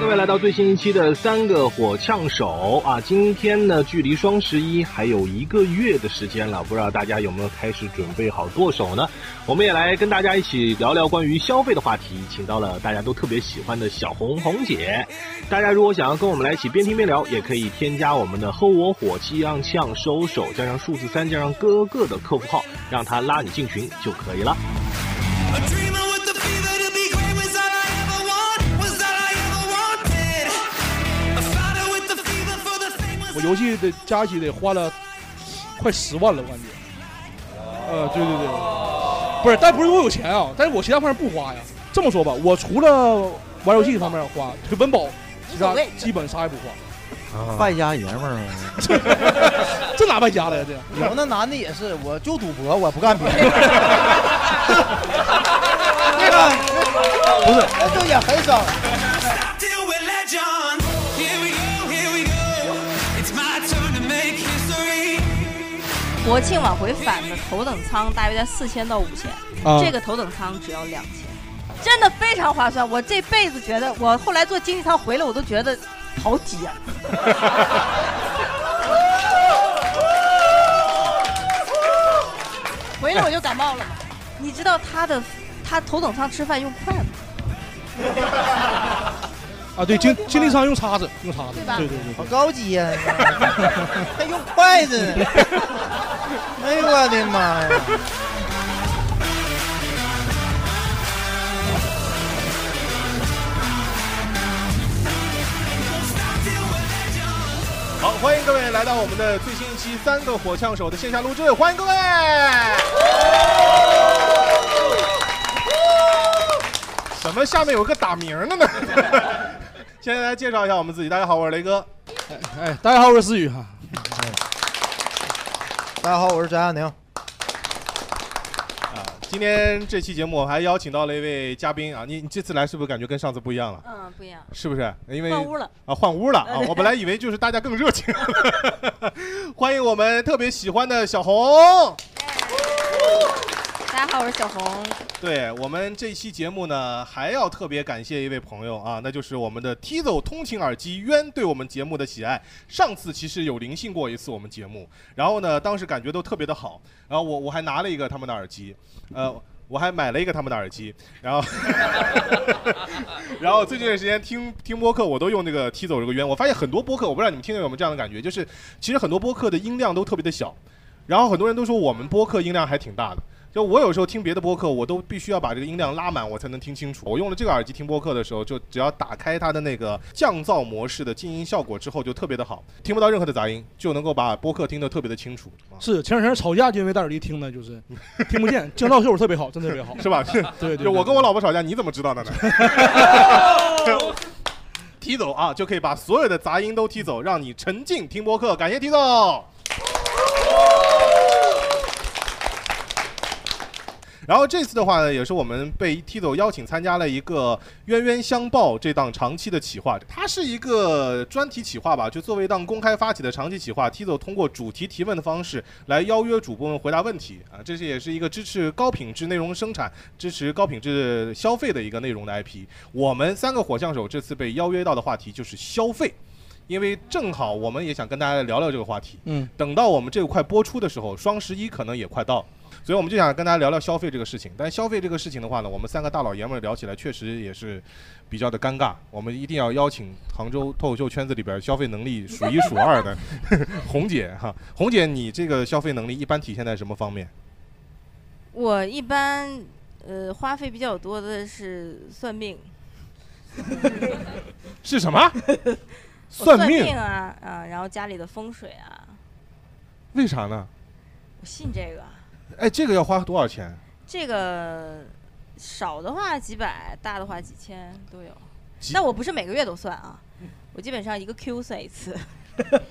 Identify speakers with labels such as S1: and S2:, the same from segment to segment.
S1: 各位来到最新一期的三个火枪手啊，今天呢距离双十一还有一个月的时间了，不知道大家有没有开始准备好剁手呢？我们也来跟大家一起聊聊关于消费的话题，请到了大家都特别喜欢的小红红姐。大家如果想要跟我们来一起边听边聊，也可以添加我们的“和我火气让呛收手”加上数字三加上哥哥的客服号，让他拉你进群就可以了。
S2: A dreamer with the fever to be great was all I ever want, was all I ever wanted. A fighter with the fever for the fame was
S3: 我游戏得加起得花了快十万了，我感觉。呃，对对对，不是，但不是因为我有钱啊，但是我其他方面不花呀。这么说吧，我除了玩游戏方面花，就温饱，其他基本啥也不花。
S4: 啊
S5: 败家爷们儿嘛，
S3: 这哪败家了呀？这
S4: 有那男的也是，我就赌博，我不干 别的。那个
S3: 不是，
S4: 那就也很少。
S2: till we're legend. Here we go, here we go. It's my turn to make history.
S6: 国庆往回返的头等舱大约在四千到五千、
S3: 啊
S6: 这个头等舱只要两千，真的非常划算。我这辈子觉得，我后来坐经济舱回来，我都觉得好啊抵 呀、回来我就感冒了嘛。你知道他的他头等舱吃饭用筷子，
S3: 啊，对，经经历舱用叉子，用叉子
S6: 对，吧
S3: 对对对
S4: 好高级啊呀、还用筷子呢！哎呦我的妈呀！
S7: 好，欢迎各位来到我们的最新一期《三个火枪手》的线下录制，欢迎各位。什么？下面有个打鸣的呢？ 先给大家介绍一下我们自己。大家好，我是雷哥。
S3: 对。哎，大家好，我是思雨哈。
S4: 大家好，我是翟亚宁。
S7: 啊，今天这期节目我还邀请到了一位嘉宾啊，你你这次来是不是感觉跟上次不一样了？
S6: 嗯，不一样，
S7: 是不是？因为
S6: 换屋了。
S7: 啊，换屋了啊！我本来以为就是大家更热情， 欢迎我们特别喜欢的小红。
S6: 大家好，我是小红。
S7: 对我们这期节目呢，还要特别感谢一位朋友啊，那就是我们的 Tizo 通勤耳机渊对我们节目的喜爱。上次其实有临幸过一次我们节目，然后呢，当时感觉都特别的好，然后我我还拿了一个他们的耳机，呃。我还买了一个他们的耳机，然后，然后最近段时间听听播客，我都用这个 T 走这个渊。我发现很多播客，我不知道你们听到有没有这样的感觉，就是其实很多播客的音量都特别的小，然后很多人都说我们播客音量还挺大的。就我有时候听别的播客，我都必须要把这个音量拉满，我才能听清楚。我用了这个耳机听播客的时候，就只要打开它的那个降噪模式的静音效果之后，就特别的好，听不到任何的杂音，就能够把播客听得特别的清楚，啊
S3: 是前两天吵架就因为戴耳机听的，就是听不 见，降噪效果特别好，真的特别好。
S7: 是吧？是
S3: 对对对，
S7: 就我跟我老婆吵架，你怎么知道的呢？踢走啊，就可以把所有的杂音都踢走，让你沉浸听播客。感谢踢走。然后这次的话呢，也是我们被 T 走邀请参加了一个“冤冤相报”这档长期的企划，它是一个专题企划吧，就作为一档公开发起的长期企划，T 走通过主题提问的方式来邀约主播们回答问题啊，这是也是一个支持高品质内容生产、支持高品质消费的一个内容的 IP。我们三个火枪手这次被邀约到的话题就是消费，因为正好我们也想跟大家聊聊这个话题。
S3: 嗯，
S7: 等到我们这个快播出的时候，双十一可能也快到了，所以我们就想跟大家聊聊消费这个事情。但消费这个事情的话呢，我们三个大老爷们儿聊起来确实也是比较的尴尬。我们一定要邀请杭州脱口秀圈子里边消费能力数一数二的 红姐哈，红姐，你这个消费能力一般体现在什么方面？
S6: 我一般呃花费比较多的是算命，
S7: 是什么？
S6: 我
S7: 算
S6: 命
S7: 命？
S6: 啊啊，然后家里的风水啊，
S7: 为啥呢？
S6: 我信这个。
S7: 哎，这个要花多少钱？
S6: 这个少的话几百，大的话几千都有
S7: 几。
S6: 但我不是每个月都算啊，我基本上一个 Q 算一次。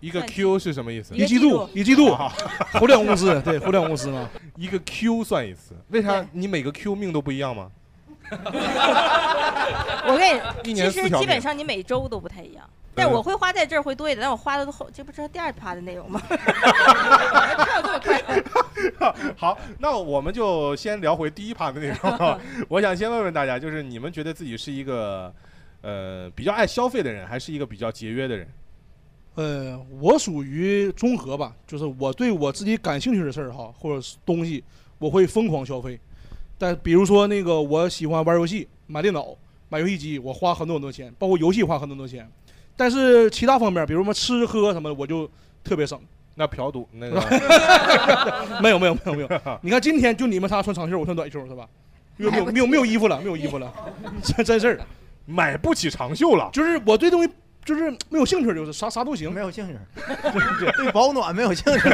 S7: 一个
S6: 算
S7: Q 是什么意思？
S3: 一季度一季度， 互联网公司对互联网公司嘛，
S7: 一个 Q 算一次，为啥
S6: 对
S7: 你每个 Q 命都不一样吗？
S6: 我跟你，
S7: 一
S6: 其
S7: 年四
S6: 实
S7: 条
S6: 基
S7: 命
S6: 本上你每周都不太一样。但我会花在这儿会多一点，但我花的都后，这不是第二趴的内容吗？跳这么快，
S7: 好，那我们就先聊回第一趴的内容 啊。我想先问问大家，就是你们觉得自己是一个呃比较爱消费的人，还是一个比较节约的人？
S3: 呃，我属于综合吧，就是我对我自己感兴趣的事儿哈，或者是东西，我会疯狂消费。但比如说那个，我喜欢玩游戏，买电脑、买游戏机，我花很多很多钱，包括游戏花很多很多钱。但是其他方面，比如什么吃喝什么的，我就特别省。
S7: 那嫖赌那个
S3: 没有没有没有没有，你看今天就你们仨穿长袖，我穿短袖是吧？没有没有没有没有衣服了，没有衣服了，真真事儿。
S7: 买不起长袖了，
S3: 就是我对东西就是没有兴趣，就是啥啥都行，
S4: 没有兴 趣，对保暖没有兴趣。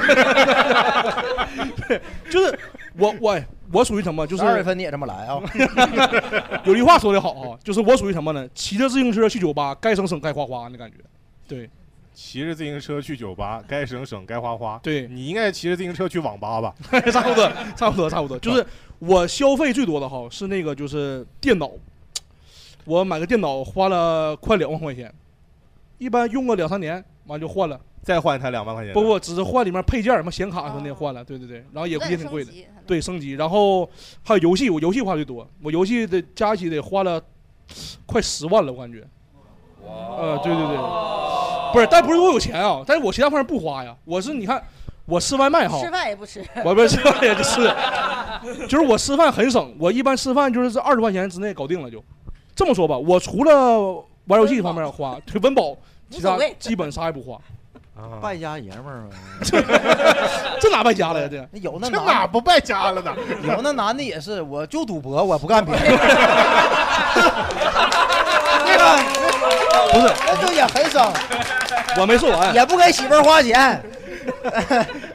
S3: 就是我我我属于什么？就是
S4: 二月份你也这么来啊？
S3: 有句话说的好啊，就是我属于什么呢？骑着自行车去酒吧，该省省，该花花那感觉。 对，
S7: 骑着自行车去酒吧，该省省该花花。
S3: 对
S7: 你应该骑着自行车去网吧 吧？
S3: 差不多，差不多，差不多。就是我消费最多的哈是那个就是电脑，我买个电脑花了快两万块钱，一般用个两三年完就换了，
S7: 再换一台两万块钱的。
S3: 不不，只是换里面配件儿什么显卡什么的换了，对对对，然后也也挺贵的。对，升级，然后还有游戏，我游戏花最多，我游戏的加起得花了快十万了，我感觉。呃，对对对，不是，但不是我有钱啊，但是我其他方面不花呀，我是你看，我吃外卖哈，
S6: 吃饭也不吃，
S3: 我不是吃饭也 是，就是我吃饭很省，我一般吃饭就是二十块钱之内搞定了就。这么说吧，我除了玩游戏方面花，对温饱，其
S6: 无所
S3: 他
S6: 谓
S3: 基本啥也不花，
S7: 啊，
S5: 败家爷们儿嘛，
S3: 这哪败家了呀？这
S4: 那有那
S7: 这
S4: 男
S7: 哪
S4: 的
S7: 不败家了呢？
S4: 有那男的也是，我就赌博，我不干 别的。那个
S3: 不是
S4: 那就也很省，
S3: 我没说完，
S4: 也不给媳妇儿花钱，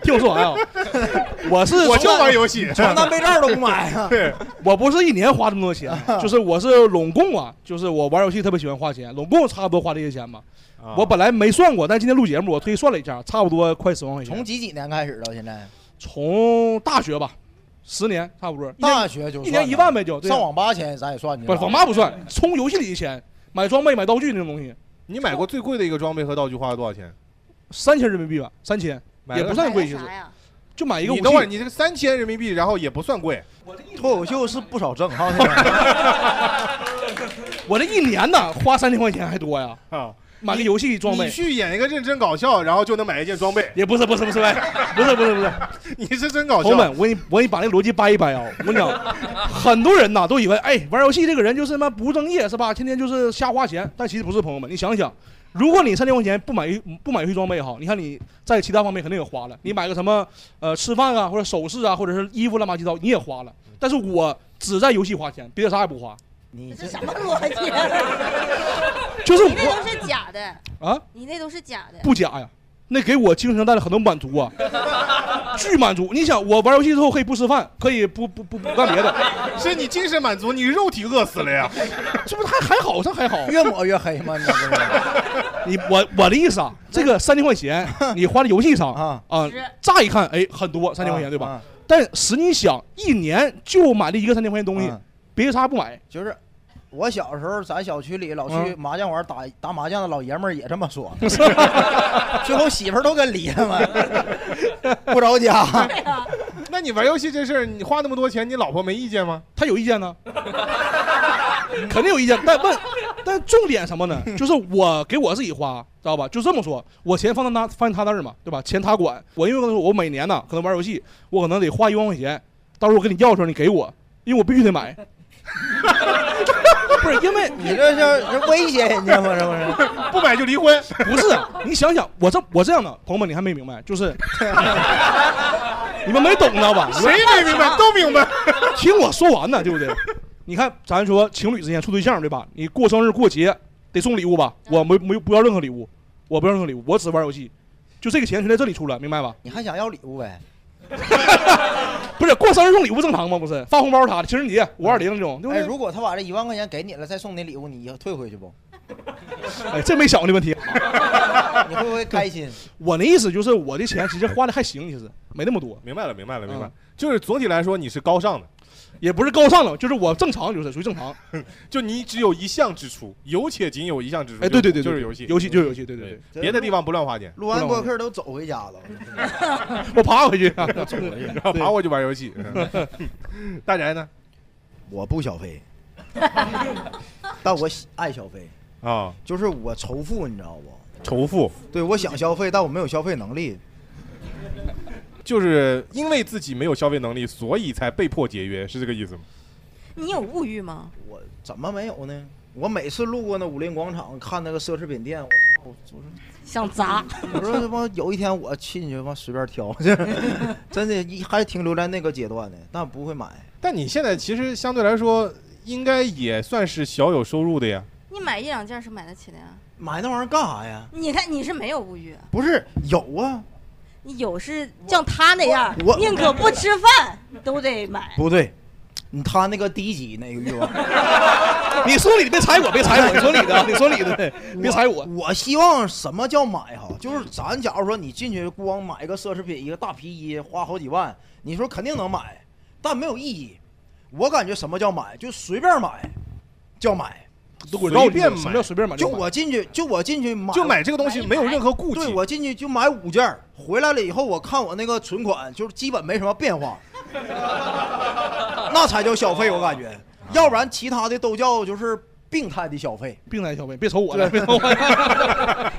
S3: 听我 说完啊，我是
S7: 我就玩游戏，
S4: 床单被罩都不买啊。
S7: 对，
S3: 我不是一年花这么 多钱，就是我是拢共啊，就是我玩游戏特别喜欢花钱，拢共差不多花这些钱嘛。
S7: 啊
S3: 我本来没算过，但今天录节目我特意算了一下，差不多快十万块钱。
S4: 从几几年开始到现在，
S3: 从大学吧，十年差不多，一年
S4: 大学就算
S3: 一年
S4: 了
S3: 一万呗就。对啊
S4: 上网吧钱咱也算进去
S3: 不
S4: 了。
S3: 是网吧不算，充游戏里的钱，买装备买道具那种东西，
S7: 你买过最贵的一个装备和道具花了多少钱？
S3: 三千人民币吧，三千
S7: 买
S3: 也
S7: 了
S3: 不算贵，其实
S6: 啥呀？
S3: 就买一个武
S7: 你等会儿，
S3: 器。
S7: 你这个三千人民币，然后也不算贵，
S5: 脱口秀是不少挣 哈。现在
S3: 我这一年呢花三千块钱还多呀，
S7: 啊，
S3: 买个游戏装
S7: 你
S3: 备。
S7: 去演一个认真搞笑，然后就能买一件装备，
S3: 也不是不是不是 喂，不是不是不是，
S7: 你是真搞
S3: 朋友
S7: 笑
S3: 们，我给你我给你把那逻辑掰一掰啊！我跟你讲，很多人呐都以为，哎，玩游戏这个人就是他妈不务正业是吧？天天就是瞎花钱，但其实不是，朋友们，你想想，如果你三千块钱不买一不买游戏装备哈，你看你在其他方面肯定也花了，你买个什么呃吃饭啊，或者首饰啊，或者是衣服乱七八糟你也花了，但是我只在游戏花钱，别的啥也不花，
S4: 你
S6: 这
S4: 这
S6: 是什么逻辑啊？
S3: 就是
S6: 你那
S3: 我
S6: 都是假的，
S3: 啊
S6: 你那都是假的。
S3: 不假呀。那给我精神带来很多满足啊，巨满足！你想，我玩游戏之后可以不吃饭，可以不不不不干别的，
S7: 是你精神满足，你肉体饿死了呀。
S3: 这不是还还好，这还好。
S4: 越抹越黑吗？你这不是
S3: 你我我的意思啊，这个三千 块钱你花在游戏上
S4: 啊
S3: 啊
S6: 是，
S3: 乍一看哎很多三千块钱对
S4: 啊
S3: 吧
S4: 啊？
S3: 但实你想一年就买了一个三千块钱东西
S4: 嗯，
S3: 别的啥也不买，
S4: 就是我小时候，咱小区里老去
S3: 嗯
S4: 麻将玩打打麻将的老爷们儿也这么 说，最后媳妇儿都跟离了嘛，不着家。
S6: 对啊，
S7: 那你玩游戏这事儿，你花那么多钱，你老婆没意见吗？
S3: 他有意见呢， 肯定有意见。但问，但重点什么呢？就是我给我自己花，知道吧？就这么说，我钱放到他放在他那儿嘛，对吧？钱他管。我因为我我每年呢，可能玩游戏，我可能得花一万块钱，到时候我跟你要的时候你给我，因为我必须得买。不是因为
S4: 你这是是威胁人家吗？这不是？
S7: 不买就离婚。
S3: 不是，你想想，我这我这样的朋友们，你还没明白，就是 你们没懂知道吧？你们
S7: 谁没明白？都明白。
S3: 听我说完呢，对不对？你看，咱说情侣之间处对象对吧？你过生日过节得送礼物吧？我没没不要任何礼物，我不要任何礼物，我只玩游戏，就这个钱全在这里出了，明白吧？
S4: 你还想要礼物呗？
S3: 不是过生日送礼物正常吗？不是发红包啥的，情人节五二零那种，对
S4: 哎，
S3: 不对？
S4: 如果他把这一万 块钱给你了，再送你礼物，你退回去不？
S3: 哎，这没想过这问题。
S4: 你会不会开 心？
S3: 我的意思就是我的钱其实花的还行，其实没那么多，
S7: 明白了，明白了，明白了
S3: 嗯。
S7: 就是总体来说，你是高尚的，
S3: 也不是高尚了，就是我正常，就是属于正常。
S7: 就你只有一项支出，有且仅有一项支出。
S3: 哎，对对对，对
S7: 就是游戏，
S3: 游戏就是游戏，对对
S7: 对
S3: 对，，
S7: 别的地方不乱花钱，
S4: 录完播客都走回家了，
S3: 我爬回去，
S7: 然后爬过去玩游戏。嗯 大 宅呢？
S4: 我不消费，但我喜爱消费，
S7: 啊，
S4: 就是我仇富，你知道不？
S7: 仇富
S4: 对，我想消费，但我没有消费能力。
S7: 就是因为自己没有消费能力，所以才被迫节约，是这个意思吗？
S6: 你有物欲吗？
S4: 我怎么没有呢？我每次路过那武林广场，看那个奢侈品店，我我我说
S6: 想砸？
S4: 我说他妈有一天我去你他妈随便挑 去，真的一还停留在那个阶段呢，但不会买。
S7: 但你现在其实相对来说，应该也算是小有收入的呀。
S6: 你买一两件是买得起的呀。
S4: 买那玩意儿干啥呀？
S6: 你看你是没有物欲，
S4: 不是有啊？
S6: 你有是像他那样
S4: 我，
S6: 宁可不吃饭都得买。
S4: 不对，你他那个低级那个欲望，
S3: 你说你的别踩我，别踩我，你说你的啊，你说你的， 别踩我。
S4: 我希望什么叫买哈？就是咱假如说你进去光买个奢侈品，一个大皮衣花好几万，你说肯定能买，但没有意义。我感觉什么叫买，就随便买，叫买。
S3: 我绕
S7: 随便
S3: 什么
S7: 买
S3: 叫随便买？
S4: 就我进去，就我进去买，
S7: 就买这个东西没有任何顾忌。
S4: 对我进去就买五件儿，回来了以后我看我那个存款就是基本没什么变化， 那才叫消费，我感
S3: 啊
S4: 觉，要不然其他的都叫就是病态的消费，
S3: 病态消费，别瞅我了，别瞅我了。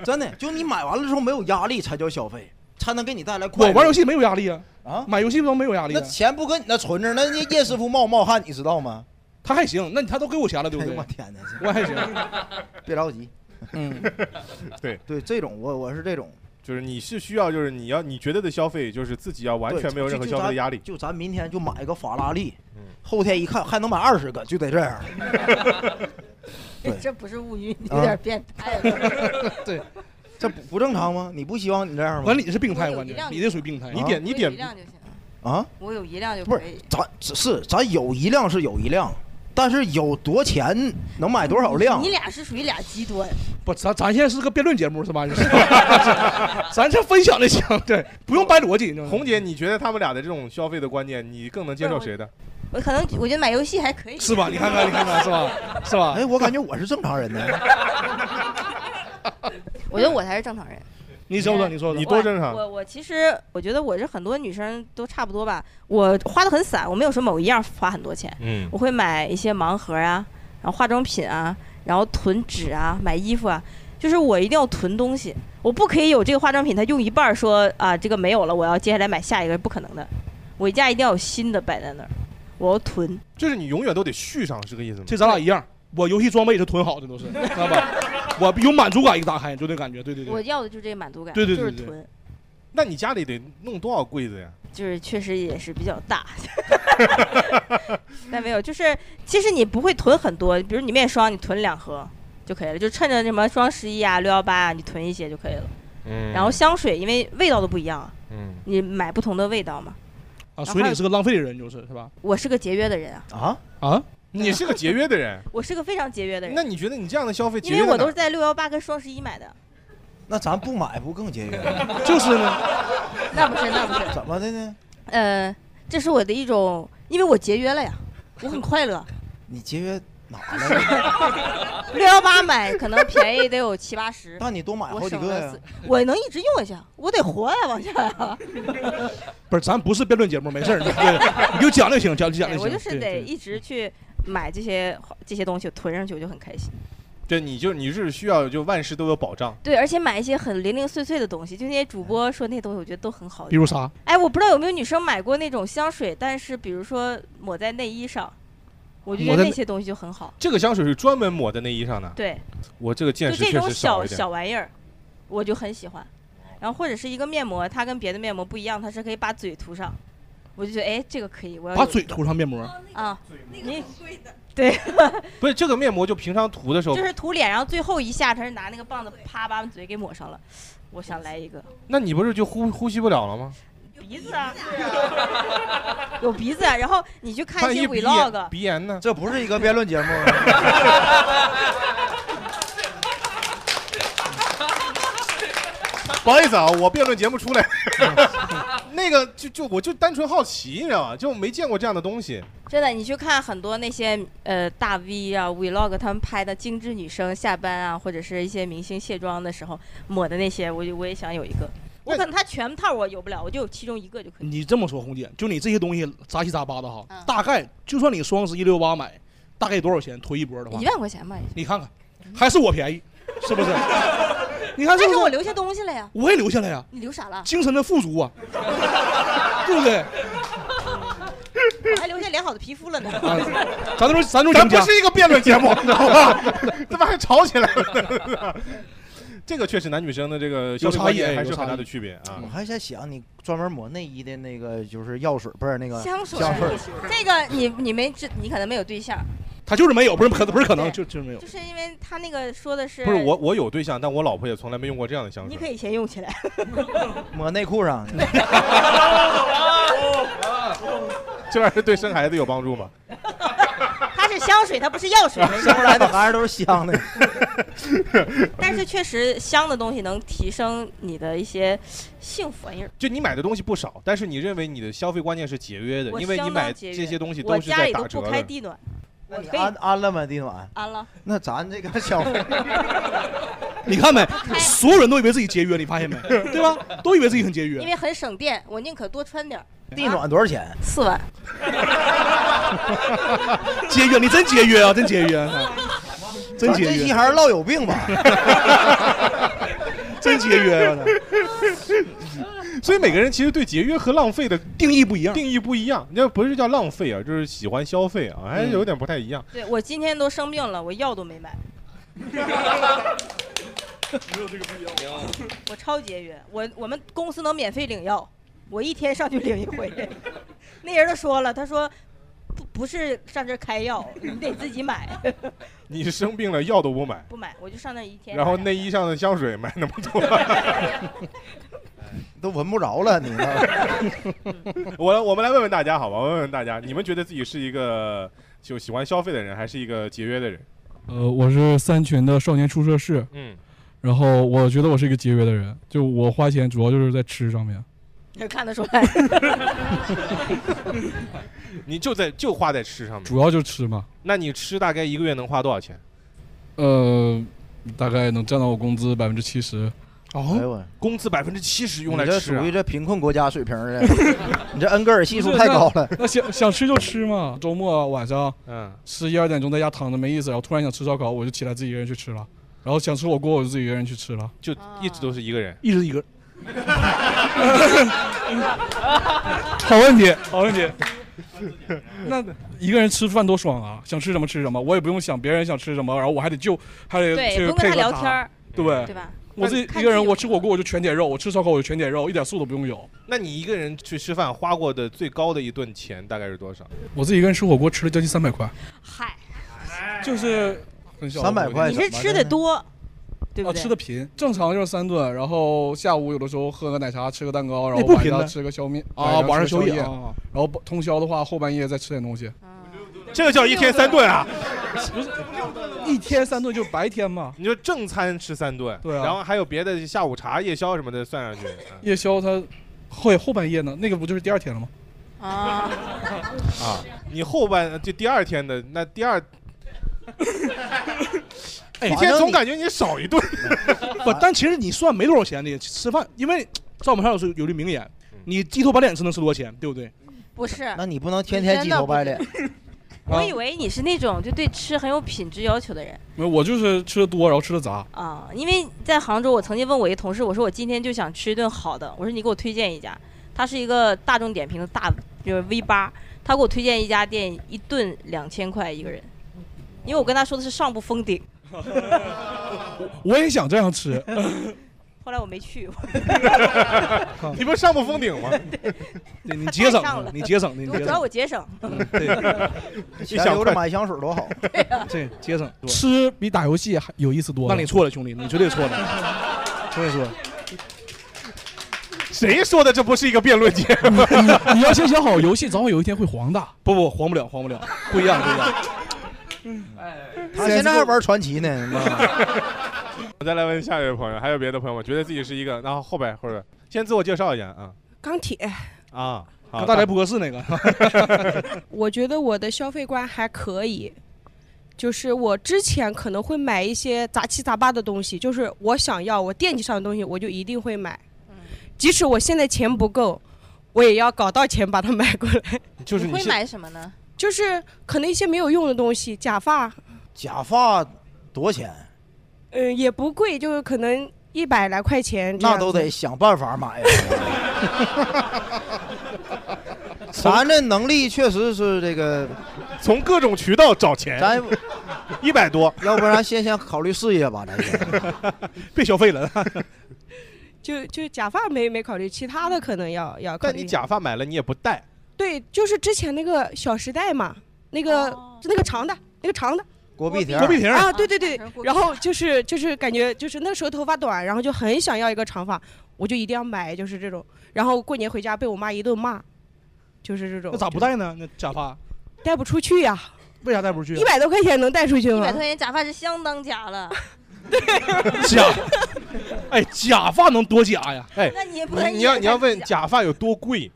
S4: 真的，就你买完了之后没有压力才叫消费，才能给你带来快
S3: 我
S4: 乐。
S3: 玩游戏没有压力啊，
S4: 啊
S3: 买游戏都没有压力
S4: 那
S3: 啊。
S4: 钱不搁你那存着，那那叶师傅冒冒汗，你知道吗？
S3: 他还行，那你他都给我钱了，对
S4: 哎
S3: 不
S4: 呦
S3: 对
S4: 我？天哪，
S3: 我还行，
S4: 别着 急，
S3: 嗯，
S4: 对这种我我是这种
S7: 就是你是需要，就是你要你觉得的消费，就是自己要完
S4: 对
S7: 全没有
S4: 就
S7: 任何
S4: 就
S7: 消费的
S4: 咱
S7: 压力。嗯
S4: 就咱明天就买个法拉利，后天一看还能买二十个，就得这样。对
S6: 这不是物欲，你
S4: 啊
S6: 有点变态了。
S3: 对，
S4: 这不不正常吗？你不希望你这样吗
S3: 管？你是病态，
S6: 我有
S3: 关
S6: 一
S3: 键
S6: 辆
S3: 你这属于病态。
S7: 你点你
S6: 我有一
S7: 点
S6: 辆就行，
S4: 啊，
S6: 我有一辆就哎
S4: 不
S6: 可
S4: 是
S6: 以，。
S4: 咱只是咱有一辆是有一辆，但是有多钱能买多少辆
S6: 你？俩是属于俩极端，
S3: 不，咱咱现在是个辩论节目是吧？ 咱这分享的行，对，不用掰逻辑。你知道吗
S7: 红姐，你觉得他们俩的这种消费的观念，你更能接受谁的？
S6: 我可能我觉得买游戏还可以。
S3: 是吧？你看看，你看看，是吧？是吧？
S4: 哎，我感觉我是正 常人呢。
S6: 我觉得我才是正常人。
S3: 你说说，你说说
S7: 你，多正常
S6: 我我我其实我觉得我是很多女生都差不多吧，我花的很散，我没有说某一样花很多钱，
S7: 嗯，
S6: 我会买一些盲盒啊，然后化妆品啊，然后囤纸啊，买衣服啊，就是我一定要囤东西，我不可以有这个化妆品，它用一半儿说啊这个没有了，我要接下来买下一个，不可能的，我家一定要有新的摆在那儿，我要囤。
S7: 就是你永远都得续上，是这个意思吗？
S3: 这咱俩一样，我游戏装备也是囤好的，都是，知道吧？我有满足感，一打开就那感觉，对对
S6: 我
S3: 对，
S6: 要的就是这个满足感，
S3: 对对
S6: 就是
S3: 对对
S6: 囤，
S7: 那你家里得弄多少柜子呀？
S6: 就是确实也是比较大， 但没有，就是其实你不会囤很多，比如你面霜你囤两盒就可以了，就趁着什么双十一啊、六幺八啊，你囤一些就可以了。
S7: 嗯
S6: 然后香水因为味道都不一样啊，
S7: 嗯，
S6: 你买不同的味道嘛。
S3: 啊，所以你是个浪费的人，就是是吧？
S6: 我是个节约的人啊，
S4: 啊，
S3: 啊，
S7: 你是个节约的人，
S6: 我是个非常节约的
S7: 那
S6: 人，
S7: 你觉得你这样的消费节
S6: 因
S7: 约
S6: 为
S7: 在哪
S6: 我都是在六幺八跟双十一买的。
S4: 那咱不买不更节约 吗？
S3: 就是呢，
S6: 那不是，那不是，
S4: 怎么的呢？
S6: 呃，这是我的一种，因为我节约了呀，我很快乐。
S4: 你节约哪来了？
S6: 六幺八买可能便宜得有七八十，
S4: 但你多买好
S6: 我
S4: 几
S6: 省
S4: 个
S6: 了
S4: 呀
S6: 四。，我能一直用下去，我得活呀，往下呀。
S3: 不是，咱不是辩论节目，没事儿，对对，你就讲就行，讲就讲
S6: 对
S3: 就 行。
S6: 我就是
S3: 对
S6: 得
S3: 对
S6: 一直去买这些这些东西，囤上去我就很开心。
S7: 对，你就你是需要就万事都有保障。
S6: 对，而且买一些很零零碎碎的东西，就那些主播说那些东西，我觉得都很好用
S3: 比。如啥？
S6: 哎，我不知道有没有女生买过那种香水，但是比如说抹在内衣上，我就觉
S3: 抹
S6: 得
S3: 在内
S6: 那些东西就很好。
S7: 这个香水是专门抹在内衣上的，
S6: 对，
S7: 我这个见
S6: 就
S7: 识
S6: 这
S7: 确
S6: 种
S7: 实
S6: 小
S7: 一点。
S6: 小玩意儿，我就很喜欢。然后或者是一个面膜，它跟别的面膜不一样，它是可以把嘴涂上，我就觉得哎，这个可以，我要
S3: 把
S6: 有
S3: 嘴涂上面膜，
S6: 啊，你
S7: 不是这个面膜，就平常涂的时候
S6: 就，是涂脸，然后最后一下它是拿那个棒子啪把嘴给抹上了。我想来一个
S7: 那你不是就呼呼吸不了了吗？
S6: 鼻子啊，有鼻 子啊，然后你去看
S7: 万
S6: 一
S7: 一
S6: 些
S7: 鼻炎
S6: vlog，
S7: 鼻炎呢？
S4: 这不是一个辩论节目，
S7: 不好意思啊，我辩论节目出来， 那个就就我就单纯好奇，你知道吗？就没见过这样的东西。
S6: 真的，你去看很多那些呃大 V 啊、Vlog 他们拍的精致女生下班啊，或者是一些明星卸妆的时候抹的那些，我就我也想有一个。我可能他全套我有不了，我就有其中一个就可以。
S3: 你这么说，红姐，就你这些东西杂七杂八的哈，
S6: 嗯
S3: 大概就算你双十一六八买，大概多少钱推一波的话
S6: 一？万块钱吧，也
S3: 你看看，还是我便宜，是不是？你看
S6: 但
S3: 是不
S6: 是
S3: 是？
S6: 我留下东西了呀。
S3: 我也留下来呀、
S6: 你留啥了？
S3: 精神的富足啊，对不对？
S6: 我还留下良好的皮肤了呢。
S3: 啊咱都是咱都
S7: 咱
S3: 赢
S7: 不
S3: 家，
S7: 是一个辩论节目，你知道吧？ 他妈还吵起来了。 这个确实男女生的这个呃消费观念还是有很大的区别
S3: 嗯
S7: 啊
S4: 我。还在想你专门抹内衣的那个就是药水，不是那个
S6: 香水
S4: 呃香水，
S6: 这个你你没这你可能没有对象，
S3: 他就是没有，不是可不是可能，就就是没有
S6: 就。是因为他那个说的是
S7: 不是我，我有对象，但我老婆也从来没用过这样的香
S6: 你
S7: 水。
S6: 可以先用 起来。
S4: 抹内裤上。
S7: 这玩意儿对生孩子有帮助吗？
S6: 它是香水，它不是药水。
S4: 生出啊来的孩子都是香的，
S6: 但是确实香的东西能提升你的一些幸福哎玩意儿。
S7: 就你买的东西不少，但是你认为你的消费观念是节约的，
S6: 我
S7: 因为你
S6: 相当
S7: 买
S6: 节约
S7: 这些东西
S6: 我
S7: 都是
S6: 家
S7: 在
S6: 里都
S7: 打折
S6: 不
S7: 的。
S6: 开地暖，
S4: 那
S6: 我
S4: 你
S6: 可以
S4: 安安了吗？地暖，
S6: 安了。
S4: 那咱这个消费，
S3: 你看没？
S6: 哎
S3: 所有人都以为自己节约，你发 现没？对吧？都以为自己很节
S6: 因
S3: 约。
S6: 为很省电，我宁可多穿点儿。
S4: 地暖多少钱？
S6: 四万，
S3: 节约，你真节约啊，真节约，啊真
S4: 咱
S3: 节
S4: 这期
S3: 约，
S4: 还是唠有病吧。
S3: 真节约啊！
S7: 所以每个人其实对节约和浪费的
S3: 定义不一样。
S7: 定义不一样，那不是叫浪费啊，就是喜欢消费啊，还有点不太一样。
S6: 对我今天都生病了，我药都没买。 我超节约，我我们公司能免费领药，我一天上去领一回。 那人都说了，他说不不是上这儿开药，你得自己买，
S7: 你生病了药都不买，
S6: 不买我就上那儿一天。
S7: 然后内衣上的香水买那么多，
S4: 都闻 不着了，你那
S7: 我我们来问问大家好吧，问问大家，你们觉得自己是一个就喜欢消费的人，还是一个节约的人？
S8: 呃，我是三群的少年出社室，
S7: 嗯，
S8: 然后我觉得我是一个节约的人，就我花钱主要就是在吃上面。
S6: 看得出来，
S7: 你就在就花在吃上面，
S8: 主要就吃嘛，
S7: 那你吃大概一个月能花多少钱？
S8: 呃，大概能占到我工资百分之七十。
S4: 哎
S3: 哦，
S4: 呦我，
S7: 工资百分之七十用
S4: 你
S7: 来
S4: 这
S7: 吃、
S4: 属
S7: 啊
S4: 于，这贫困国家水平的， 你这恩格尔系数太高了。
S8: 那 想想吃就吃嘛，周末晚上
S7: 嗯，
S8: 十一二点钟在家躺着没意思，然后突然想吃烧烤，我就起来自己一个人去吃了，然后想吃火锅我就自己一个人去吃了。
S7: 就一直都是一个人。
S3: 一直一个，
S8: 好问题，好问题。那一个人吃饭多爽啊！想吃什么吃什么，我也不用想别人想吃什么，然后我还得就还得
S6: 对，不
S8: 去
S6: 用跟
S8: 配
S6: 他
S8: 合
S6: 聊天儿，
S8: 对不对
S6: 对？吧？
S8: 我自己
S6: 看
S8: 一个人，
S6: 剧
S8: 我吃火锅我就全点肉，我吃烧烤我就全点肉，一点素都不用有。
S7: 那你一个人去吃饭花过的最高的一顿钱大概是多少？
S8: 我自己一个人吃火锅吃了将近三百块，
S6: 嗨，
S8: 就是很小的
S4: 300
S8: 火锅
S4: 块
S6: 你是吃的多，对不
S8: 啊，
S6: 对？
S8: 吃的频，正常就是三顿，然后下午有的时候喝个奶茶，吃个蛋糕，
S7: 哎
S8: 然后
S3: 那不
S8: 晚
S3: 频
S8: 上
S3: 呢
S8: 吃个宵面
S7: 哦
S3: 啊，晚
S8: 晚
S3: 上
S8: 上吃
S3: 宵
S8: 个
S3: 夜
S8: 夜，然
S3: 啊，
S8: 后通宵的话后半夜再吃点东西，
S6: 啊
S7: 这个叫一天三顿啊！
S8: 一天三顿就白天嘛，
S7: 你就正餐吃三顿，
S8: 对啊
S7: 然后还有别的下午茶、夜宵什么的算上去。嗯
S8: 夜宵它后后半夜呢，那个不就是第二天了吗？
S6: 啊，
S7: 啊，你后半就第二天的那第 二，
S3: 哎
S7: 一天总感觉你少一顿。
S3: 不，但其实你算没多少钱的吃饭，因为赵本山有时候有句名言，
S8: 嗯
S3: 你鸡头白脸吃能吃多少钱，对不对？
S6: 不是，
S4: 那你不能嗯天天鸡头白脸，
S6: 我以为你是那种就对吃很有品质要求的人
S8: 没有，我就是吃的多，然后吃的杂，
S6: 啊，因为在杭州，我曾经问我一个同事，我说我今天就想吃一顿好的，我说你给我推荐一家，他是一个大众点评的大就是 V 八，他给我推荐一家店，一顿两千块一个人，因为我跟他说的是上不封 顶，
S8: 我也想这样吃，
S6: 后来我没 去，
S7: 你不是上不封顶 吗？
S3: 对 你
S6: 太
S3: 节省
S6: 上了
S3: 你节省，你
S6: 我
S3: 节
S6: 主要
S3: 省，嗯
S6: 我节省，
S3: 对
S4: 钱留着买香水多好。
S6: 啊
S3: 对，节省。
S8: 吃比打游戏还有意思多
S3: 那
S8: 了。
S3: 你错了，兄弟，你绝对 错了，绝对错了。
S7: 谁说的这不是一个辩论节目？
S8: 你你要先想好，游戏早晚有一天会黄的。
S3: 不不，黄不了，黄不了，不一 样，不一样。
S4: 他现在还玩传奇呢，你知道吗
S7: 我再来问下一位朋友，还有别的朋友吗？觉得自己是一个，然后后边或者先自我介绍一下啊
S9: 钢铁，
S7: 啊，好
S3: 刚才不合适那个，
S9: 我觉得我的消费观还可以，就是我之前可能会买一些杂七杂八的东西，就是我想要我惦记上的东西，我就一定会买，
S6: 嗯
S9: 即使我现在钱不够，我也要搞到钱把它买过来。
S7: 就是
S6: 你会买什么呢？
S9: 就是可能一些没有用的东西，假发，
S4: 假发多少钱？
S9: 嗯、也不贵，就是可能一百来块钱。
S4: 那都得。想办法买啊呀。咱这能力确实是这个，
S7: 从各种渠道找钱，
S4: 咱
S7: 一百多，
S4: 要不然先先考虑事业吧，咱先。
S7: 别消费了。
S9: 就就假发没没考虑，其他的可能要要考
S7: 嗯
S9: 虑。
S7: 但你假发买了你也不戴，
S9: 对，就是之前那个《小时代》嘛，那个、
S6: 哦
S9: 那个长的，那个长的。
S4: 郭碧婷，
S7: 郭碧婷
S9: 啊，对对对，然后就是就是感觉就是那时候头发短，然后就很想要一个长发，我就一定要买，就是这种。然后过年回家被我妈一顿骂，就是这种。
S3: 那咋不
S9: 戴？
S3: 戴呢？那假发
S9: 戴不出去呀、
S3: 为啥戴不出去？啊
S9: 一百多块钱能戴出去
S6: 一
S9: 吗
S6: 百？块钱假发是相当假了，
S3: 假，哎，假发能多假呀？
S7: 哎，
S6: 那你也不能
S7: 你你要
S6: 一百块钱
S7: 你要问
S6: 假
S7: 假发有多 贵？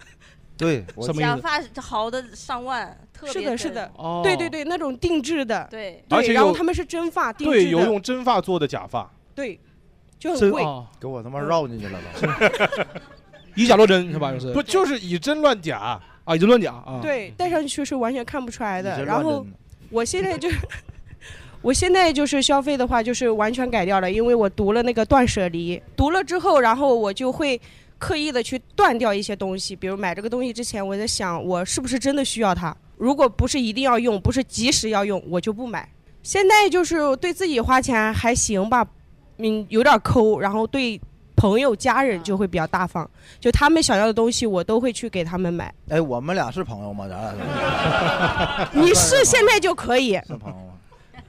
S4: 对，我
S3: 什么
S6: 假
S3: 意思？
S6: 发好的上万，特
S9: 是
S6: 别
S9: 的，是的，
S3: 哦，
S9: 对对，对，那种定制的，
S6: 对，
S7: 而且
S9: 对，然后
S7: 有
S9: 他们是真发定
S7: 对，
S9: 制
S7: 有
S9: 的，
S7: 用哦真发做的假发，
S9: 对，就很
S3: 真
S9: 贵。
S3: 啊，
S4: 给我他妈绕进去了都。
S3: 以假乱真是吧？就是
S7: 不就是以真乱假？
S3: 啊，以真乱假啊。，
S9: 对，戴上去是完全看不出来
S4: 你这
S9: 的。
S4: 乱
S9: 然后
S4: 真
S9: 我现在就， 我现在就是消费的话，就是完全改掉了，因为我读了那个断舍离，读了之后，然后我就会刻意的去断掉一些东西，比如买这个东西之前，我在想我是不是真的需要它，如果不是一定要用，不是及时要用，我就不买。现在就是对自己花钱还行吧，嗯，有点抠，然后对朋友、家人就会比较大方，就他们想要的东西，我都会去给他们买。
S4: 哎，我们俩是朋友吗？咱俩是
S9: 你是现在就可以，
S4: 是朋友吗？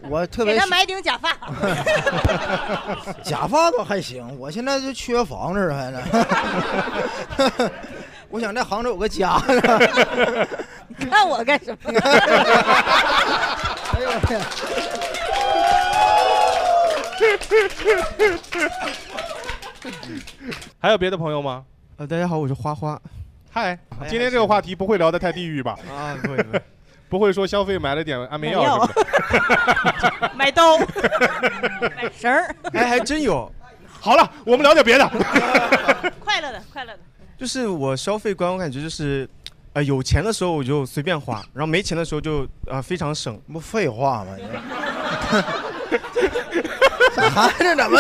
S4: 我特
S6: 给
S4: 别
S6: 他买顶假发。
S4: 假发倒还行，我现在就缺房子还呢。 我想在杭州有个家呢。
S6: 看我干什 么？
S4: 哎呦我天！
S7: 还有别的朋友吗？
S5: 呃，大家好，我是花花
S7: 嗨，今天这个话题不会聊得太地狱吧？
S5: 啊，不会不会，
S7: 不会说消费买了点安眠药什么的。
S6: 买刀，买绳儿，
S5: 哎，还真 有，
S7: 好了，我们聊点别的。
S6: 快乐的，快乐的。
S5: 就是我消费观，我感觉就是，呃，有钱的时候我就随便花，然后没钱的时候就呃非常省。
S4: 不废话吗？你这孩子怎么？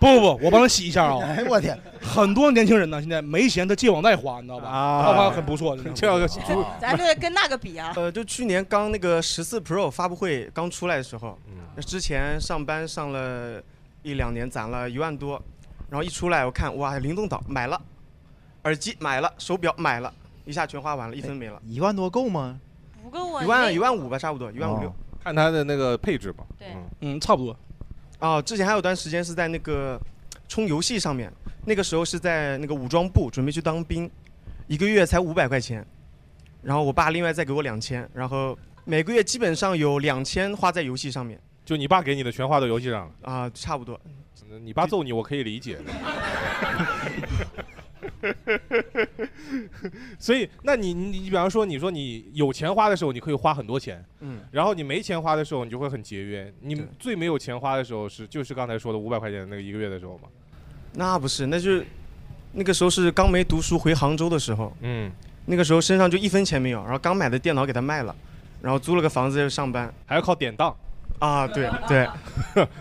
S3: 不不不，我帮他洗一下啊。
S4: 哎呦我天！
S3: 很多年轻人呢，现在没钱他借网贷花，你知道吧？
S7: 啊
S3: 花花很 不错，真的
S7: 这个
S6: 咱这跟那个比啊，
S5: 呃，就去年刚那个十四 Pro 发布会刚出来的时候，
S7: 嗯
S5: 之前上班上了一两年，攒了一万多，然后一出来我看哇，灵动岛买了，耳机买了，手表买了，一下全花完了，一分没
S7: 哎
S5: 了，
S4: 一万多够吗？
S6: 不够啊，
S5: 一万
S6: 你
S5: 一万五吧，差不多一万五六
S4: 哦。
S7: 看它的那个配置吧。
S6: 对
S7: 嗯
S3: 嗯，差不多。
S5: 哦，之前还有段时间是在那个充游戏上面，那个时候是在那个武装部准备去当兵，一个月才五百块钱，然后我爸另外再给我两千，然后每个月基本上有两千花在游戏上面
S7: 就你爸给你的全花到游戏上了。
S5: 啊、差不多。
S7: 你爸揍你，我可以理解。 所以，那你你你比方说，你说你有钱花的时候，你可以花很多钱，
S5: 嗯，
S7: 然后你没钱花的时候，你就会很节约。你
S5: 对
S7: 最没有钱花的时候是就是刚才说的五百块钱那个一个月的时候嘛。
S5: 那不是，那就是那个时候是刚没读书回杭州的时候，
S7: 嗯，
S5: 那个时候身上就一分钱没有，然后刚买的电脑给他卖了，然后租了个房子在这上班
S7: 还要靠典当
S5: 啊， 对对，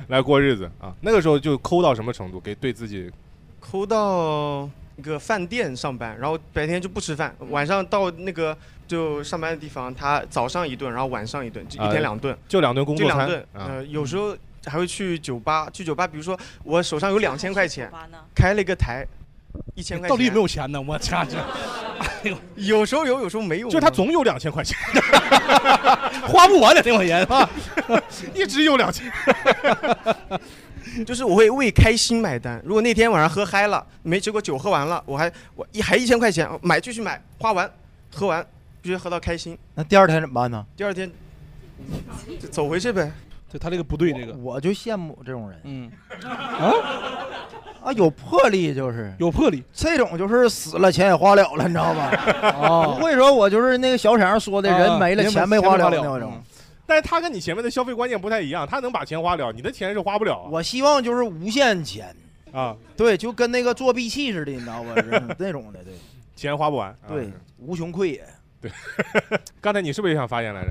S7: 来过日子啊。那个时候就抠到什么程度，给对自己
S5: 抠到一个饭店上班，然后白天就不吃饭，晚上到那个就上班的地方，他早上一顿，然后晚上一顿，就一
S7: 啊
S5: 天两顿，
S7: 就两顿工
S5: 就
S7: 作
S5: 两
S7: 餐
S5: 顿。
S7: 啊。
S5: 呃，
S3: 嗯
S5: 有时候还会去酒吧，去酒吧，比如说我手上有两千块钱
S6: 酒，吧呢
S5: 开了一个台，一千块钱。
S3: 哎到底有没有钱呢？我天，这哎
S5: 有？有时候有，有时候没有。
S7: 就他总有两千块钱，
S3: 花不完两千块钱啊！
S7: 一直有两千。
S5: 就是我会为开心买单。如果那天晚上喝嗨了，没结果酒喝完了，我还我一还一千块钱买继续买，花完喝完必须喝到开心。
S4: 那第二天怎么办呢？
S5: 第二天就走回去呗。
S3: 对他这个不对，这个
S4: 我就羡慕这种人。
S3: 嗯，
S4: 啊啊，有魄力就是
S3: 有魄力，
S4: 这种就是死了钱也花了了，你知道 吧？
S3: 哦
S4: 不会说我就是那个小沈阳说的
S7: 啊
S4: 人没了
S7: 人没
S4: 钱没
S7: 钱
S4: 花
S7: 没
S4: 了
S7: 花了
S4: 那
S3: 嗯
S4: 种。
S7: 但是他跟你前面的消费观念不太一样，他能把钱花了，你的钱是花不了
S4: 我希望就是无限钱，
S7: 啊，
S4: 对，就跟那个作弊器似的，你知道吧？是那种的，对
S7: 钱花不完。啊
S4: 对，无穷匮也。
S7: 对， 刚才你是不是也想发言来着？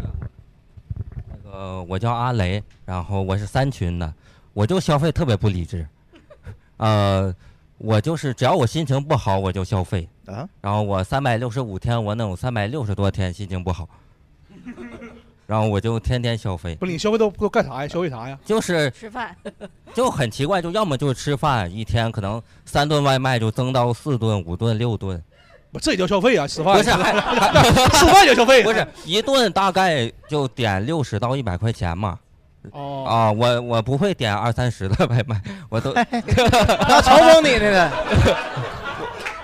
S10: 呃，我叫阿雷，然后我是三群的，我就消费特别不理智，呃，我就是只要我心情不好我就消费
S4: 啊，
S10: 然后我三百六十五天我能有三百六十多天心情不好，然后我就天天消费，
S3: 不是你消费都都干啥呀？消费啥呀？
S10: 就是
S6: 吃饭，
S10: 就很奇怪，就要么就吃饭，一天可能三顿外卖就增到四顿、五顿、六顿，
S3: 不这也叫消费啊？吃饭
S10: 不是，还 还
S3: 吃饭也消费，
S10: 不是一顿大概就点六十到一百块钱嘛。
S3: 哦
S10: 啊，我我不会点二三十的外卖， 我都
S4: 那嘲讽你呢呢？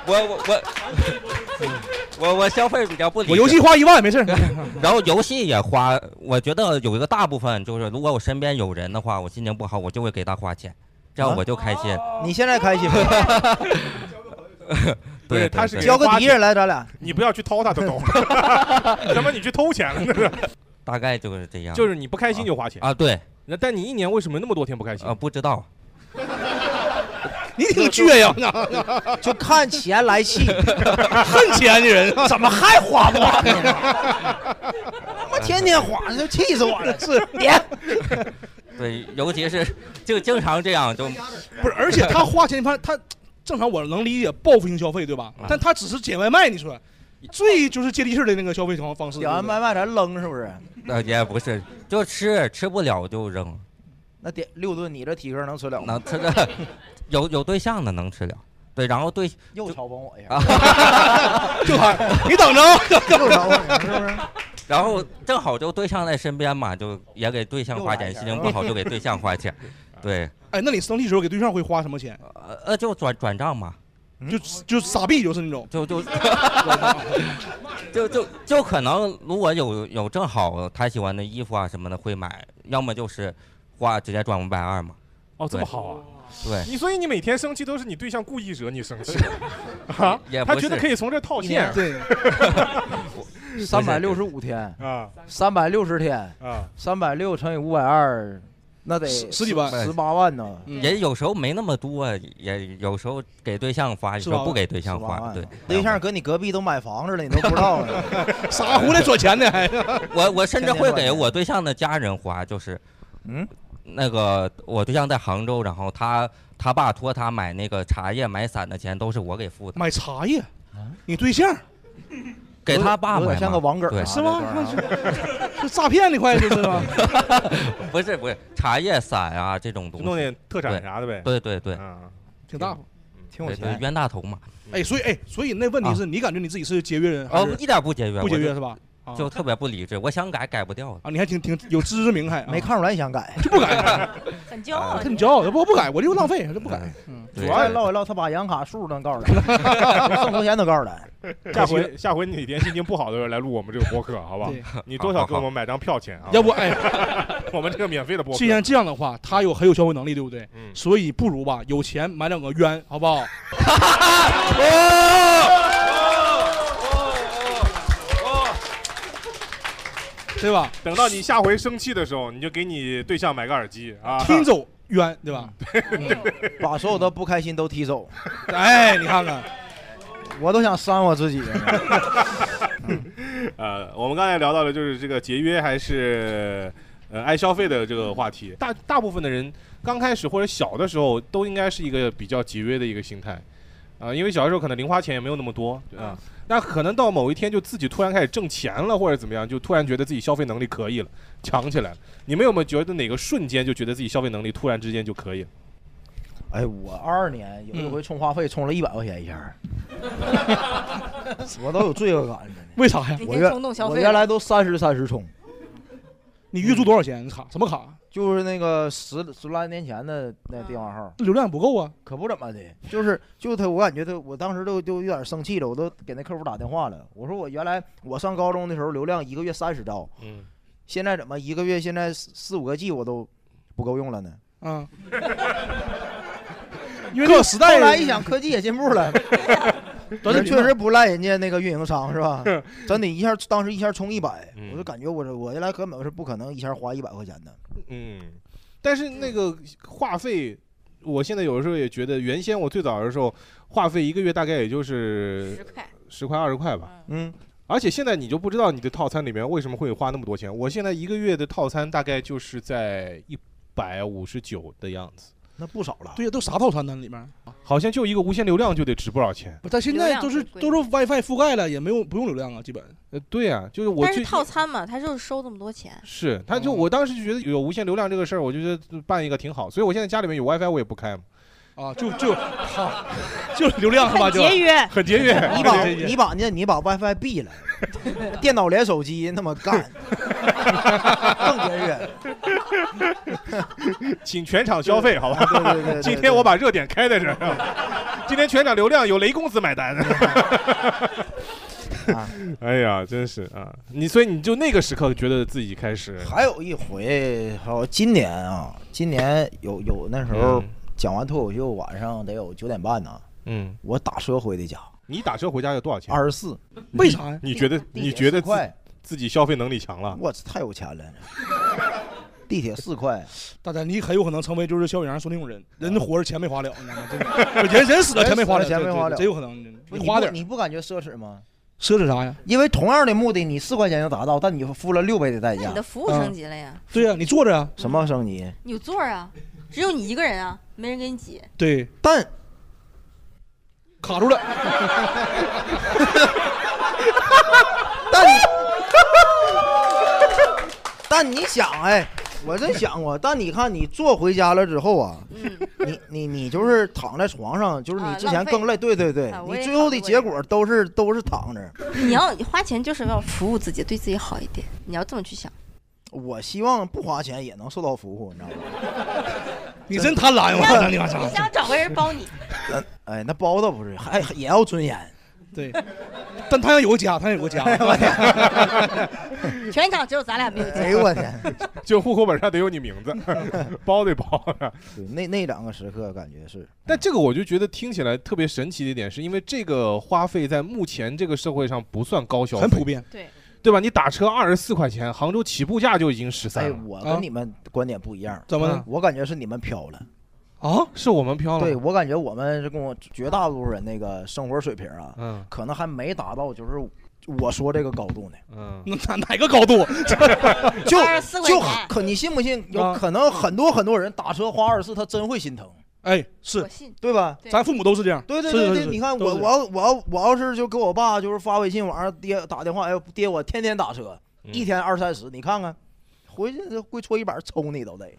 S10: 我我我我我消费比 较不理智。
S3: 我游戏花一万没事儿，
S10: 然后游戏也花，我觉得有一个大部分就是，如果我身边有人的话，我心情不好，我就会给他花钱，这样
S4: 啊
S10: 我就开心。
S4: 你现在开心吗？
S7: 不是
S10: 对，
S7: 他
S10: 对
S7: 是
S10: 对
S7: 给
S4: 交个
S7: 花
S4: 敌
S7: 钱
S4: 人来，咱俩。
S7: 你不要去掏他 的兜，要么你去偷钱了，那是
S10: 大概就是这样。
S7: 就是你不开心就花钱。
S10: 啊，对，
S7: 那但你一年为什么那么多天不开心
S10: 啊，？不 知道，
S3: 你挺倔 呀，
S4: 就看钱来气，
S3: 恨钱的人。
S4: 怎么还花不 完呢？他妈天天花，就气死我了！是别
S10: 对，尤其是就经常这样，就
S3: 不是，而且 他花钱，他他正常我能理解报复性消费，对吧？
S4: 啊
S3: 但他只是点外卖，你说最就是接地气儿的那个消费方方式。
S4: 点完外卖咱扔是不是？
S10: 呃也不是，就吃吃不了就扔，
S4: 那点六顿，你这体格能吃了吗？
S10: 能吃的有有对象的能吃了，对，然后对
S4: 又嘲讽我一下，
S10: 啊，
S3: 就他，你等 着啊，
S4: 又嘲讽你是不是？
S10: 然后正好就对象在身边嘛，就也给对象花钱，心情不好就给对象花 钱，对，
S3: 哎，那你生气时候给对象会花什么钱？
S10: 呃呃就转转账嘛，
S4: 呃
S3: 就就傻逼，就是那种。
S10: 就就就就就可能如果有有正好他喜欢的衣服啊什么的会买，要么就是花直接转五百二嘛，
S7: 哦，这么好啊！
S10: 对，
S7: 你所以你每天生气都是你对象故意惹你生 气，啊
S10: 也
S7: 他
S10: 不
S7: 觉
S10: 是
S7: 得可以从这儿套现啊
S3: 对，
S4: 三百六十五天，
S7: 啊
S4: 三百六十天，
S7: 啊！
S4: 三百六乘以五百二，那得
S3: 十十几万
S4: 十八万嗯呢。
S10: 也有时候没那么多，啊也有时候给对象花，有时
S3: 是吧
S10: 候不给对象
S4: 十八
S10: 花，
S4: 万
S10: 对
S4: 呢，，对象搁你隔壁都买房子了，你都不知道 呢。
S3: 傻乎来转钱的还。
S10: 我我甚至
S4: 天天
S10: 会
S4: 花
S10: 给
S4: 钱
S10: 我对象的家人花，就是，
S4: 嗯，
S10: 那个我对象在杭州，然后他他爸托他买那个茶叶、买伞的钱都是我给付的，
S3: 买茶叶，你对象
S10: 给他爸
S4: 啊有点
S10: 买嘛。
S4: 像个网梗
S10: 对
S4: 啊，
S3: 是吗？
S4: 这
S3: 那
S4: 段啊
S3: 是 是诈骗那块就是 吧？
S10: 不是不是茶叶、伞啊这种
S7: 就
S10: 东
S7: 弄
S10: 西，
S7: 点特产啥的呗。
S10: 对对对
S7: 啊，
S3: 挺大方。
S7: 嗯
S4: 挺有
S10: 对对
S4: 钱。
S10: 冤大头嘛。啊
S3: 哎，所以哎，所以那问题是你感觉你自己是节约人还
S10: 哦，
S3: 是
S10: 一点不节约，
S3: 不节
S10: 我
S3: 约
S10: 就是
S3: 吧？啊
S10: 就特别不理智，我想改改不掉了。
S3: 啊，你还挺挺有自知之明还啊
S4: 没看出来你想 改，
S3: 就不改，
S6: 很骄傲。
S3: 很骄傲，不不改我就浪费，就不改。嗯，
S10: 主
S4: 啊主要唠一唠，他把银行卡数都告诉咱， 送头钱都告诉咱。
S7: 下回下回你哪天心情不好的时候来录我们这个播客，好不好
S3: 对？
S7: 你多少给我们买张票钱啊？
S3: 要不哎，
S7: 我们这个免费的播
S3: 既
S7: 客，
S3: 然这样的话，他有很有消费能力，对不对？
S7: 嗯
S3: 所以不如吧，有钱买两个冤，好不好？
S7: 啊
S10: 哦
S3: 对吧？
S7: 等到你下回生气的时候，你就给你对象买个耳机啊。
S3: 听走冤，对吧？
S4: 把所有的不开心都踢走，
S3: 哎，你看看，
S4: 我都想扇我自己。
S7: 呃，我们刚才聊到了就是这个节约还是呃爱消费的这个话题。大大部分的人刚开始或者小的时候都应该是一个比较节约的一个心态，啊、因为小的时候可能零花钱也没有那么多啊。那可能到某一天就自己突然开始挣钱了，或者怎么样，就突然觉得自己消费能力可以了，强起来了。你们有没有觉得哪个瞬间就觉得自己消费能力突然之间就可以了？
S4: 哎，我二二年有一回充话费充了一百块钱一下儿， 我都有罪恶感了。
S3: 为啥呀？
S6: 今
S4: 我
S6: 天
S4: 原
S6: 冲动消
S4: 我
S6: 费
S4: 原
S6: 了，
S4: 来都三十三十充，
S3: 你月租多少钱？卡什么卡？
S4: 就是那个十十来年前的那电话号，
S3: 流量不够啊！
S4: 可嗯不怎么的，就是就他，我感觉他，我当时都都有点生气了，我都给那客服打电话了，我说我原来我上高中的时候流量一个月三十兆，
S7: 嗯，
S4: 现在怎么一个月现在四四五个 G 我都不够用了呢？
S3: 嗯，
S4: 因
S3: 为各时代
S4: 后来一想，科技也进步 了，
S3: 短视
S4: 也
S3: 频
S4: 确
S3: 嘛
S4: 实不赖人家那个运营商是吧？真的，一下当时一下冲一百，我就感觉我这我原来根本是不可能一下花一百块钱的。
S7: 嗯，但是那个
S3: 嗯
S7: 话费，我现在有的时候也觉得，原先我最早的时候，话费一个月大概也就是十块、十块二十块吧。
S4: 嗯，
S7: 而且现在你就不知道你的套餐里面为什么会花那么多钱。我现在一个月的套餐大概就是在一百五十九的样子，
S4: 那不少了。
S3: 对呀，都啥套餐呢里面？
S7: 好像就一个无限流量就得值不少钱。
S3: 不但现在都是都是 WiFi 覆盖了，也没有不用流量啊，基本。
S7: 呃，对呀、就是我
S6: 但
S7: 最
S6: 是套餐嘛，他就是收这么多钱。
S7: 是，他
S3: 哦
S7: 就我当时就觉得有无限流量这个事儿，我就觉得办一个挺好，所以我现在家里面有 WiFi 我也不开嘛。
S3: 啊，就 就好，就流量是吧？就
S7: 很节约。
S4: 你把你把那你把 WiFi 闭了，电脑连手机那么干，更节 约。
S7: 请全场消费，好吧？
S4: 对对对对
S7: 今天我把热点开在这儿，今天全场流量由雷公子买 单。
S4: 啊
S7: 哎呀，真是啊！你所以你就那个时刻觉得自己开始
S4: 还有一回，好，今年啊，今年有有那时候
S7: 嗯
S4: 讲完脱口秀，晚上得有九点半呢。
S7: 嗯，
S4: 我打车回的家，
S7: 你打车回家要多少钱？
S4: 二十四。
S3: 为啥呀？
S7: 你觉得
S4: 地铁
S7: 你觉得
S4: 四块
S7: 自自己消费能力强了？
S4: 我操，太有钱了！地铁四块，
S3: 大家你很有可能成为就是肖宇阳说那种人，人活着钱没花了，你知道吗？真的， 人人死了钱没花了，
S4: 钱没花
S3: 对对
S4: 了，
S3: 对真有可能。
S4: 不
S3: 你花
S4: 不
S3: 点儿
S4: 你不感觉奢侈吗？
S3: 奢侈啥呀？
S4: 因为同样的目的，你四块钱就达到，但你付了六倍的代
S6: 那
S4: 价
S6: 你的。服务升级了呀？
S3: 嗯对呀，你坐着啊。
S4: 什么升级？
S6: 你有座儿啊，只有你一个人啊，没人给你挤。
S3: 对，
S4: 但
S3: 卡住了。
S4: 但 但你想，哎，我真想过，但你看你坐回家了之后啊，你你你就是躺在床上，就是你
S6: 嗯啊
S4: 之前
S6: 浪费
S4: 更累，对对对
S6: 啊，我也
S4: 你最后的结果都是都是躺着。
S6: 你要花钱就是要服务自己，对自己好一点，你要这么去想。
S4: 我希望不花钱也能受到服务，你知道吗？
S3: 你真贪婪，我操你妈
S6: 你
S3: 啥？
S6: 想找个人帮你，
S4: 哎，那包子不是，还也要尊严。
S3: 对，
S4: 哎
S3: 但他要有个家，他要有 个
S7: 哎
S3: 家。
S6: 全场只有咱俩没有
S4: 哎
S6: 钱。
S4: 呦我 天！
S7: 就户口本上得有你名字， 包啊得包着。
S4: 对，那那两个时刻感觉是，
S7: 但这个我就觉得听起来特别神奇的一点，是因为这个花费在目前这个社会上不算高消费，
S3: 很普，遍。
S6: 对，
S7: 对吧？你打车二十四块钱，杭州起步价就已经十
S4: 哎
S7: 三，了，
S4: 我
S3: 啊
S4: 跟你们观点不一样。
S3: 怎么呢
S4: 嗯我感觉是你们飘了。
S7: 啊，是我们飘了，
S4: 对，我感觉我们是跟我绝大多数人那个生活水平啊，
S7: 嗯
S4: 可能还没达到就是我说这个高度呢。
S7: 嗯，
S3: 哪哪个高度？
S4: 就
S6: 24块
S4: 就
S6: 钱
S4: 可你信不信？有
S3: 啊
S4: 可能很多很多人打车花二十四，他真会心疼，
S3: 哎，是
S6: 我信。
S4: 对吧？
S6: 对
S3: 咱父母都是这样。
S4: 对对
S3: 是
S4: 对
S3: 是
S4: 对，
S3: 是
S4: 你看
S3: 都
S4: 我
S3: 是
S4: 我要我要我要是就给我爸就是发微信，晚上爹打电话，哎呦爹，我天天打车，一天二三十，你看看，回去就跪搓衣板抽你都得。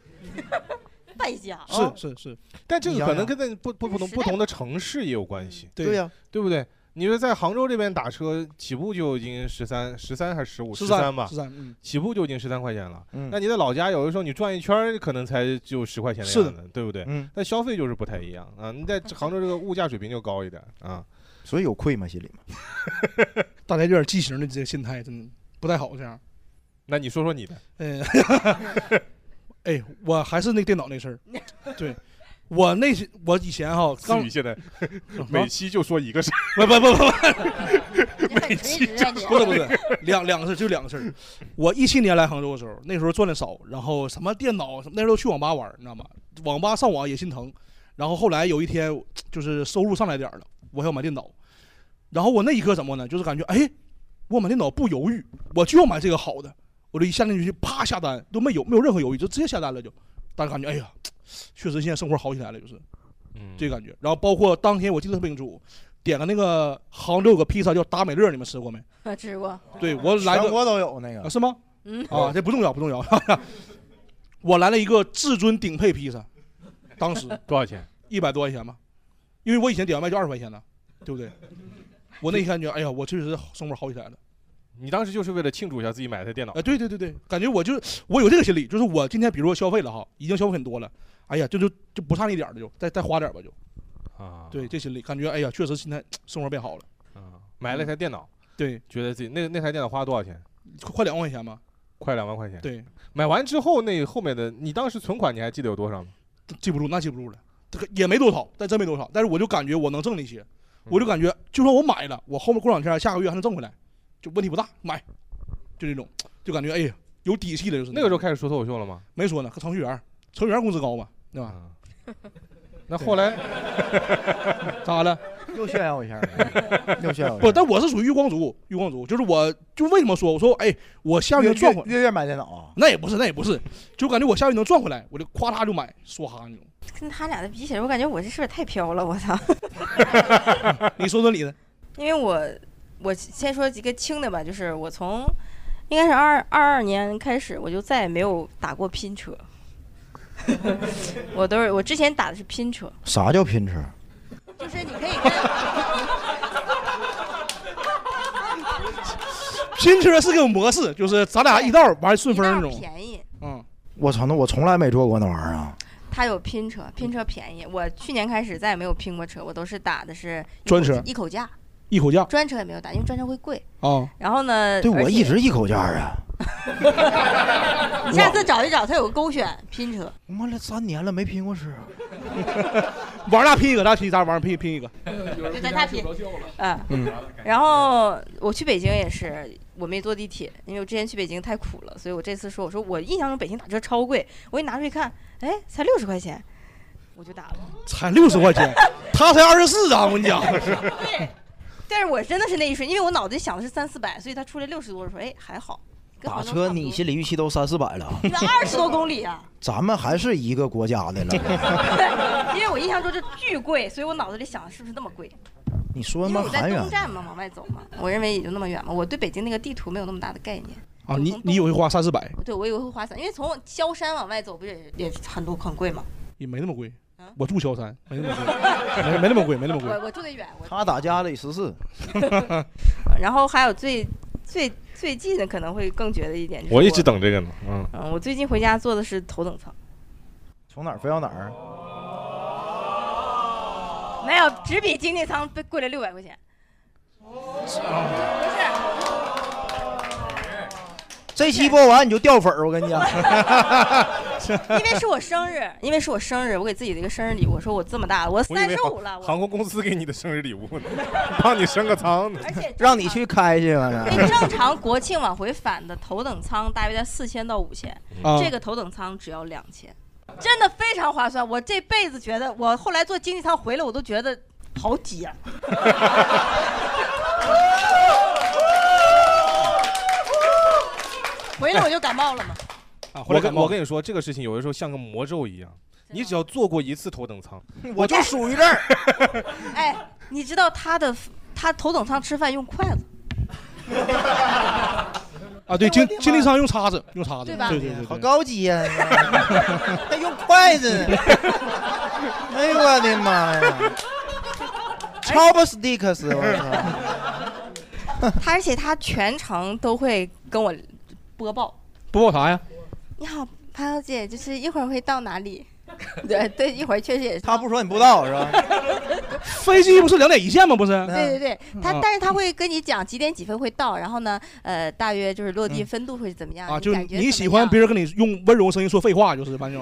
S6: 半家。哦
S4: 啊
S3: 是是是，
S7: 但这
S4: 你
S7: 个
S4: 想
S7: 啊可能
S4: 想
S7: 跟在不不不同
S6: 时代
S7: 不同的城市也有关系，
S3: 对
S4: 呀，
S7: 对不对？你说在杭州这边打车起步就已经十三、十三还是十五、
S3: 十
S7: 三吧
S3: 十，三，嗯，
S7: 起步就已经十三块钱了。
S4: 嗯
S7: 那你在老家有的时候你转一圈儿可能才就十块钱的
S3: 是的
S7: 样子，对不对？
S4: 嗯，
S7: 但消费就是不太一样啊！你在杭州这个物价水平就高一点啊。
S4: 所以有愧吗？心里吗？
S3: 大家有点畸形的这个心态，真的不太好这样。
S7: 那你说说你的，
S3: 嗯， 哎，我还是那电脑那事儿，对。我那些我以前哈
S7: 思
S3: 刚
S7: 雨现在
S3: 啊
S7: 每期就说一个事儿，
S3: 不不不不
S6: 你很垂直啊你。
S3: 不是不是，两两个事儿就两个事儿。 我一七年来杭州的时候，那时候赚的少，然后什么电脑什么那时候都去网吧玩儿，你知道吗？网吧上网也心疼。然后后来有一天，就是收入上来点儿了，我还要买电脑。然后我那一刻怎么呢？就是感觉哎，我买电脑不犹豫，我就要买这个好的，我就一下定决心，啪下单，都没有没有任何犹豫，就直接下单了就。但是感觉哎呀，确实现在生活好起来了，就是
S7: 嗯
S3: 这个感觉。然后包括当天我记得特别清楚，点个那个杭州有个披萨叫达美乐，你们吃过没？
S6: 我吃过，
S7: 哦
S3: 对我来
S4: 全
S3: 个
S4: 国都有那
S3: 啊
S4: 个，
S3: 是吗？
S6: 嗯，
S3: 啊，这不重要，不重要。 我来了一个至尊顶配披萨，当时
S7: 多少钱？
S3: 一百多块钱吧，因为我以前点外卖就二十块钱呢，对不对？我那一天觉得，哎呀，我确实生活好起来了。
S7: 你当时就是为了庆祝一下自己买台电脑
S3: 哎，，对对对对，感觉我就我有这个心理，就是我今天比如说消费了哈，已经消费很多了，哎呀，这就就不差那点儿了，就再再花点儿吧，就
S7: 啊，
S3: 对这心理，感觉哎呀，确实现在生活变好了。
S7: 啊，买了一台电脑，
S3: 对，
S7: 觉得自己那那台电脑花多少钱？
S3: 快快两万块钱吧，
S7: 快两万块钱。
S3: 对，
S7: 买完之后那后面的，你当时存款你还记得有多少吗？
S3: 记不住，那记不住了，这个也没多少，但真没多少。但是我就感觉我能挣那些，
S7: 嗯
S3: 我就感觉就算我买了，我后面过两天下个月还能挣回来，就问题不大，买，就这种，就感觉哎呀有底气了，就是那个时
S7: 候开始说脱口秀了吗？啊
S3: 没说呢，和程序员，程序员工资高嘛，对吧？
S7: 那后来
S3: 咋了？
S4: 又炫耀一下， 又炫耀一下
S3: 不，但我是属于月光族，月光族就是我，就为什么说我说哎，我下个月
S4: 月
S3: 赚回
S4: 月月买电脑啊？
S3: 那也不是，那也不是，就感觉我下个月能赚回来，我就咵嚓就买，梭哈那种。
S6: 跟他俩的比起来，我感觉我这是不是太飘了？我操！
S3: 你说说你的，
S6: 因为我我先说几个轻的吧，就是我从应该是二二二年开始，我就再也没有打过拼车。 我都是我之前打的是拼车，
S4: 啥叫拼车？
S6: 就是你可以跟
S3: 拼车是个模式，就是咱俩一道儿玩顺风那种。
S6: 便宜，
S4: 嗯我操，那我从来没坐过那玩意儿啊！
S6: 他有拼车，拼车便宜。我去年开始再也没有拼过车，我都是打的是一
S3: 专
S6: 口
S3: 车
S6: 一口价，
S3: 一口价
S6: 专车也没有打，因为专车会贵。
S3: 啊！
S6: 然后呢，
S4: 啊对，
S6: 而
S4: 我
S6: 且
S4: 一直一口价啊！
S6: 下次找一找，它有个勾选拼车。
S4: 我妈了三年了没拼过车，啊
S3: 玩儿大拼一个，咱拼啥玩儿拼拼一个。
S6: 就在大拼，嗯
S3: 嗯
S6: 然后我去北京也是，我没坐地铁，因为我之前去北京太苦了，所以我这次说，我说我印象中北京打车超贵，我一拿出去看，哎，才六十块钱，我就打了。
S3: 才六十块钱，他才二十四啊！我跟你讲，
S6: 但是我真的是那一瞬，因为我脑子里想的是三四百，所以他出来六十多，我说哎还好，跟
S4: 打
S6: 杭州
S4: 车你心理预期都三四百了，
S6: 远二十多公里啊，
S4: 咱们还是一个国家的了。
S6: 因为我印象中这巨贵，所以我脑子里想的是不是那么贵？
S4: 你说他
S6: 因
S4: 妈
S6: 为我在
S4: 韩远
S6: 东站嘛，往外走嘛，我认为也就那么远嘛，我对北京那个地图没有那么大的概念。
S3: 啊，你你以为花三四百
S6: 对，我以为会花三，因为从萧山往外走不是也也很多很贵吗？啊
S3: 也没那么贵，我住萧山，没那么贵， 没没那么贵，没那 么
S6: 我
S3: 贵。
S6: 我住得远，我
S4: 他打家里十四，
S6: 然后还有最最最近的可能会更觉得一点，就是
S7: 我一直等这个呢。嗯，
S6: 嗯，我最近回家坐的是头等舱，
S4: 从哪儿飞到哪儿？
S6: 没有，只比经济舱贵了六百块钱。
S4: 这期播完你就掉粉儿，我跟你讲。
S6: 因为是我生日，因为是我生日，我给自己的一个生日礼物。我说我这么大了，我
S7: 我以
S6: 三
S7: 为
S6: 十
S7: 航
S6: 五了，我
S7: 航空公司给你的生日礼物呢， 帮你升个舱呢。
S6: 而且
S4: 让你去开去 完
S6: 因为
S4: 了。
S6: 正常国庆往回返的头等舱大约在四千到五千、
S3: 啊
S6: 这个头等舱只要两千，真的非常划算。我这辈子觉得，我后来坐经济舱回来，我都觉得好挤啊。回来我就感冒了嘛，
S3: 啊，后来
S7: 我
S3: 感
S7: 跟
S3: 冒
S7: 我跟你说，这个事情有的时候像个魔咒一样，你只要坐过一次头等 舱，
S4: 我就属于这儿，
S6: 哎，你知道他的他头等舱吃饭用筷子，
S3: 啊，对经经济舱用叉子，用叉子，
S6: 对吧
S3: 对对对
S4: 好
S3: 对。
S4: 高级呀、还用筷子呢。哎呦我的妈呀！Chopsticks，我
S6: 他而且他全程都会跟我播报。
S3: 播报啥呀？
S6: 你好，潘小姐，就是一会儿会到 哪里？对对，一会儿确实也是。
S4: 操！他不说你不知道是吧？
S3: 飞机不是两点一线吗？不是
S4: 嗯
S6: 对对对，他
S3: 啊
S6: 但是他会跟你讲几点几分会到，然后呢，呃，大约就是落
S4: 嗯
S6: 地分度会怎么样？
S3: 啊，
S6: 你
S3: 就是
S6: 感觉
S3: 你
S6: 怎
S3: 喜
S6: 么
S3: 欢
S6: 样
S3: 别人跟你用温柔声音说废话，就是 反正。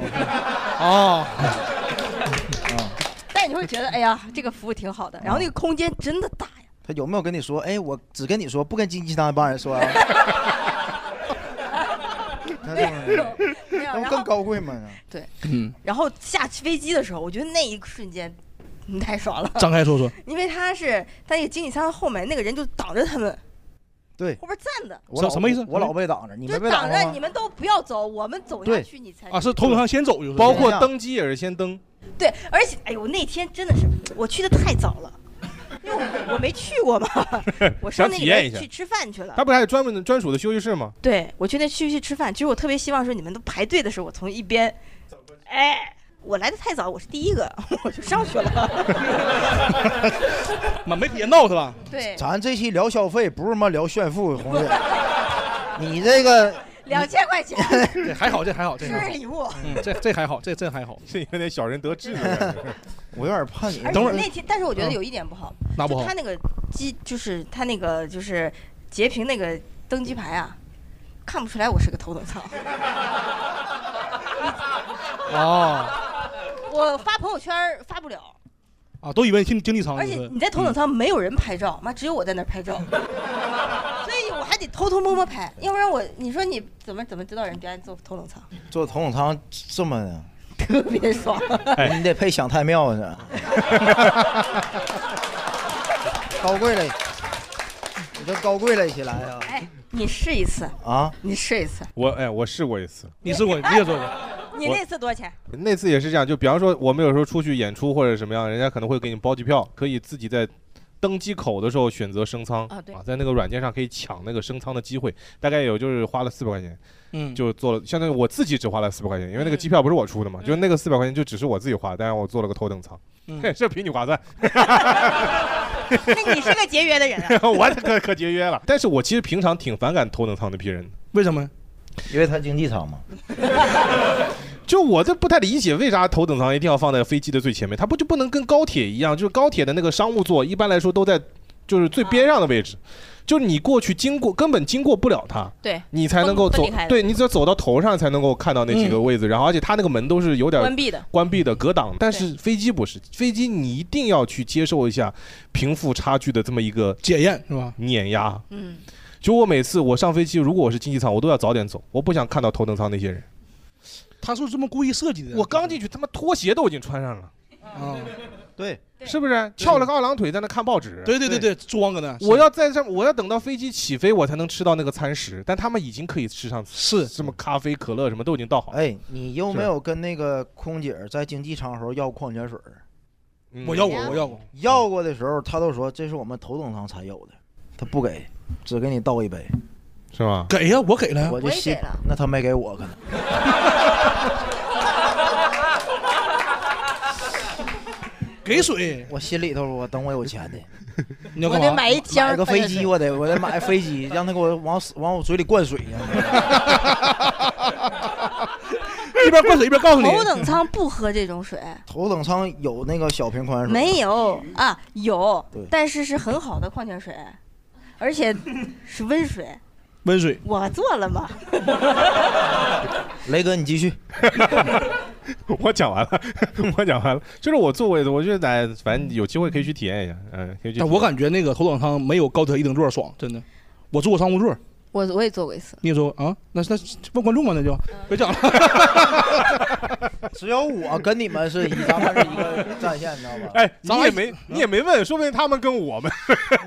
S3: 啊，
S6: 但你会觉得哎呀，这个服务挺好的，然
S4: 啊
S6: 后那个空间真的大呀。
S4: 他有没有跟你说？哎，我只跟你说，不跟经济舱那帮人说、啊。那这么
S6: 没有
S4: 那
S6: 然
S4: 不更
S6: 后
S4: 高贵吗？
S3: 嗯，
S6: 然后下飞机的时候，我觉得那一瞬间，嗯太爽了，
S3: 张开说说，
S6: 因为他是他那个经济舱后面那个人就挡着他们，
S4: 对
S6: 后边站着，
S4: 我老
S3: 什么意思
S4: 我老被挡着，你
S6: 就
S4: 没被
S6: 挡着
S4: 着
S6: 你
S4: 吗？
S6: 们都不要走，我们走下
S4: 对
S6: 去你才
S3: 啊，是头等舱先走就是，
S7: 包
S4: 对
S7: 括
S4: 呀
S7: 登机也是先登。
S6: 对，而且哎呦，那天真的是我去的太早了，因为我我没去 过嘛，我上
S7: 想
S6: 那
S7: 体
S6: 里
S7: 验一
S6: 面
S7: 下
S6: 去吃饭去了
S7: 他。不是还有专门的专属的休息室吗？
S6: 对，我去那去去吃饭，其实我特别希望说你们都排队的时候，我从一边，哎，我来的太早，我是第一个， 我就上 去了。
S3: 妈没别闹是吧？
S6: 对，
S4: 咱这期聊消费，不是他妈聊炫富，红姐。你这个
S6: 两千块钱
S3: 这还哦好，这还好，这
S6: 生
S3: 还
S6: 日
S3: 好，
S6: 礼物。
S3: 嗯，这这还好，这 这还好。
S7: 这有点小人得志的感觉。
S4: 我有点怕你。
S6: 而且
S3: 等会儿嗯
S6: 那天，但是我觉得有一点不好，
S3: 那不
S6: 就
S3: 好
S6: 他那个机，就是他那个就是截屏那个登机牌啊，看不出来我是个头等舱。
S3: 哦
S6: 我发朋友圈儿发不了，
S3: 啊，都以为你经经济舱，
S6: 而且你在头等舱没有人拍照，妈只有我在那儿拍 照，所以我还得偷偷摸摸拍，要不然我你说你怎么怎么知道人家坐头等舱？
S4: 做头等舱这么的，
S6: 特别爽。
S3: 哎
S4: 你得配想太庙呢，高贵了， 你这高贵了起来啊呀、
S6: 哎，你试一次，
S4: 啊！
S6: 你试一次，
S7: 我哎，我试过一次，
S3: 你试过，你也做过。
S6: 你
S7: 我
S6: 那次多少钱？
S7: 那次也是这样，就比方说我们有时候出去演出或者什么样，人家可能会给你包机票，可以自己在登机口的时候选择升舱
S6: 啊对
S7: 在那个软件上可以抢那个升舱的机会，大概有就是花了四百块钱，
S3: 嗯
S7: 就做了，相当于我自己只花了四百块钱，因
S6: 嗯
S7: 为那个机票不是我出的嘛，就是那个四百块钱就只是我自己花，但是我做了个头等舱， 嘿这比你划算。
S6: 那你是个节约的人 啊。
S7: 我可可节约了，但是我其实平常挺反感头等舱那批人的，
S3: 为什么？
S4: 因为他经济舱嘛。
S7: 就我这不太理解，为啥头等舱一定要放在飞机的最前面？它不就不能跟高铁一样？就是高铁的那个商务座，一般来说都在就是最边上的位置，就是你过去经过根本经过不了它，
S6: 对
S7: 你才能够
S6: 分
S7: 走
S6: 分离开，的
S7: 对你只有走到头上才能够看到那几个
S6: 嗯
S7: 位置，然后而且它那个门都是有点
S6: 关闭的
S7: 关闭的隔挡。但是飞机不是，飞机你一定要去接受一下贫富差距的这么一个
S3: 检验是吧？
S7: 碾压。
S6: 嗯，
S7: 就我每次我上飞机，如果我是经济舱，我都要早点走，我不想看到头等舱那些人。
S3: 他是这么故意设计的。
S7: 我刚进去，他妈拖鞋都已经穿上了，
S3: 啊，
S4: 对，
S7: 是不是？翘了个二郎腿在那看报纸。
S3: 对对对对，装个呢。
S7: 我要在这，我要等到飞机起飞，我才能吃到那个餐食。但他们已经可以吃上
S3: 是
S7: 什么咖啡、可乐什么都已经倒好了。
S4: 哎，你有没有跟那个空姐儿在经济舱的时候要矿泉水儿？
S7: 嗯？
S3: 我要过，我要过。
S4: 要过的时候，他都说这是我们头等舱才有的，他不给，只给你倒一杯。
S7: 是吗？
S3: 给呀，我给了呀。
S4: 我就
S6: 啊我也
S4: 信
S6: 给了，
S4: 那他没给我可能。
S3: 给水，
S4: 我心里头，我等我有钱的，
S3: 你要
S6: 我
S3: 干
S6: 得
S3: 嘛？
S6: 买一箱
S4: 买个飞
S6: 矿泉
S4: 机，
S6: 水
S4: 我得我得买飞 机，让他给我往死往我嘴里灌水呀。
S3: 一边灌水一边告诉你，
S6: 头等舱不喝这种水，
S4: 头等舱有那个小瓶矿泉水，
S6: 没有啊，有
S4: 对，
S6: 但是是很好的矿泉水，而且是温水。
S3: 温水。
S6: 我做了嘛，
S4: 雷哥，你继续。
S7: 我讲完了，我讲完了。就是我坐过一次，我觉得哎，反正有机会可以去体验一下，嗯，可以去体验。
S3: 但我感觉那个头等舱没有高德一等座爽，真的。我坐过商务座，
S6: 我我也做过一次。
S3: 你也说啊？那那问观众吧，那
S6: 嗯
S3: 就别讲了。
S4: 只有我跟你们是一，咱们是一个战线，你知道吧？
S7: 哎，你也没你也没问，说不定他们跟我们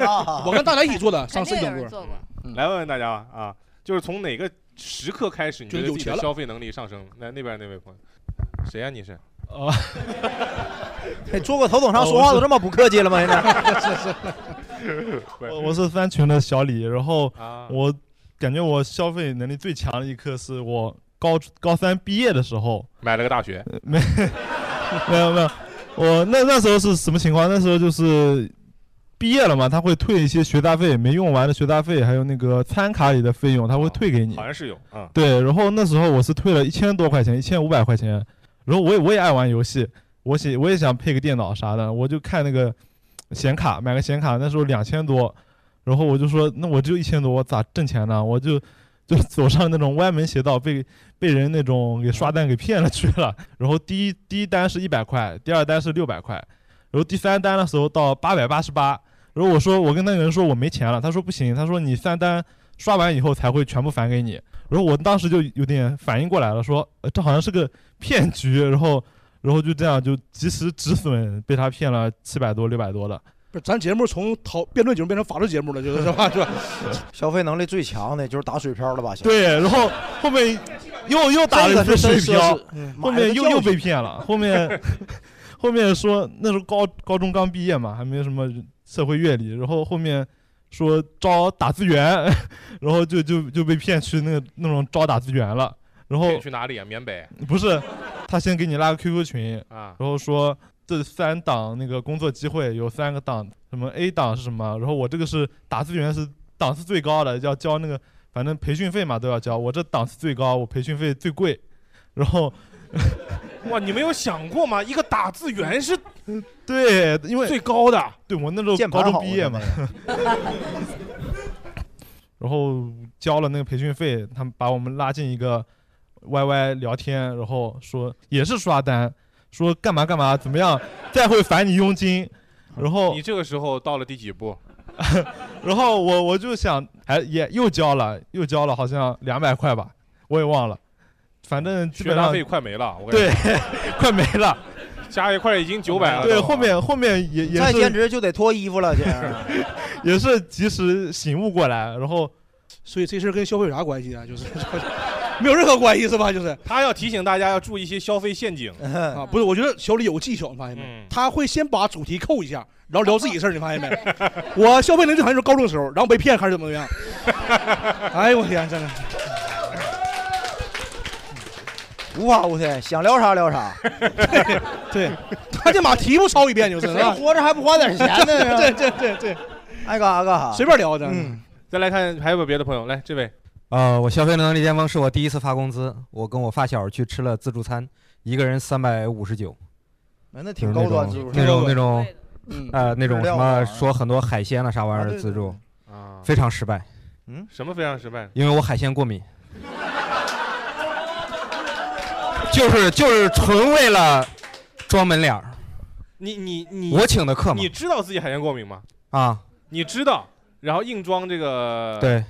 S4: 啊
S3: 我跟大家一起坐的，
S6: 肯
S3: 上四
S6: 定有
S3: 等
S6: 人
S3: 座。
S6: 做过，
S7: 嗯
S6: 嗯
S7: 来问问大家吧啊，就是从哪个时刻开始，你觉
S3: 就
S7: 得
S3: 有
S7: 自己
S3: 钱
S7: 的
S3: 了
S7: 消费能力上升？来那边那位朋友，谁啊呀、你是？
S3: 哦
S4: 哎坐过头等舱说话都这么不客气了吗？现在
S11: 我我是三群的小李，然后
S7: 啊，
S11: 我感觉我消费能力最强的一刻是我高高三毕业的时候，
S7: 买了个大学，
S11: 呃没 没有没有，我那那时候是什么情况？那时候就是毕业了嘛，他会退一些学杂费，没用完的学杂费，还有那个餐卡里的费用，他会退给你
S7: 哦好。像是有啊。
S11: 对，然后那时候我是退了一千多块钱，一千五百块钱。然后我也我也爱玩游戏，我想我也想配个电脑啥的，我就看那个显卡，买个显卡，那时候两千多。然后我就说，那我只有一千多，我咋挣钱呢？我就就走上那种歪门邪道，被被人那种给刷单给骗了去了。然后第一第一单是一百块，第二单是六百块，然后第三单的时候到八百八十八。然后我说我跟那个人说我没钱了，他说不行，他说你三单刷完以后才会全部返给你。然后我当时就有点反应过来了，说、呃、这好像是个骗局，然后然后就这样就及时止损，被他骗了七百多六百多的。
S3: 不是，咱节目从讨 辩论节目变成法律节目了，就是是吧？是吧？
S4: 消费能力最强的就是打水漂了吧？现在，
S11: 对，然后后面又又打了一
S4: 这个
S11: 次
S4: 是真
S11: 水
S4: 奢
S11: 漂
S4: 侈，，
S11: 后
S4: 买了个
S11: 面又
S4: 教
S11: 又
S4: 训
S11: 被骗了，后面后面说那时候高高中刚毕业嘛，还没有什么社会阅历，然后后面说招打字员， 然后就就就被骗去那个那种招打字员了，然后
S7: 可以去哪里啊？缅北
S11: 不是他先给你拉个 QQ 群，
S7: 啊，
S11: 然后说这三档那个工作机会有三个档，什么 A 档是什么？然后我这个是打字员是档次最高的，要交那个反正培训费嘛都要交，我这档次最高，我培训费最贵。然后
S7: 哇，你没有想过吗？一个打字员是
S11: 对，因为
S7: 最高的，
S11: 对我那时候
S4: 键
S11: 高
S4: 盘好
S11: 中毕业嘛，然然后交了那个培训费，他们把我们拉进一个 YY 聊天，然后说也是刷单，说干嘛干嘛怎么样，再会返你佣金，然后
S7: 你这个时候到了第几步？
S11: 然后我我就想，还也又交了，又交了，好像两百块吧，我也忘了，反正基
S7: 学
S11: 本
S7: 杂
S11: 上
S7: 费快没了，我感觉
S11: 对， 快没了。
S7: 加一块已经九百了。
S11: 对，
S7: 都
S11: 后面后面也也
S4: 再
S11: 是
S4: 兼职就得脱衣服了，这样。
S11: 也是及时醒 悟过来，然后
S3: 所以这事儿跟消费有啥关系啊？就是 没有任何关系是吧？就是
S7: 他要提醒大家要注意一些消费陷阱
S3: 啊，不是，我觉得小李有技巧，你发现没？
S7: 嗯
S3: 他会先把主题扣一下，然后聊自 己事儿，你发现没？我消费能力最强就是高中时候，然后被骗开始怎么怎么 样。哎呦我天，真的
S4: 无法无天，想聊啥聊啥。
S3: 对，他就把题目抄一遍就是。
S4: 谁活着还不花点钱 呢？
S3: 对对对对，
S4: 爱干啥干啥，
S3: 随便聊的。
S4: 嗯，
S7: 再来看还有没有别的朋友？来，这位
S12: 呃，我消费能力巅峰是我第一次发工资，我跟我发小去吃了自助餐，一个人三百五十九。
S4: 哎那
S12: 就
S4: 挺
S12: 是
S4: 高
S12: 那
S4: 端
S12: 种
S4: 自助餐，
S12: 那种那种，
S4: 嗯
S12: 呃，那种
S4: 日
S12: 什
S4: 料
S12: 么
S4: 啊
S12: 说很多海鲜了啥玩意
S4: 啊
S12: 儿
S4: 对
S12: 自助，
S7: 啊
S12: 非常失败，
S7: 嗯，什么非常失败？
S12: 因为我海鲜过敏，就是就是纯为了装门脸儿
S7: 你你你，
S12: 我请的客嘛
S7: 你知道自己海鲜过敏吗？
S12: 啊，
S7: 你知道，然后硬装这个，
S12: 对，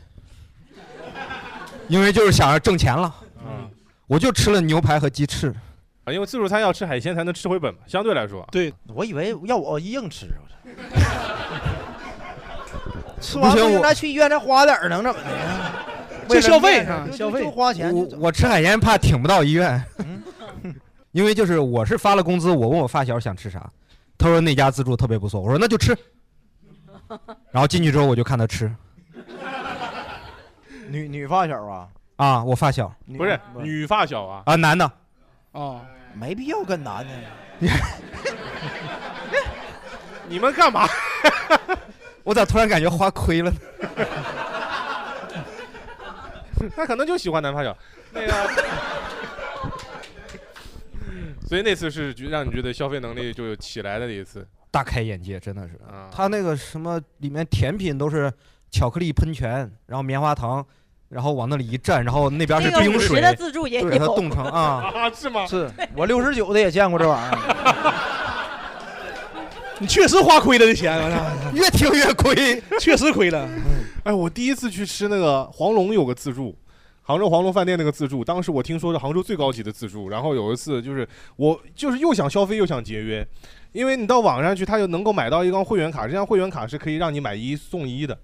S12: 因为就是想着挣钱了，
S7: 嗯，
S12: 我就吃了牛排和鸡翅，
S7: 啊，因为自助餐要吃海鲜才能吃回本嘛，相对来说，
S3: 对，
S4: 我以为要我 硬吃，我操！吃
S12: 不
S4: 完
S12: 行
S4: 不行，
S12: 我
S4: 咱去医院再花点儿能怎么的呀？
S12: 这
S4: 为了
S12: 消费
S4: 面子
S12: 啊
S4: 就
S12: 消费
S4: 就花钱就
S12: 我我吃海鲜怕挺不到医院，
S7: 嗯
S12: 因为就是我是发了工资，我问我发小想吃啥，他说那家自助特别不错，我说那 就吃，然后进去之后我就看他吃
S4: 女女发小啊，
S12: 啊，我发小
S7: 不是女发小啊，
S12: 啊男的，
S3: 哦，
S4: 没必要跟男的。
S7: 你们干嘛？
S12: 我咋突然感觉花亏了呢？
S7: 他可能就喜欢男发小，那个。 所以那次是觉让你觉得消费能力就有起来的一次，啊
S12: 大开眼界，真的是。他那个什么里面甜品都是巧克力喷泉，然后棉花糖，然后往那里一站，然后那边是
S6: 那个
S12: 冰
S6: 50
S12: 水，
S6: 的自助也
S12: 对，它
S6: 有
S12: 冻 成啊。
S7: 啊，是吗？
S4: 是我六十九的也见过这玩意儿，
S3: 你确实花亏了这 钱，我操
S12: 越听越亏，
S3: 确实亏了。
S7: 哎，我第一次去吃那个黄龙有个自助，杭州黄龙饭店那个自助，当时我听说是杭州最高级的自助。然后有一次就是我就是又想消费又想节约，因为你到网上去，它就能够买到一张会员卡，这张会员卡是可以让你买一送一的。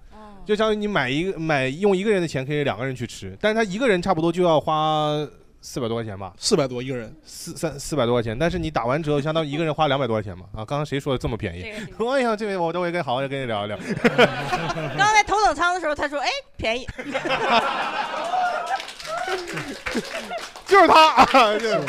S7: 就相当于你买一个买用一个人的钱可以两个人去吃，但是他一个人差不多就要花四百多块钱吧，
S3: 四百多一个人，
S7: 四三四百多块钱，但是你打完折相当于一个人花两百多块钱嘛。啊，刚刚谁说的这么便宜？ 我想这位我等会跟好好地跟你聊一聊。
S6: 刚才头等舱的时候，他说：“哎，便 宜。
S7: 就是他， 就是。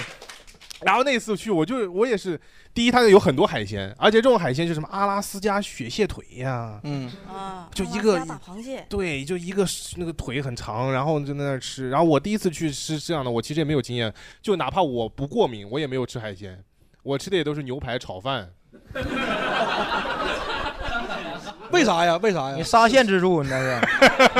S7: 然后那次去，我就是我也是，第一，它有很多海鲜，而且这种海鲜就什么阿拉斯加雪蟹腿呀，
S3: 嗯，”
S6: 啊，
S7: 就一
S6: 阿
S7: 个
S6: 拉斯加大螃蟹，
S7: 对，就一个那个腿很长，然后就在那儿吃。然后我第一次去吃这样的，我其实也没有经验，就哪怕我不过敏，我也没有吃海鲜，我吃的也都是牛排炒饭。
S3: 为啥呀？为啥呀？
S4: 你沙县自助，你那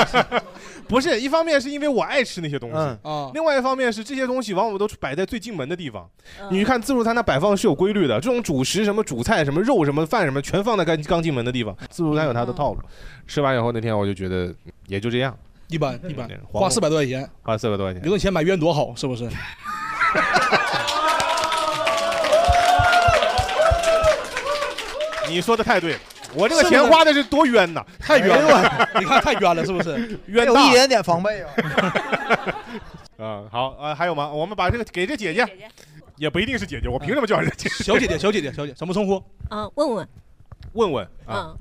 S4: 是
S7: 不是，一方面是因为我爱吃那些东西，
S4: 嗯
S3: 啊
S7: 另外一方面是这些东西往往都是摆在最进门的地方。
S3: 嗯
S7: 你去看自助餐，它摆放是有规律的，这种主食、什么主菜、什么肉、什么饭、什么，全放在刚刚进门的地
S3: 嗯
S7: 方。自助餐有它的套路。吃完以后，那天我就觉得也就这样，
S3: 一般一般，
S7: 黄瓜
S3: 花四百多块钱，
S7: 花四百多块钱。
S3: 留点钱买冤多好，是 不是？
S7: 你说的太对了，我这个
S3: 是不是
S7: 钱花的是多冤呐，
S3: 太冤了，哎你看太冤了，是不是？
S7: 冤
S4: 有
S7: 大
S4: 一点点防备啊。
S7: 啊、好啊、还有吗？我们把这个给这姐姐，也不一定是姐姐，我凭什么叫人家姐姐？
S3: 小姐姐，小姐姐，小姐，怎么称呼？
S13: 嗯，问问，
S7: 问问啊，
S13: 嗯，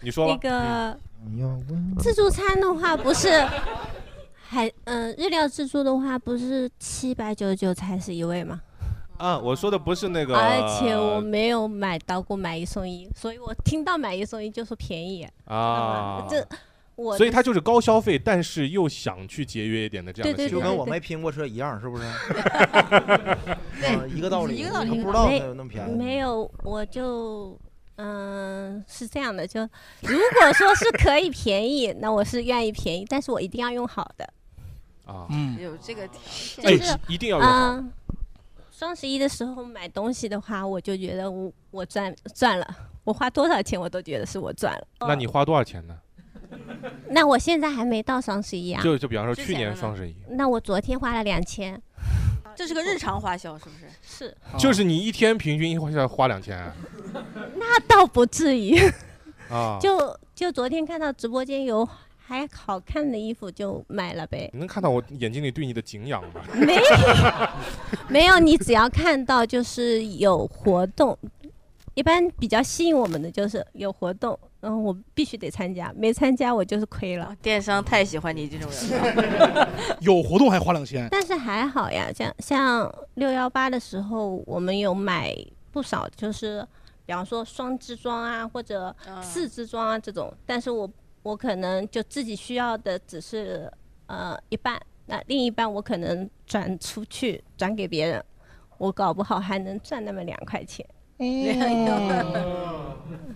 S7: 你说吧嗯
S13: 那。个自助餐的话不是。还嗯，日料自助的话，不是七百九十九才是一位吗？
S7: 啊，我说的不是那个，
S13: 而且我没有买到过买一送一，所以我听到买一送一就说便宜。
S7: 啊，
S13: 这我
S7: 所以他就是高消费，但是又想去节约一点的这样的
S13: 对对
S7: 心
S4: 就
S7: 态。
S4: 跟我没拼过车一样，是不是？
S13: 对
S4: 啊一个道理，
S6: 一个道理
S4: 你不知道
S13: 没
S4: 那有那么便宜。
S13: 没有，我就嗯、嗯，是这样的，就如果说是可以便宜，那我是愿意便宜，但是我一定要用好的。
S7: 啊，
S3: 嗯
S13: 有这个条
S7: 哎
S13: 件，就是
S7: 一定要用好
S13: 嗯双十一的时候买东西的话，我就觉得我我赚赚了，我花多少钱我都觉得是我赚了。
S7: 那你花多少钱呢？
S13: 那我现在还没到双十一啊，
S7: 就就比方说去年双十一，
S13: 那我昨天花了两千，
S6: 这是个日常花销，是不是？
S13: 是，
S4: 哦
S7: 就是你一天平均一花下花两千啊
S13: 那倒不至 于。
S7: 啊？
S13: 就就昨天看到直播间有还好看的衣服就买了呗。
S7: 你能看到我眼睛里对你的敬仰吗？
S13: 没有 没有，你只要看到就是有活动，一般比较吸引我们的就是有活动，然后我必须得参加，没参加我就是亏了。
S6: 电商太喜欢你这种人了。
S3: 有活动还花两千，
S13: 但是还好呀，像像六幺八的时候，我们有买不少，就是比方说双支装啊，或者四支装啊这种。但是我我可能就自己需要的只是呃一半，那另一半我可能转出去转给别人，我搞不好还能赚那么两块钱。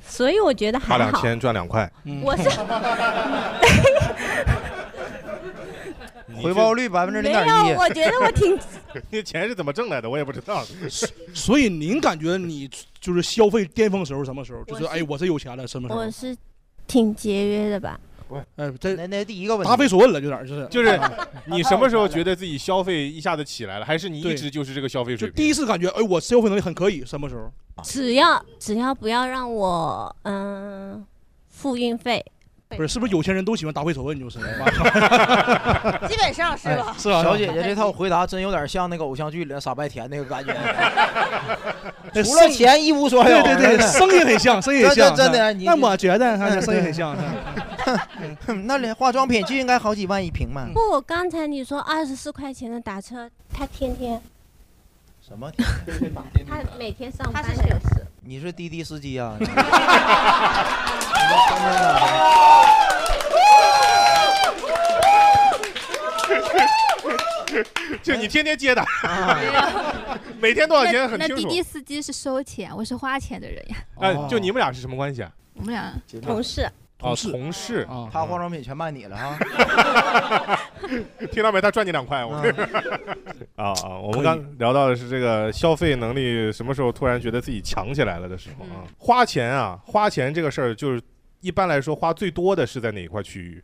S13: 所以我觉得
S7: 花
S13: 还
S7: 两
S13: 好。
S7: 千赚 两块，
S13: 我是
S4: 回报率百分之零点一。
S13: 挺。
S7: 那钱是怎么挣来的？我也不知道。
S3: 所以您感觉你就是消费巅峰时候什么时候？就是
S13: 我是
S3: 哎，我这有钱了什么时候
S13: 我？是挺节约的吧。
S3: 哎，这那
S4: 那第一个
S3: 答非所问了，啊有点儿就是
S7: 就是你什么时候觉得自己消费一下子起来了，还是你一直就是这个消费水平？
S3: 第一次感觉哎，我消费能力很可以，什么时候？
S13: 只要只要不要让我嗯、付运费，
S3: 不是，是不是有钱人都喜欢答非所问？就是，
S6: 基本上
S4: 哎
S6: 是吧？
S3: 哎是吧
S4: 小姐姐 这套回答真有点像那个偶像剧里的傻白甜那个感 觉，
S3: 那
S4: 除了
S3: 声
S4: 钱一无所有。
S3: 对对
S4: 真
S3: 对，
S4: 的
S3: 声音很像，声音很像，
S4: 真的真的。
S3: 是吧
S4: 你嗯
S3: 那我觉得哈，声音很像。是吧
S4: 那连化妆品就应该好几万一瓶嘛？
S13: 不，我刚才你说二十四块钱的打车，他天天
S4: 什么？
S13: 他每天上班的是
S4: 你是滴滴司机啊？
S7: 就你天天接的，
S3: 啊
S7: 每天多少钱很
S14: 那
S7: 清
S14: 滴
S7: 楚
S14: 滴。司机是收钱，我是花钱的人呀。
S7: 哎，
S3: 哦
S6: 哦
S7: 就你们俩是什么关系啊？
S14: 我们俩
S13: 同事，
S7: 哦，同事
S3: 啊，
S4: 他化妆品全卖你了啊！
S7: 听到没？他赚你两块，
S4: 嗯
S7: 我。 啊啊！我们刚聊到的是这个消费能力什么时候突然觉得自己强起来了的时
S13: 嗯
S7: 候啊，花钱啊，花钱这个事儿就是一般来说花最多的是在哪一块区域？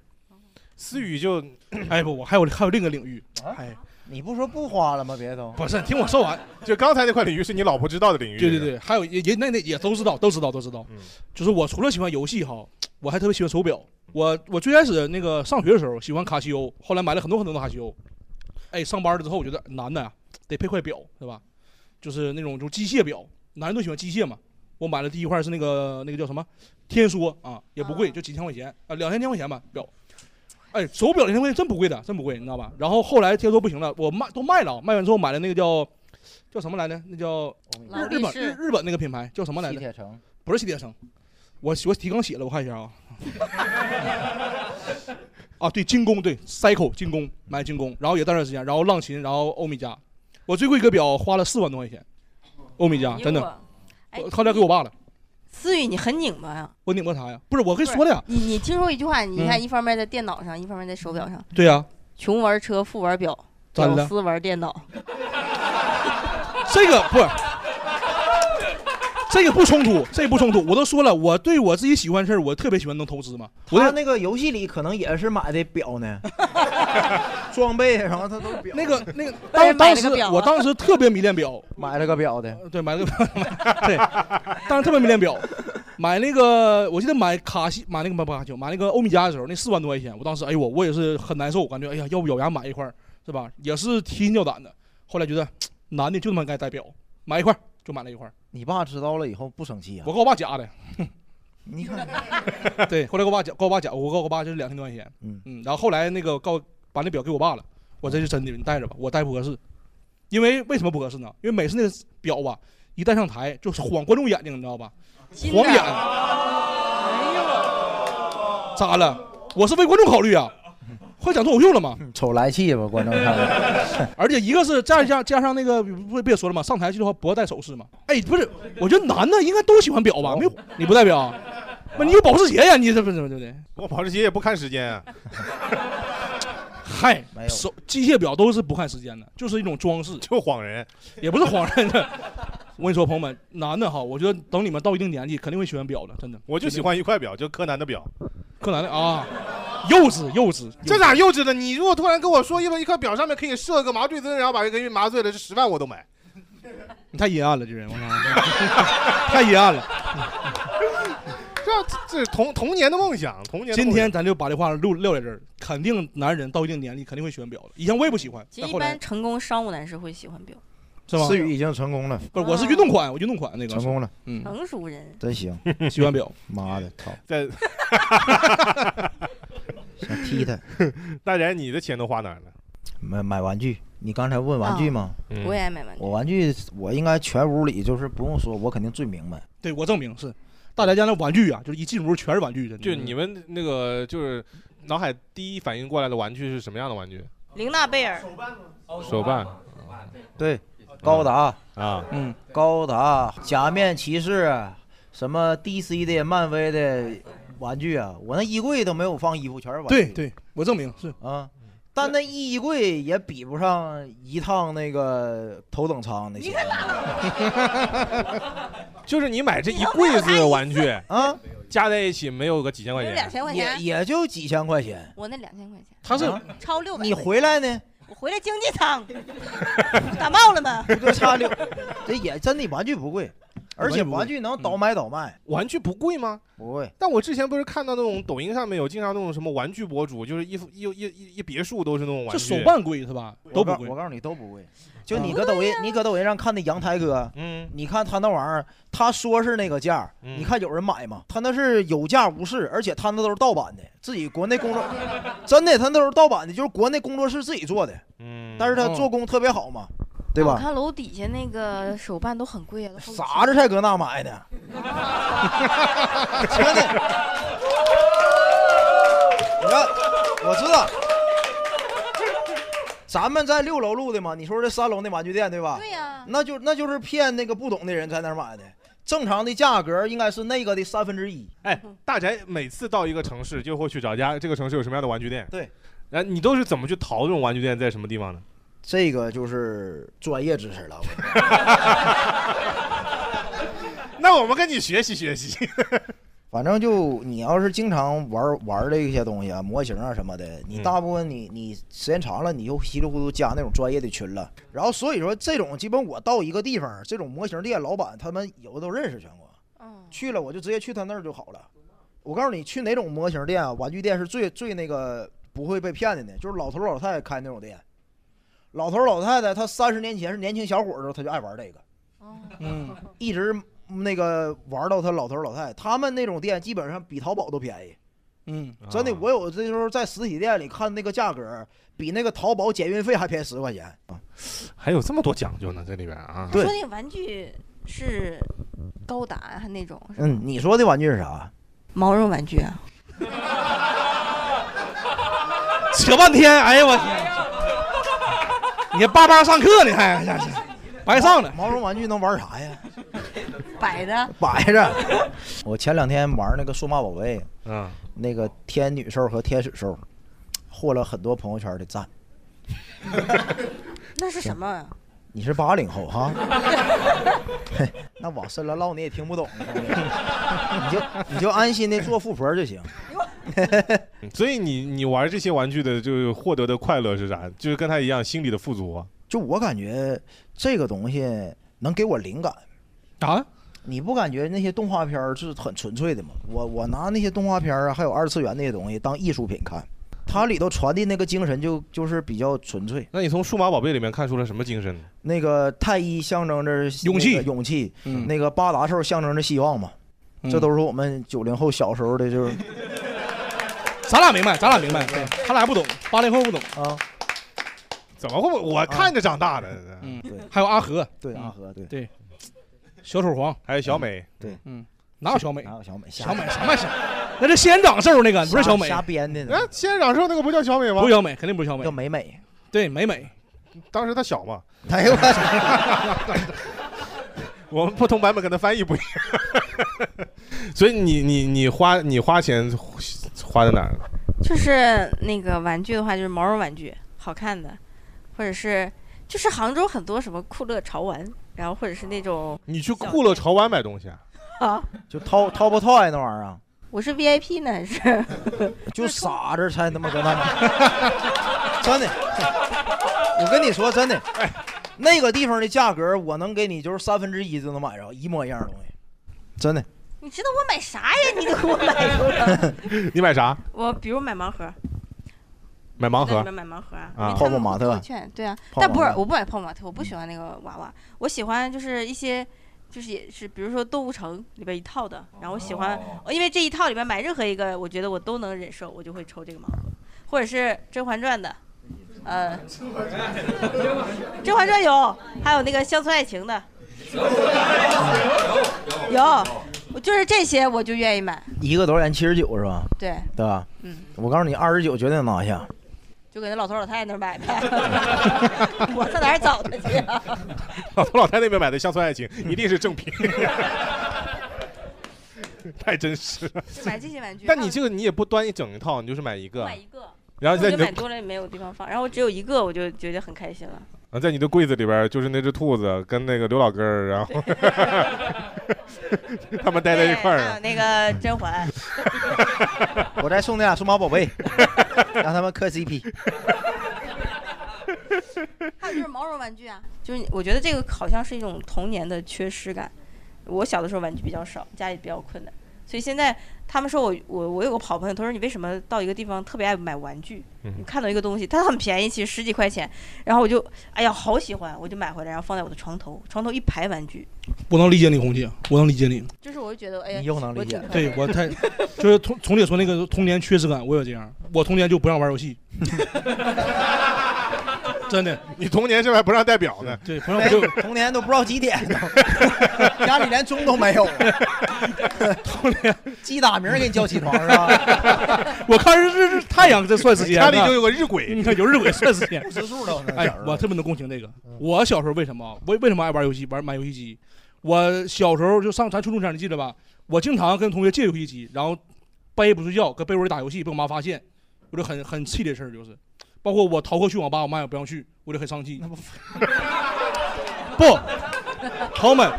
S7: 思雨就，
S3: 哎不，我还有还有另一个领域，哎，
S4: 你不说不花了吗？别都
S3: 不是，听我说 完。
S7: 哦就刚才那块领域是你老婆知道的领域。嗯
S3: 对对对，还有也也那那也都知道，都知道，都知道。就是我除了喜欢游戏哈，我还特别喜欢手表。我我最开始那个上学的时候喜欢卡西欧，后来买了很多很多的卡西欧。哎，上班了之后我觉得男的呀、得配块表，对吧？就是那种就机械表，男人都喜欢机械嘛。我买了第一块是那个那个叫什么天梭啊，也不贵，就几千块钱啊，两三千块钱吧表。哎，手表两千块钱真不贵的，真不贵，你知道吧？然后后来天梭不行了，我卖都卖了，卖完之后买了那个叫叫什么来着？那叫
S4: 劳
S3: 日日
S4: 力
S3: 本
S4: 士
S3: 日日本那个品牌叫什么来着？
S4: 西铁城
S3: 不是西铁城，我我提纲写了，我看一下啊。啊，对，精工对，Cycle 精工买精工，然后也待段时间，然后浪琴，然后欧米茄，我最贵一个表花了四万多块钱，欧米茄啊真
S6: 啊
S3: 的，我后来给我爸了，
S6: 思雨，你很拧巴呀。
S3: 我拧巴啥呀？不是我跟你说的呀，
S6: 你你听说一句话，你
S3: 嗯
S6: 看一方面在电脑上，一方面在手表上，
S3: 对呀，
S6: 穷玩车，富玩表，
S3: 咋的
S6: 屌丝玩电脑。
S3: 这个不，这个不冲突，这个不冲突，我都说了，我对我自己喜欢的事儿，我特别喜欢能投资嘛，我
S4: 他那个游戏里可能也是买的表 呢，装备，然后他都表。
S3: 那个那个当当时我当时特别迷恋表，
S4: 买了个表的，
S3: 对，买了个表， 对，当时特别迷恋表，买那个我记得买卡西买那个买不卡西，买那个欧米茄的时候，那四万多块钱，我当时哎呦我我也是很难受，我感觉哎呀要不咬牙买一块儿是吧？也是提心吊胆的。后来觉得男的就他妈该戴表，买一块儿就买了一块儿。
S4: 你爸知道了以后不生气啊？
S3: 我跟我爸假的，
S4: 你看，
S3: 对，后来跟我爸讲，跟我爸讲，我跟我爸就是两千多块钱，
S4: 嗯
S3: 然后后来那个告把那表给我爸了，我这是真的，你戴着吧，我戴不合适，因为为什么不合适呢？因为每次那个表吧，一戴上台就是晃观众眼睛，你知道吧？晃眼，咋了？我是为观众考虑啊，会讲脱口秀了吗？
S4: 瞅来气吧，观众看看。
S3: 而且一个是加加加上那个不别说了嘛，上台去的话不要戴首饰嘛。哎，不是，我觉得男的应该都喜欢表
S7: 哦
S3: 吧？没有，你不戴表，不你有保时捷呀？你这不是对不对？
S7: 我保时捷也不看时间啊。
S3: 嗨，手机械表都是不看时间的，就是一种装饰，
S7: 就晃人，
S3: 也不是晃人的。我跟你说，朋友们，男的哈，我觉得等你们到一定年纪，肯定会喜欢表的，真的。
S7: 我就喜欢一块表，就柯南的表。
S3: 柯南的啊，幼稚幼稚，
S7: 这咋幼稚的？你如果突然跟我说一一块表上面可以设个麻醉针，然后把这个人麻醉了，这十万我都买。
S3: 你太阴暗了，这人，我 靠，太阴暗了。
S7: 这这是童童年的梦想，童年的
S3: 今
S7: 梦想
S3: 天咱就把这话录撂在这儿，肯定男人到一定年龄肯定会喜欢表的。以前我也不喜欢，
S6: 其实
S3: 但
S6: 一
S3: 后来
S6: 般成功商务男士会喜欢表，
S3: 是吗？
S4: 思雨已经成功了，
S3: 不是，我是运动款，我运动款那个
S4: 成功了，
S3: 嗯，
S6: 成熟人。
S4: 真行，
S3: 喜欢表，
S4: 妈的，操！
S7: 在
S4: 想踢他。
S7: 大然，你的钱都花哪儿了？
S4: 买买玩具，你刚才问玩具吗？
S6: 哦嗯我也爱买玩具
S4: 我玩具，我应该全屋里就是不用说，我肯定最明白。
S3: 对我证明是大宅家那玩具啊，就是一进屋全是玩具，真的。
S7: 就你们那个就是脑海第一反应过来的玩具是什么样的玩具？
S6: 玲娜贝尔，
S7: 手办。
S4: 对，高达
S7: 啊，
S3: 嗯，
S4: 高达、假面骑士，什么 DC 的、漫威的玩具啊，我那衣柜都没有放衣服，全是玩具。
S3: 对对，我证明是
S4: 啊。但那衣柜也比不上一趟那个头等舱那些，
S7: 就是你买这一柜子玩具
S4: 啊，
S7: 加在一起没有个几千块钱，
S6: 两千块钱
S4: 也也就几千块钱。
S6: 我那两千块钱，
S4: 他是
S6: 超六百。
S4: 你回来呢？
S6: 我回来经济舱，感冒了吗？
S4: 就差 六， 这也真的玩具不贵，而且玩具能倒买倒卖。
S7: 嗯玩具不贵吗？
S4: 不贵。
S7: 但我之前不是看到那种抖音上面有经常那种什么玩具博主，就是一幅一一一一别墅都是那种玩具，
S4: 这手办
S3: 贵是吧
S4: 我告我告诉你都
S7: 啊
S4: 不贵，就你搁抖音，你搁抖音上看那阳台哥，
S7: 嗯，
S4: 你看他那玩意儿，他说是那个价儿，你看有人买吗？他那是有价无市，而且他那都是盗版的，自己国内工作，真的他那都是盗版的，就是国内工作室自己做的，
S7: 嗯，
S4: 但是他做工特别好嘛，对
S6: 我
S4: 吧？
S6: 看楼底下那个手办都很贵啊，都好几千
S4: 傻子才搁那买呢，真的。你看，我知道，咱们在六楼录的嘛，你说这三楼那玩具店对吧？对
S6: 呀、
S4: 那就那就是骗那个不懂的人在那儿买的，正常的价格应该是那个的三分之一。
S7: 哎，大宅每次到一个城市就会去找家，这个城市有什么样的玩具店？
S4: 对，
S7: 然后你都是怎么去淘这种玩具店在什么地方呢？
S4: 这个就是专业知识了。
S7: 那我们跟你学习学习。
S4: 反正就你要是经常玩玩这些东西啊，模型啊什么的，你大部分你你时间长了，你就稀里糊涂加那种专业的群了。然后所以说这种基本我到一个地方，这种模型店老板他们有的都认识全国，去了我就直接去他那儿就好了。我告诉你，去哪种模型店啊，玩具店是最最那个不会被骗的呢，就是老头老太太开那种店。老头老太太他三十年前是年轻小伙儿的时候，他就爱玩这个。
S3: 嗯，
S4: 一直那个玩到他老头老太太，他们那种店基本上比淘宝都便宜。
S3: 嗯，
S4: 真的，我有的时候在实体店里看那个价格，比那个淘宝减运费还便宜十块钱。
S3: 啊
S7: 还有这么多讲究呢，这里边啊。
S4: 对
S6: 说那玩具是高达啊那种，是吧
S4: 嗯，你说的玩具是啥？
S6: 毛绒玩具啊。
S3: 扯半天，哎呀我天！你还叭叭上课呢还，白上了。
S4: 毛绒玩具能玩啥呀？
S6: 摆的，
S4: 摆着。 我前两天玩那个数码宝贝，
S7: 嗯，
S4: 那个天女兽和天使兽，获了很多朋友圈的赞。
S6: 那是什么啊？
S4: 你是八零后哈？嘿那往深了唠你也 听不懂，你就你就安心的做富婆就行。
S7: 嗯所以你你玩这些玩具的，就是获得的快乐是啥？就是跟他一样，心里的富足啊。
S4: 就我感觉这个东西能给我灵感
S3: 啊！
S4: 你不感觉那些动画片儿是很纯粹的吗？我我拿那些动画片儿啊，还有二次元那些东西当艺术品看，它里头传递那个精神就就是比较纯粹。
S7: 那你从数码宝贝里面看出了什么精神呢？
S4: 那个太一象征着
S7: 勇气
S4: 那个勇气；
S7: 嗯
S4: 那个八达兽象征着希望嘛。这都是我们九零后小时候的，就是
S3: 咱俩明白，咱俩明白，对他俩不懂，八零后不懂
S4: 啊。
S7: 怎么会？我看着长大的。
S3: 嗯，还有阿和，
S4: 对阿和，对啊
S3: 对，小丑黄，
S7: 还有小美，
S4: 对，
S3: 嗯，哪有小美？哪
S4: 有小美？
S3: 小美什么小？那是仙人掌兽那个，不是小美。
S4: 瞎编的呢。
S7: 哎，仙人掌兽那个不叫小美吗？
S3: 不是小美，肯定不是小美，叫
S4: 美美。
S3: 对，美美。
S7: 当时她小 嘛。
S4: 哎呦我
S7: 我们不同版本可能翻译不一样，所以你你你花你花钱花在哪儿？
S6: 就是那个玩具的话，就是毛绒玩具，好看的，或者是就是杭州很多什么酷乐潮玩，然后或者是那种
S7: 你去酷乐潮玩买东西啊？
S6: 啊，
S4: 就掏掏不掏呀那玩意儿啊？
S6: 我是 VIP 呢，还是
S4: 就傻子才他妈搁那买， 真的。我跟你说真的，那个地方的价格，我能给你就是三分之一就能买着一模一样的东西，真的。
S6: 你知道我买啥呀？你都给我买出来。
S7: 你买啥？
S6: 我比如买盲盒，
S7: 买盲
S6: 在
S7: 盒
S6: 里面？买盲盒
S7: 啊
S6: 因为
S7: 泡泡
S6: 他们
S7: 玛
S6: 有
S7: 特
S6: 购物券对啊，
S7: 泡泡
S6: 但不是
S7: 玛特
S6: 我不买泡泡玛特，我不喜欢那个娃娃，我喜欢就是一些。就是也是，比如说《动物城》里边一套的，然后我喜欢，
S7: 哦
S6: 哦因为这一套里边买任何一个，我觉得我都能忍受，我就会抽这个盲盒，或者是《甄嬛传》的，呃，《甄嬛传》有，还有那个《乡村爱情》的，有，我就是这些我就愿意买，
S4: 一个多少钱？七十九是吧？
S6: 对，
S4: 对吧？
S6: 嗯，
S4: 我告诉你，二十九绝对能拿下。
S6: 就给那老头老太太那儿买 呗，我上哪儿找他去啊？
S7: 老头老太那边买的《乡村爱情》
S6: 嗯
S7: 一定是正品， 太真实了。
S6: 就买这些玩具
S7: 但你这个你也不端一整一套， 你就是买一个，
S6: 买一个，
S7: 然后
S6: 我
S7: 在你
S6: 就
S7: 的
S6: 买多了也没有地方放，然后只有一个，我就觉得很开心了。
S7: 啊在你的柜子里边儿就是那只兔子跟那个刘老根儿，然 后 他们待在一块儿啊
S6: 还有
S7: 了。
S6: 那个甄嬛，
S4: 我再送那俩数码宝 贝，让他们磕 CP。
S6: 还有就是毛绒玩具啊，就是你我觉得这个好像是一种童年的缺失感。我小的时候玩具比较少，家里比较困难，所以现在他们说我我我有个好朋友，他说你为什么到一个地方特别爱买玩具？
S7: 嗯
S6: 你看到一个东西，它很便宜，其实十几块钱，然后我就哎呀好喜欢，我就买回来，然后放在我的床头，床头一排玩具，
S3: 我能理解你，红姐，我能理解你。
S6: 就是我就觉得哎呀，
S4: 你又能理解
S6: 我挺快乐
S3: 对我太，就是从从姐说那个童年缺失感，我也这样。我童年就不让玩游戏， 真的。
S7: 你童年这还不让代表呢？
S3: 对，不让就
S4: 哎童年都不知道几点呢， 家里连钟都 没有。童
S3: 年
S4: 鸡打鸣儿给你叫起床是吧？
S3: 我看日日太阳这算时间，
S4: 家里就
S7: 有个日晷，
S3: 你看有日晷算 时嗯间，
S4: 不识数了那
S3: 哎
S4: 点儿，
S3: 我特别能共情这个。我小时候为什么为为什么爱玩游戏，玩买游戏机？我小时候就上咱初中前，你记得吧？我经常跟同学借游戏机，然后半夜不睡觉，搁被窝里打游戏，被我妈发现，我就很很气这事儿，就是，包括我逃课去网吧，我妈也不让去，我就很 生气。不，朋友们，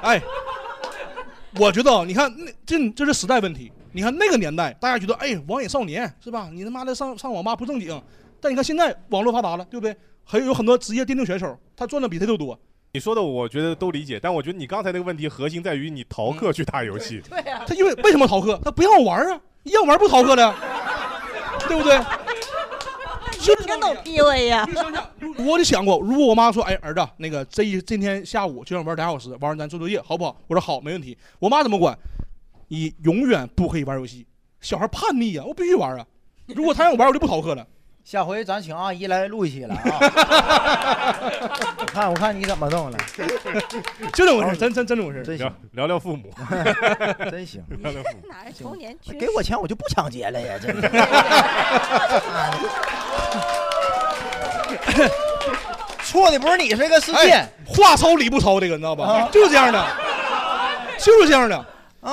S3: 哎，我觉得啊，你看那这这是时代问题。你看那个年代，大家觉得哎，网瘾少年是吧？你他妈的上上网吧不正经。但你看现在网络发达了，对不对？很有很多职业电竞选手，他赚的比他都多。
S7: 你说的我觉得都理解，但我觉得你刚才那个问题核心在于你逃
S3: 嗯
S7: 课去打游戏。
S6: 对啊呀、
S3: 他因为为什么逃课？他不让玩啊，要玩不逃课了，对不对？
S6: 挺懂 PUA 呀。
S3: 我就想过，如果我妈说，哎，儿子，那个这一今天下午就想玩俩小时，玩完咱做作业好不好？我说好，没问题。我妈怎么管？你永远不可以玩游戏，小孩叛逆呀、我必须玩啊！如果他让我玩，我就不逃课了。
S4: 下回咱请阿姨来录一期 来啊！我看我看你怎么弄了，
S3: 就这么回事，真真真这么回事。
S4: 真行
S7: 聊，聊聊父母，
S4: 真行，
S7: 聊聊父母。
S6: 哪儿童年缺失？
S4: 给我钱我就不抢劫了呀！真 的，错的不是你，是个世啊界
S3: 哎。话糙理不糙，这个你知道吧？就是这样的，
S4: 啊
S3: 就是这样的。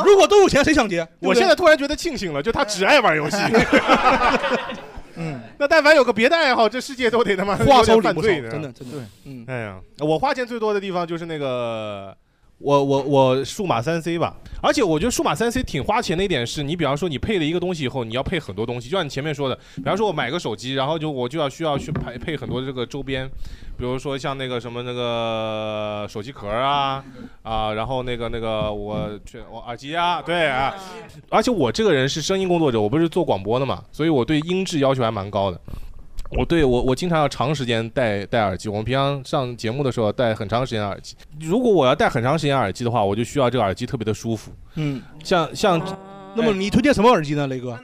S3: 如果都有钱，谁抢劫？
S7: 我现在突然觉得庆幸了，就他只爱玩游戏。
S3: 哎
S7: 嗯，那但凡有个别的爱好，这世界都得他妈
S3: 话糙
S7: 有点
S3: 理
S7: 犯
S3: 不糙，
S7: 罪
S3: 真的真的。嗯，
S7: 哎呀，我花钱最多的地方就是那个，我我我数码三 C 吧。而且我觉得数码三 C 挺花钱的一点是，你比方说你配了一个东西以后，你要配很多东西，就像你前面说的，比方说我买个手机，然后就我就要需要去配配很多这个周边，比如说像那个什么那个手机壳啊啊，然后那个那个我去我耳机啊，对啊。而且我这个人是声音工作者，我不是做广播的嘛，所以我对音质要求还蛮高的。我对我我经常要长时间戴戴耳机，我们平常上节目的时候戴很长时间的耳机。如果我要戴很长时间耳机的话，我就需要这个耳机特别的舒服。
S3: 嗯，
S7: 像像，
S3: 那么你推荐什么耳机呢，雷哥？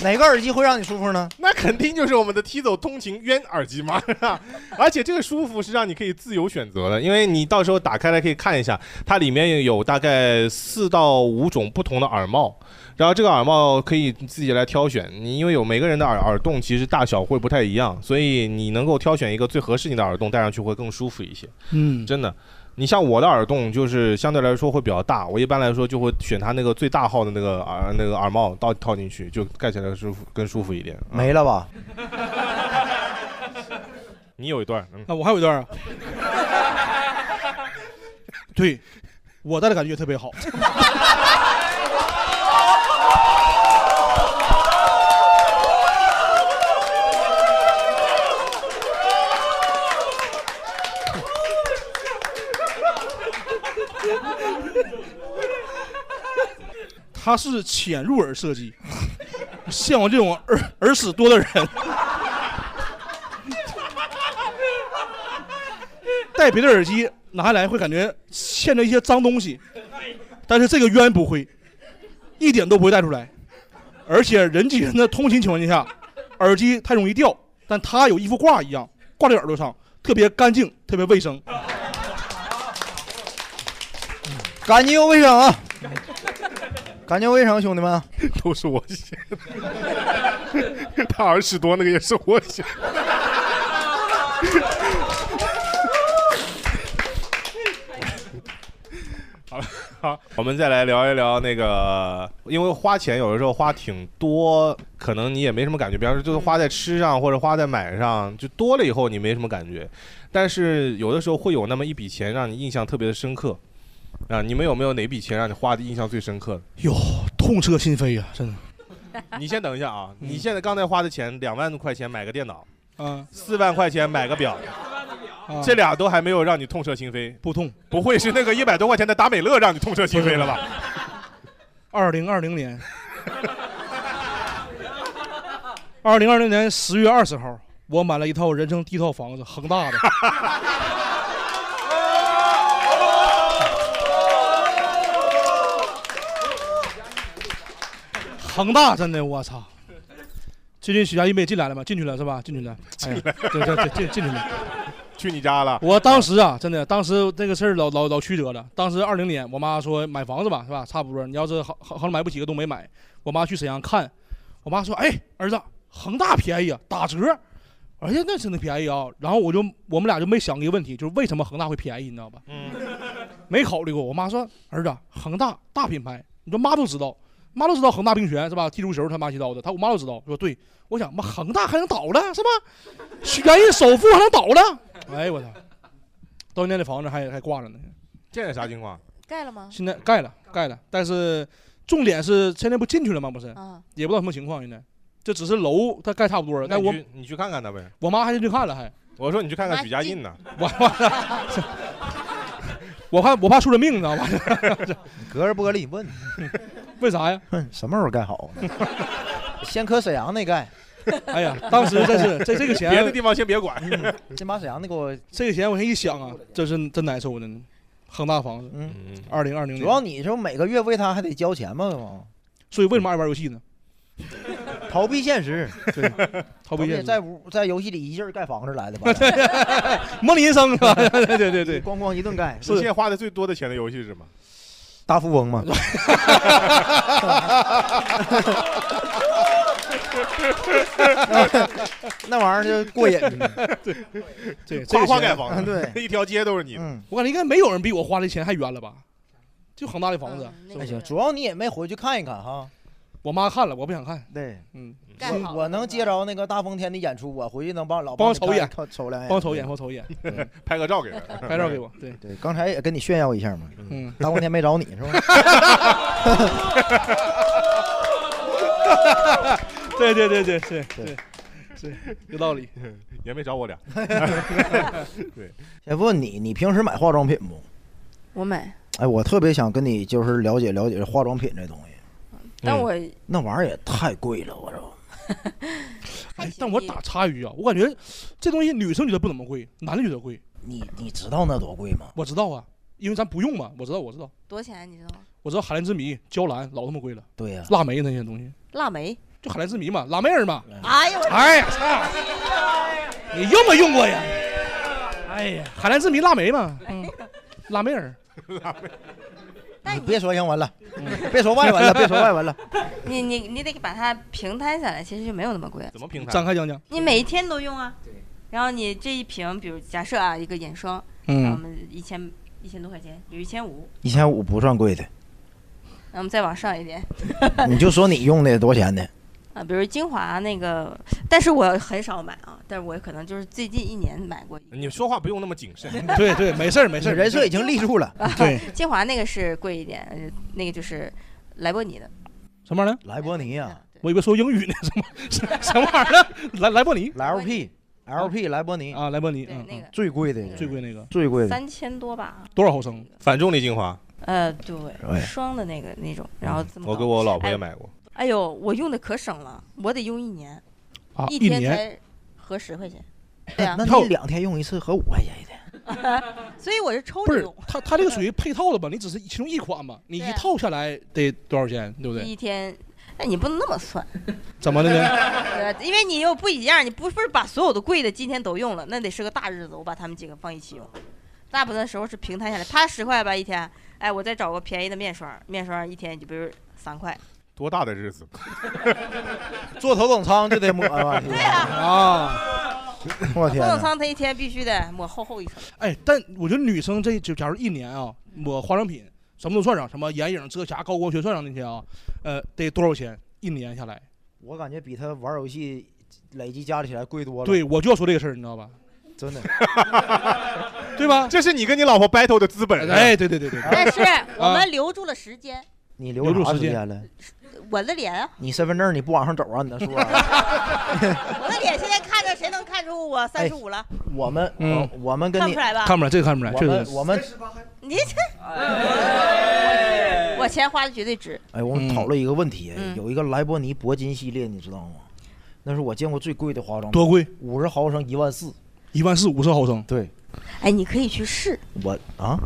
S4: 哪个耳机会让你舒服呢？
S7: 那肯定就是我们的 T 走通勤冤耳机嘛，是吧？而且这个舒服是让你可以自由选择的，因为你到时候打开来可以看一下，它里面有大概四到五种不同的耳帽，然后这个耳帽可以自己来挑选。你因为有每个人的耳耳洞其实大小会不太一样，所以你能够挑选一个最合适你的耳洞，戴上去会更舒服一些。
S3: 嗯，
S7: 真的。你像我的耳洞，就是相对来说会比较大，我一般来说就会选它那个最大号的那个耳那个耳帽套套进去，就盖起来舒服更舒服一点。嗯
S4: 没了吧？
S7: 你有一段，嗯，
S3: 啊，我还有一段啊。对，我戴的感觉特别好。它是浅入耳设计，像我这种耳耳屎多的人，戴别的耳机拿下来会感觉嵌着一些脏东西，但是这个冤不会，一点都不会带出来。而且人挤人的通勤情况下，耳机太容易掉，但它有衣服挂一样挂在耳朵上，特别干净，特别卫生。
S4: 干净又卫生啊！干净卫生，啊兄弟们，
S7: 都是我写的。 他耳屎多那个也是我写的。好了，好，我们再来聊一聊那个，因为花钱有的时候花挺多，可能你也没什么感觉。比方说，就是花在吃上或者花在买上，就多了以后你没什么感觉，但是有的时候会有那么一笔钱让你印象特别的深刻。啊，你们有没有哪笔钱让你花的印象最深刻的？
S3: 哟，痛彻心扉呀、啊真的。
S7: 你先等一下啊！你现在刚才花的钱两万块钱买个电脑，
S3: 嗯，
S7: 四万块钱买个表，
S3: 啊
S7: 这俩都还没有让你痛彻心扉，
S3: 不痛，
S7: 不会是那个一百多块钱的达美乐让你痛彻心扉了吧？
S3: 二零二零年，二零二零年十月二十号，我买了一套人生第一套房子，恒大的。恒大真的，我操！最近许家印没进来了吗？进去了是吧？进去了，哎呀，对对对，进进去了。
S7: 去你家了？
S3: 我当时啊，真的，当时这个事儿老老老曲折了。当时二零年，我妈说买房子吧，是吧？差不多，你要是好好好像买不起个东北买。我妈去沈阳看，我妈说：“哎，儿子，恒大便宜啊，打折。”而且那真的便宜啊。然后我就我们俩就没想一个问题，就是为什么恒大会便宜，你知道吧？
S7: 嗯，
S3: 没考虑过。我妈说：“儿子，恒大大品牌，你说妈都知道，妈都知道恒大冰泉是吧？踢足球他妈七糟的，他我妈都知道。”说对，我想妈恒大还能倒了是吧？许家印首富还能倒了？哎我操！到现在这房子还还挂着呢，
S7: 现在啥情况？
S15: 盖了吗？
S3: 现在盖了盖了，但是重点是现在不进去了吗？不是，
S6: 嗯
S15: 啊
S3: 也不知道什么情况现在。这只是楼，它盖差不多了。
S7: 那
S3: 但
S7: 你
S3: 我
S7: 去你去看看他呗。
S3: 我妈还是去看了，还
S7: 我说你去看看许家印呢，
S3: 我 我怕我怕出人命，你知道吗？
S4: 隔着玻璃问，
S3: 为啥呀？
S4: 什么时候盖好？啊先搁沈阳那盖。
S3: 哎呀，当时真是这这个嗯钱，
S7: 别的地方先别管。
S4: 先把沈阳那给我，
S3: 这个钱我现在一想啊，这是真难受呢。恒大房子，
S4: 嗯，
S3: 二零二零年，
S4: 主要你就每个月为他还得交钱嘛，
S3: 所以为什么爱玩游戏呢？
S4: 逃避现实，
S3: 对，啊逃避现实
S4: 在屋在游戏里一劲儿盖房子来的吧？
S3: 模拟人生 是吧？对对对对，
S4: 咣咣一顿盖。
S7: 你现在花的最多的钱的游戏是什么？
S4: 大富翁嘛。 那玩意儿就过瘾。 啊
S3: 对对，
S7: 夸夸盖房子，
S3: 对，
S7: 一条街都是你的。
S4: 嗯
S3: 我感觉应该没有人比我花的钱还冤了吧？就恒大的房子，
S4: 还行，哎主要你也 没回去看一看哈。
S3: 我妈看了，我不想看。
S4: 对，
S3: 嗯，
S15: 盖好
S4: 我我能接着那个大风天的演出，我回去能帮老
S3: 帮我
S4: 你
S3: 瞅
S4: 看
S3: 一眼
S4: 看瞅两眼，
S3: 帮我瞅一眼，帮我瞅一眼，嗯
S7: 拍个照给我，
S3: 拍照给我。对
S4: 对，刚才也跟你炫耀一下嘛。
S3: 嗯，
S4: 大风天没找你是吧？
S3: 对对对对对对对，有道理。
S7: 也没找 我俩。对，
S4: 先问你，你平时买化妆品不？
S6: 我买，
S4: 哎，我特别想跟你就是了解了解化妆品这东西，
S6: 嗯
S3: 嗯
S4: 嗯
S6: 但我
S4: 那玩意儿也太贵了，我说。
S3: 哎，但我打叉鱼啊，我感觉这东西女生觉得不怎么贵，男的觉得贵。
S4: 你你知道那多贵吗？
S3: 我知道啊，因为咱不用嘛。我知道，我知道，
S6: 多少钱你知道吗？
S3: 我知道海蓝之谜、娇兰老他妈贵了。
S4: 对呀
S3: 腊梅那些东西，
S6: 腊梅，
S3: 就海来之谜嘛，拉妹儿嘛。
S2: 哎呦我的
S3: 哎呀，操！你用没用过呀？哎呀，海蓝之谜腊梅嘛，嗯，腊梅儿，腊梅。
S4: 你别说英文了， 别说外文了，别说外文了。
S6: 你你你得把它平摊下来，其实就没有那么贵。
S7: 怎么平
S3: 摊？展开讲讲。
S6: 你每一天都用啊。然后你这一瓶，比如假设啊，一个眼霜，
S4: 嗯
S6: 然后我们一千一千多块钱，比如一千五，
S4: 一千五不算贵的，
S6: 那我们再往上一点。 哎
S4: 你就说你用的多少钱的？
S6: 啊，比如精华那个，但是我很少买啊，但是我可能就是最近一年买过一。
S7: 你说话不用那么谨慎
S6: 对对
S3: 没事儿没
S4: 事儿人设已经立住了。对，
S6: 啊精华那个是贵一点，呃那个就是莱 波尼的。
S3: 什么玩意儿？
S4: 莱波尼啊！
S3: 我以为说英语呢， 什么什么玩意儿？莱莱波尼
S4: ，LP LP 莱波尼
S3: 啊，莱波尼，嗯，
S6: 那个
S4: 最贵的，
S3: 最贵那个，
S4: 最贵
S6: 三千多吧，啊
S3: 多少毫升？
S7: 反重力精华，
S6: 呃，对，
S7: 哎
S6: 霜的那个那种，然后这么
S7: 嗯我
S6: 高
S7: 给我老婆也买过。
S6: 哎呦，我用的可省了，我得用一年，
S7: 啊
S6: 一
S7: 一
S6: 天
S7: 年
S6: 才合十块钱。 对啊
S4: 那，你两天用一次合五块钱 一天，
S6: 所以我是抽
S3: 不
S6: 着
S3: 是
S6: 用，
S3: 它它这个属 于配套的吧？你只是其中一款嘛，你一套下来得多少钱，对不
S6: 一
S3: 对？
S6: 天。那你不能那么算，
S3: 怎么的呢？
S6: 对吧因为你又不一样，你不不是把所有的贵的今天都用了，那得是个大日子，我把它们几个放一起用。大部分时候是平摊下来，啪十块吧一天，哎，我再找个便宜的面霜，面霜一天就比如三块，
S7: 多大的日子？
S4: 坐头等舱就得抹啊！ 对呀，
S3: 啊，
S4: 我
S6: 头等舱它一天必须得抹厚厚一层。
S3: 哎，但我觉得女生这就假如一年啊，抹化妆品什么都算上，什么眼影、遮瑕、高光全算上那些啊，呃，得多少钱？一年下来，
S4: 我感觉比他玩游戏累积加起来贵多了。
S3: 对我就要说这个事儿，你知道吧？
S4: 真 的，
S3: 对吧？
S7: 这是你跟你老婆 battle 的资本。
S3: 哎，对对对对。
S6: 但是我
S3: 啊
S6: 们留住了时间，
S4: 你
S3: 留
S4: 留
S3: 住
S4: 啥
S3: 时
S4: 时
S3: 间
S4: 间了？
S6: 我的脸啊，
S4: 你身份证你不往上走啊？你再说 啊。
S6: 我的脸现在看着谁能看出我三十五了？
S4: 我们
S3: 嗯
S4: 我我们跟
S6: 看
S4: 你
S6: 不出来吧
S3: 看不出来这个看不出来
S4: 我
S3: 确实
S4: 们
S3: 是
S4: 我们
S6: 你这，我钱花的绝对值。
S4: 哎，我们讨论一个问题，哎
S6: 嗯
S4: 有一个莱博尼铂金系列，你知道吗？那是我见过最贵的化妆品，
S3: 多贵？
S4: 五十毫升一万四，
S3: 一万四五十毫升。
S4: 对，
S6: 哎，你可以去试，
S4: 我啊，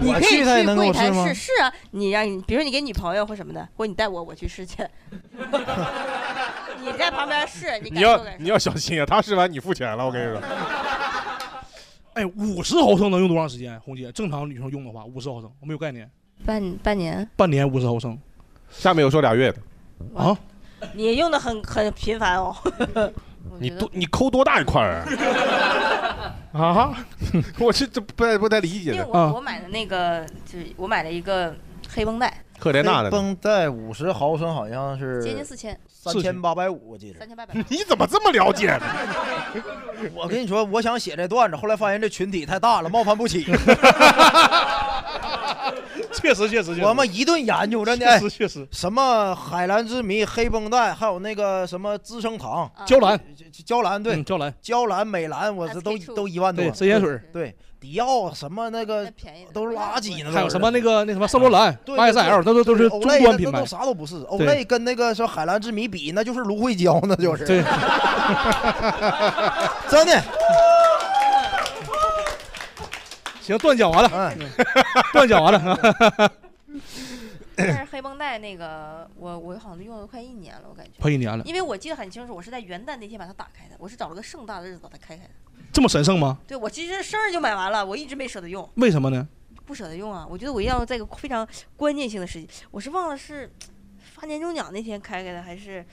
S6: 你
S4: 我
S6: 可以
S4: 去他也能给
S6: 柜
S4: 我试
S6: 台
S4: 吗
S6: 试试啊。你让你，比如你给女朋友或什么的，或你带我，我去试去。你在旁边试，你
S7: 你
S6: 感受
S7: 要
S6: 感受。
S7: 你要小心啊！他试完你付钱了，我跟你说。
S3: 哎，五十毫升能用多长时间？红姐，正常女生用的话，五十毫升，我没有概念。
S6: 半半年，
S3: 半年五十毫升。
S7: 下面有说俩月的
S3: 啊，
S6: 你用的很很频繁哦。
S7: 你多你抠多大一块儿啊？ 啊，我这这不太不太理解
S6: 因为
S7: 的
S6: 我、
S3: 啊
S6: 我买的那个，就是我买了一个黑绷带，
S7: 克莱纳的呢
S4: 绷带五十毫升好像是
S6: 接近四千，
S4: 三千八百五，我记得
S6: 三千八百。
S7: 你怎么这么了解呢？
S4: 我跟你说，我想写这段子，后来发现这群体太大了，冒犯不起。
S3: 确实，确实，
S4: 我们一顿研究，真的，
S3: 确
S4: 哎
S3: 实确实。
S4: 什么海蓝之谜、黑绷带，还有那个什么资生堂、
S3: 娇兰、嗯
S4: 娇兰，对，
S3: 娇兰、
S4: 娇兰、美兰，我这都都一万多。
S3: 对遮瑕水儿
S4: 啊对，迪奥啊什么那个都是垃圾呢。
S3: 还有什
S4: 么？
S3: 么那个那什么圣罗兰、
S4: 对
S3: y s l 那都都是终
S4: Olay，
S3: 端品
S4: 那
S3: 牌
S4: 都。啥都不是。
S3: 对
S4: Olay 跟那个说海蓝之谜比，那就是芦荟胶，那就是。
S3: 对，
S4: 真的。
S3: 行，断讲完了，
S4: 嗯
S3: 断讲完了，
S6: 但是黑绷带那个，我我好像用了快一年了，我感觉。
S3: 快一年了
S6: 因为我记得很清楚，我是在元旦那天把它打开的，我是找了个盛大的日子把它开开的。
S3: 这么神圣吗？
S6: 对我其实生日就买完了，我一直没舍得用，
S3: 为什么呢？
S6: 不舍得用啊！我觉得我一定要在一个非常关键性的时机，我是忘了是发年终奖那天开开的，还是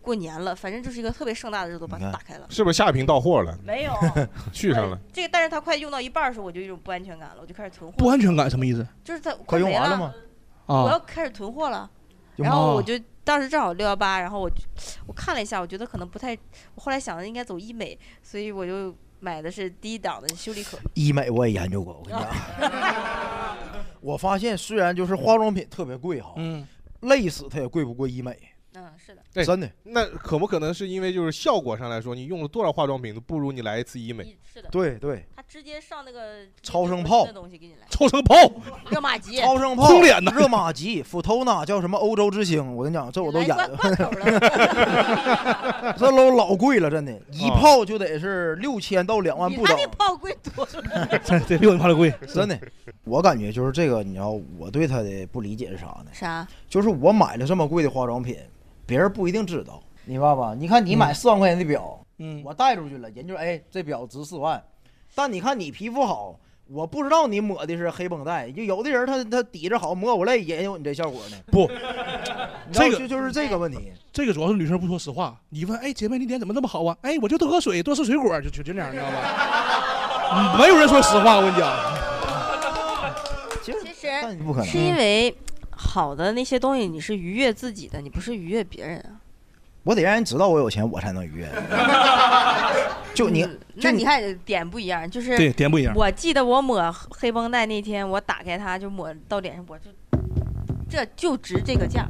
S6: 过年了，反正就是一个特别盛大的日子，我把它打开了。
S7: 是不是下一瓶到货了？
S6: 没有，
S7: 续上 了。
S6: 这个但是它快用到一半儿的时候，我就有一种不安全感了，我就开始囤货。
S3: 不安全感什么意思？
S6: 就是它
S3: 快用
S6: 没
S3: 完
S6: 了
S3: 了吗
S6: 我要
S3: 啊，
S6: 开始囤货了，
S3: 有
S6: 然
S3: 吗
S6: 后我就当时正好六幺八，然后我就我看了一下，我觉得可能不太，我后来想的应该走医美，所以我就买的是低档的修丽可。
S4: 医美我也研究过，我跟你讲，
S6: 啊
S4: 我发现虽然就是化妆品特别贵哈，
S3: 嗯，
S4: 累死它也贵不过医美。
S6: 嗯，
S15: 是的，
S7: 对，
S4: 真的。
S7: 哎那可不可能是因为就是效果上来说，你用了多少化妆品都不如你来一次医美？
S6: 是的，
S4: 对对。
S6: 他直接上那个
S4: 超声炮
S6: 那东西给你来，
S7: 超声炮，
S6: 热玛吉，
S4: 超声炮，
S6: 轰脸呐
S4: 热玛吉，Futona 叫什么欧洲之星，我跟你讲，这我都演
S6: 来
S4: 了
S6: 罐罐头 了，嗯
S4: 这都老贵了，真的，一泡就得是六千到两万
S6: 比
S4: 不
S6: 他
S4: 等
S6: 那。炮贵多了。
S4: 对，比我那泡的贵，真的。我感觉就是这个，你知道我对他的不理解是啥呢？
S6: 啥？
S4: 就是我买了这么贵的化妆品，别人不一定知道。你爸爸，你看你买
S16: 嗯
S4: 四万块钱的表，
S3: 嗯，
S4: 我带出去了，人就说哎，这表值四万。但你看你皮肤好，我不知道你抹的是黑绷带，就有的人他他抵着好抹我泪也有你这效果呢。
S3: 不，
S4: 你知道
S3: 这个
S4: 就就是这个问题。
S3: 这个主要是女生不说实话。你问，哎，姐妹，你脸怎么那么好啊？哎，我就多喝水，多吃水果，就就就这样，你知道吧？没有人说实话，我跟你讲。
S4: 其
S6: 实
S4: 不可能
S6: 是因为好的那些东西你是愉悦自己的，你不是愉悦别人啊。
S4: 我得让人知道我有钱，我才能愉悦。就你，
S6: 嗯那你看点不一样，就是
S4: 对点不一样
S6: 我记得我抹黑绷带那天，我打开它就抹到脸上，我就这就值这个价，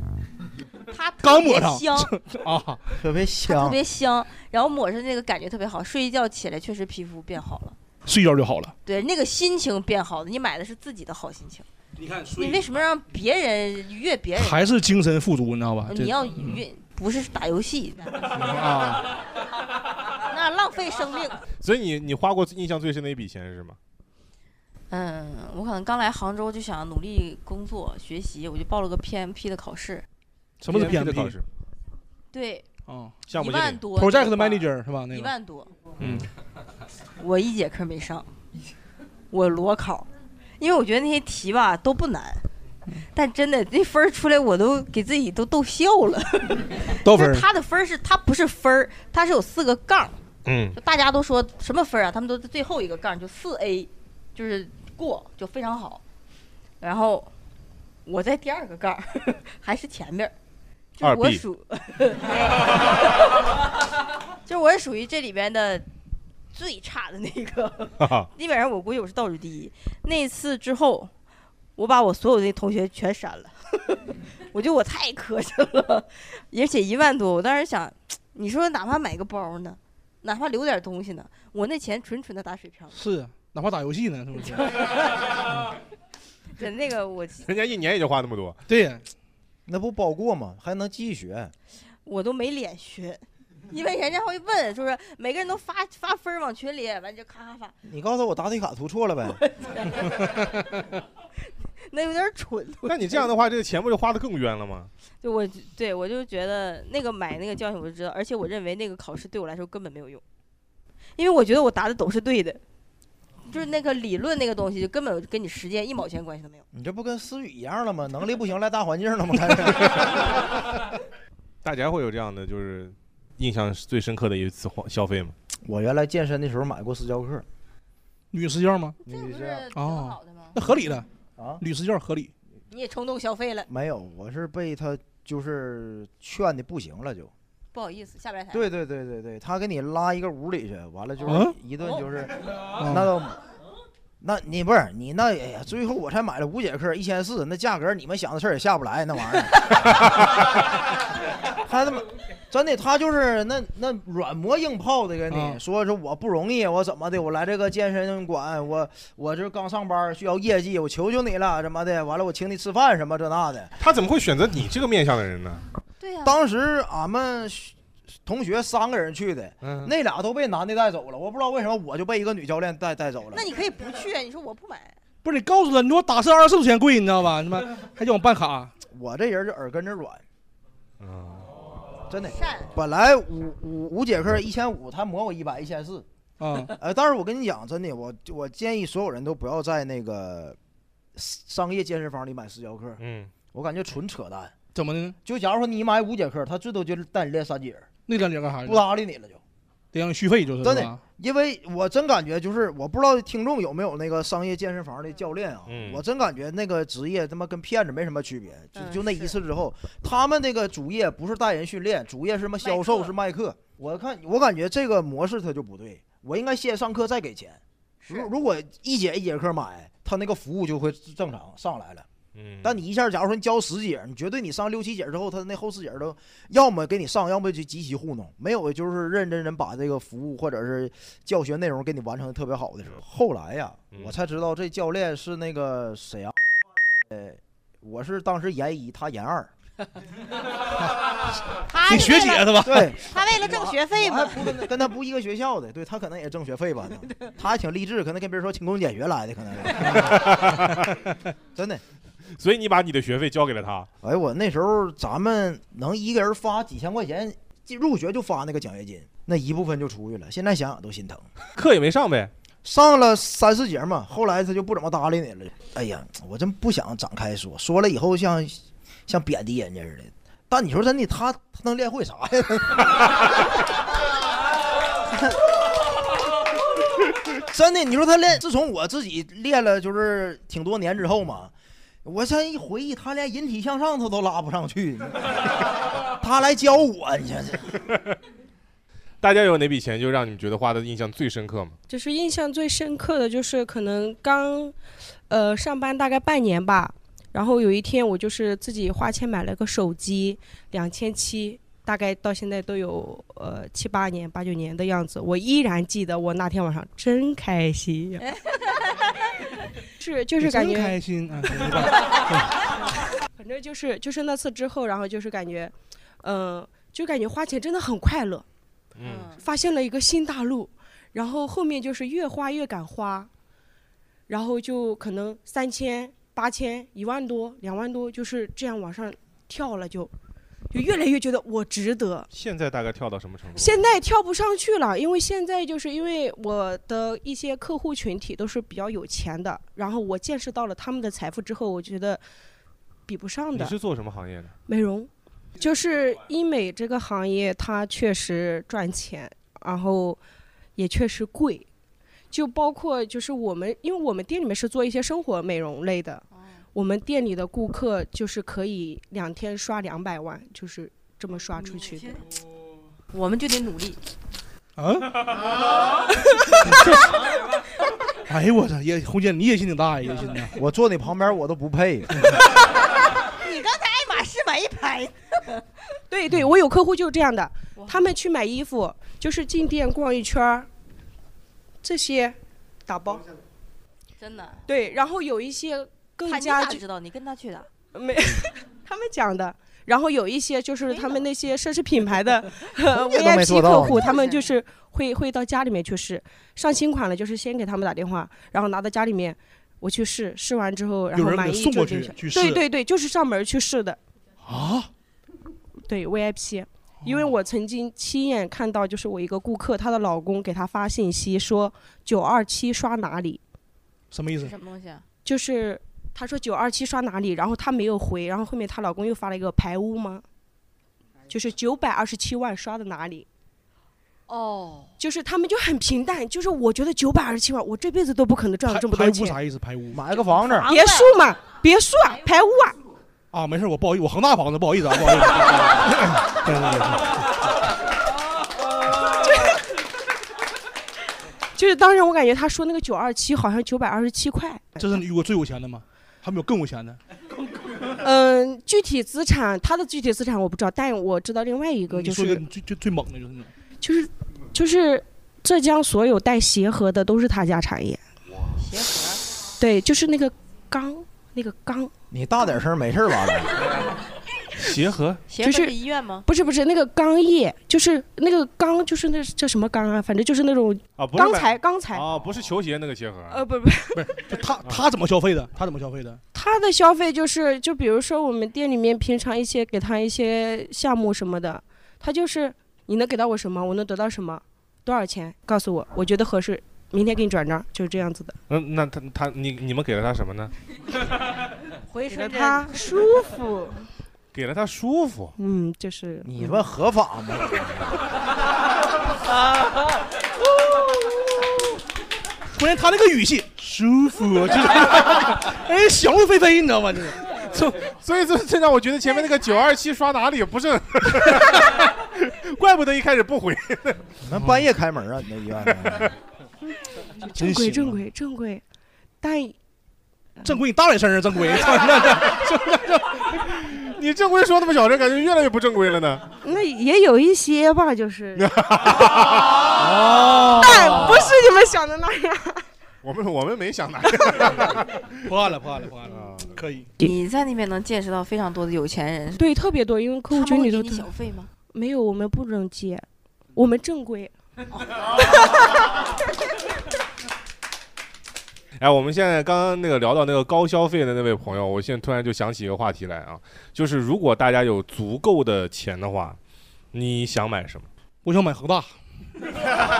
S6: 它特
S3: 刚
S6: 别
S3: 抹上
S6: 香，
S3: 啊，
S4: 特别香
S6: 特别香，然后抹上那个感觉特别好，睡一觉起来确实皮肤变好了，
S3: 睡觉就好了。
S6: 对，那个心情变好了，你买的是自己的好心情。
S3: 你看，
S6: 你为什么让别人愉悦别人？
S3: 还是啊精神富足，你知道吧？这
S6: 你要愉悦，不是打游戏，
S3: 啊，
S6: 那浪费生命。
S7: 所以你你花过印象最深的一笔钱是什么？
S6: 嗯，我可能刚来杭州就想努力工作学习，我就报了个 PMP 的考试。
S3: 什么是
S7: PMP
S3: PMP
S7: 的考试？
S6: 对，
S3: 啊，
S6: 项目一经万理多
S3: project
S6: 就花
S3: manager 是吧？那个
S6: 一万多，
S3: 嗯，
S6: 我一节课没上，我裸考，因为我觉得那些题吧都不难，
S3: 嗯
S6: 但真的那分儿出来我都给自己都逗笑 了。就
S3: 多分
S6: 是
S3: 儿
S6: 他的分儿是他不是分儿，他是有四个杠，
S7: 嗯
S6: 就大家都说什么分儿啊？他们都最后一个杠就四 A，就是过就非常好。然后我在第二个杠， 还是前面儿，就是
S2: 二
S6: 我
S2: B，。
S6: 属， 就是我是属于这里边的最差的那个基本上我估计我是倒数第一。那次之后，我把我所有的同学全删了， 我觉得我太磕碜了，而且一万多，我当时想，你说哪怕买个包呢，哪怕留点东西呢，我那钱纯纯的打水漂。
S3: 是，哪怕打游戏呢，是不是？
S6: 对，那个我
S7: 人家一年也就花那么多。
S3: 对，
S4: 那不包过吗？还能继续学。
S6: 我都没脸学，因为人家会问，就是每个人都发发分儿往群里，完就咔咔发，
S4: 你告诉我答题卡涂错了 呗？
S6: 那有点蠢。
S7: 那你这样的话，这个钱不就花的更冤了吗？
S6: 就我 对我就觉得那个买那个教训我就知道，而且我认为那个考试对我来说根本没有用，因为我觉得我答的都是对的，就是那个理论那个东西就根本跟你实践一毛钱关系都没有。
S4: 你这不跟思雨一样了吗？能力不行赖大环境了吗？开始
S7: 大家会有这样的就是印象最深刻的一次花消费吗？
S4: 我原来健身的时候买过私教课，
S3: 女私教吗？
S4: 女私
S3: 教哦，那合理的
S4: 啊，
S3: 女私教合理。
S6: 你也冲动消费了，
S4: 没有，我是被他就是劝的不行了就。
S6: 不好意思，下不来台。
S4: 对对对对对，他给你拉一个屋里去，完了就是
S6: 嗯
S4: 一顿就是，
S6: 哦
S4: 那都，那你不是你那哎呀，最后我才买了五节课一千四，那价格你们想的事儿也 下不来那玩意儿。他他妈真的，他就是那那软磨硬泡的跟你
S16: 嗯
S4: 说说我不容易，我怎么的，我来这个健身馆，我我这刚上班需要业绩，我求求你了什么的，完了我请你吃饭什么这那的。
S7: 他怎么会选择你这个面相的人呢？
S4: 当时俺们学同学三个人去的，
S3: 嗯
S4: 那俩都被男的带走了，我不知道为什么我就被一个女教练带带走了
S6: 那。你可以不去，啊你说我不买，
S3: 不是你告诉他，你说打车二十多钱贵，你知道吧？他妈还叫我办卡，
S4: 我这人就耳根子软，
S3: 嗯
S4: 真的
S6: 善。
S4: 本来五五五节课一千五，他磨我一百一千四。
S3: 嗯啊，
S4: 呃，但是我跟你讲，真的，我我建议所有人都不要在那个商业健身房里买私教课。
S7: 嗯，
S4: 我感觉纯扯淡。
S3: 怎么的呢？
S4: 就假如说你买五节课，他最多就是带你练三节儿，
S3: 那两节干啥去？
S4: 不搭理你了就。
S3: 得让你续费，就是
S4: 真
S3: 是
S4: 的
S3: 吧，
S4: 因为我真感觉就是，我不知道听众有没有那个商业健身房的教练啊，
S3: 嗯
S4: 我真感觉那个职业他妈跟骗子没什么区别，就
S16: 嗯
S4: 就那一次之后，他们那个主业不是带人训练，主业是什么销售是卖课，我看我感觉这个模式它就不对，我应该先上课再给钱，如如果一节一节课买，他那个服务就会正常上来了。
S1: 嗯
S4: 但你一下，假如说你交十节，你绝对你上六七节之后，他那后四节都要么给你上，要么就极其糊弄，没有就是认真人把这个服务或者是教学内容给你完成的特别好的时候。后来呀，我才知道这教练是那个沈阳，呃，我是当时研一，他研二。
S6: 他是为了
S4: 对，
S6: 他为了挣学费
S4: 我
S6: 嘛
S4: 还。不跟跟他不一个学校的，对他可能也挣学费吧，他还挺励志，可能跟别人说勤工俭学来的，可能是真的。
S1: 所以你把你的学费交给了他，
S4: 哎，我那时候咱们能一个人发几千块钱，进入学就发那个奖学金，那一部分就出去了。现在想想都心疼，
S1: 课也没上呗。
S4: 上了三四节嘛，后来他就不怎么搭理你了。哎呀，我真不想展开说，说了以后像像贬低人家似的。但你说真的，他他能练会啥呀？ 真的，你说他练，自从我自己练了就是挺多年之后嘛，我现在一回忆，他连引体向上他都拉不上去， 他来教我，你这这。
S1: 大家有哪笔钱就让你们觉得花的印象最深刻吗？
S9: 就是印象最深刻的就是可能刚，呃，上班大概半年吧，然后有一天我就是自己花钱买了个手机，两千七，大概到现在都有呃七八年、八九年的样子，我依然记得我那天晚上真开心呀，是就是感觉
S3: 真开心啊，
S9: 反正就是就是那次之后，然后就是感觉，嗯、就感觉花钱真的很快乐，
S1: 嗯，
S9: 发现了一个新大陆，然后后面就是越花越敢花，然后就可能三千、八千、一万多、两万多，就是这样往上跳了就，就越来越觉得我值得。
S1: 现在大概跳到什么程度？
S9: 现在跳不上去了，因为现在就是因为我的一些客户群体都是比较有钱的，然后我见识到了他们的财富之后，我觉得比不上
S1: 你
S9: 的。
S1: 是做什么行业的？
S9: 美容，就是医美这个行业，它确实赚钱，然后也确实贵。就包括就是我们，因为我们店里面是做一些生活美容类的，
S6: 哦
S9: 我们店里的顾客就是可以两天刷两百万，就是这么刷出去的。
S6: 嗯我们就得努力。
S3: 啊！哎呦我操，也红姐你野心挺大呀，野心大。
S4: 我坐你旁边我都不配。
S6: 你刚才爱马仕买一排，
S9: 对对，我有客户就是这样的，他们去买衣服就是进店逛一圈儿，这些打包。
S6: 真的。
S9: 对，然后有一些更
S6: 他
S9: 加
S6: 你咋
S9: 就
S6: 知道？你跟他去的？
S9: 没，他们讲的。然后有一些就是他们那些奢侈品牌的呃
S4: 姐都没
S9: VIP
S4: 做到
S9: 客户，他们就是会会到家里面去试，上新款了就是先给他们打电话，然后拿到家里面我去试，试完之后然
S3: 有
S9: 后
S3: 人
S9: 满
S3: 给
S9: 意
S3: 送
S9: 就
S3: 过
S9: 定
S3: 去
S9: 下
S3: 去
S9: 对
S3: 试
S9: 对对，就是上门去试的。
S3: 啊，哦
S9: 对 VIP，因为我曾经亲眼看到，就是我一个顾客，她的老公给她发信息说九二七刷哪里，
S3: 什么意思？
S6: 什么东 西啊？
S9: 就是她说九二七刷哪里，然后她没有回，然后后面她老公又发了一个排污吗？就是九百二十七万刷的哪里？
S6: 哦，
S9: 就是他们就很平淡，就是我觉得九百二十七万，我这辈子都不可能赚到这么
S3: 排
S9: 多
S3: 污
S9: 钱。
S3: 啥意思？排污？
S4: 买个房子
S9: 别墅嘛，别墅啊，排污啊，
S3: 啊，没事，我不好意思，我恒大房子，不好意思啊，不好意思。对对对
S9: 就是当时我感觉他说那个九二七好像九百二十七 块，
S3: 对，这是你遇过最有钱的吗？还没有更有钱的。
S9: 嗯，具体资产，他的具体资产我不知道，但我知道另外一个
S3: 你
S9: 就
S3: 说一个
S9: 是
S3: 你最最最猛的就是那种。
S9: 就是就是浙江所有带鞋盒的都是他家产业。
S6: 鞋盒。
S9: 对，就是那个钢，那个钢，
S4: 你大点声，没事 儿吧？
S1: 鞋盒
S6: 鞋
S9: 就
S6: 盒
S9: 是
S6: 是医院吗？
S9: 不是不是那个钢业，就是那个钢，就是那叫什么钢啊？反正就是那种
S1: 啊，不是
S9: 钢材
S1: 买
S9: 钢材。
S1: 啊，不是球鞋那个鞋盒，
S9: 呃，不不，
S1: 啊
S3: 他他怎么消费的？他怎么消费的？
S9: 他的消费就是，就比如说我们店里面平常一些给他一些项目什么的，他就是你能给到我什么，我能得到什么，多少钱告诉我，我觉得合适，明天给你转账，就是这样子的。
S1: 嗯，那他他你你们给了他什么呢？
S6: 回
S9: 给
S6: 春针
S9: 他舒服，
S1: 给了他舒服，
S9: 嗯，就是你
S4: 们合法吗？啊
S3: 关键他那个语气舒服，就 是，哎，想入非非，你知道吗？这是，
S1: 所以这这让我觉得前面那个九二七刷哪里不 是，怪不得一开始不回。
S4: 你们半夜开门啊？你那医院呢？
S9: 正规正规正规，但
S3: 正规，你大点声啊，正 规！
S7: 你正规说那么小声，感觉越来越不正规了 呢。
S15: 那也有一些吧，就是，
S7: 哦
S15: 但 不是你们想的那样。
S7: 我们我们没想哪
S3: 破案了，破案了，破案
S1: 啊
S3: 了，可以。
S6: 你在那边能见识到非常多的有钱人，
S15: 对，特别多，因为客户
S6: 他们
S15: 群
S6: 会
S15: 里
S6: 给
S15: 头
S6: 你小费吗？
S15: 没有，我们不能接，我们正规。
S7: 哎，我们现在刚刚那个聊到那个高消费的那位朋友，我现在突然就想起一个话题来啊，就是如果大家有足够的钱的话，你想买什么？
S3: 我想买恒大，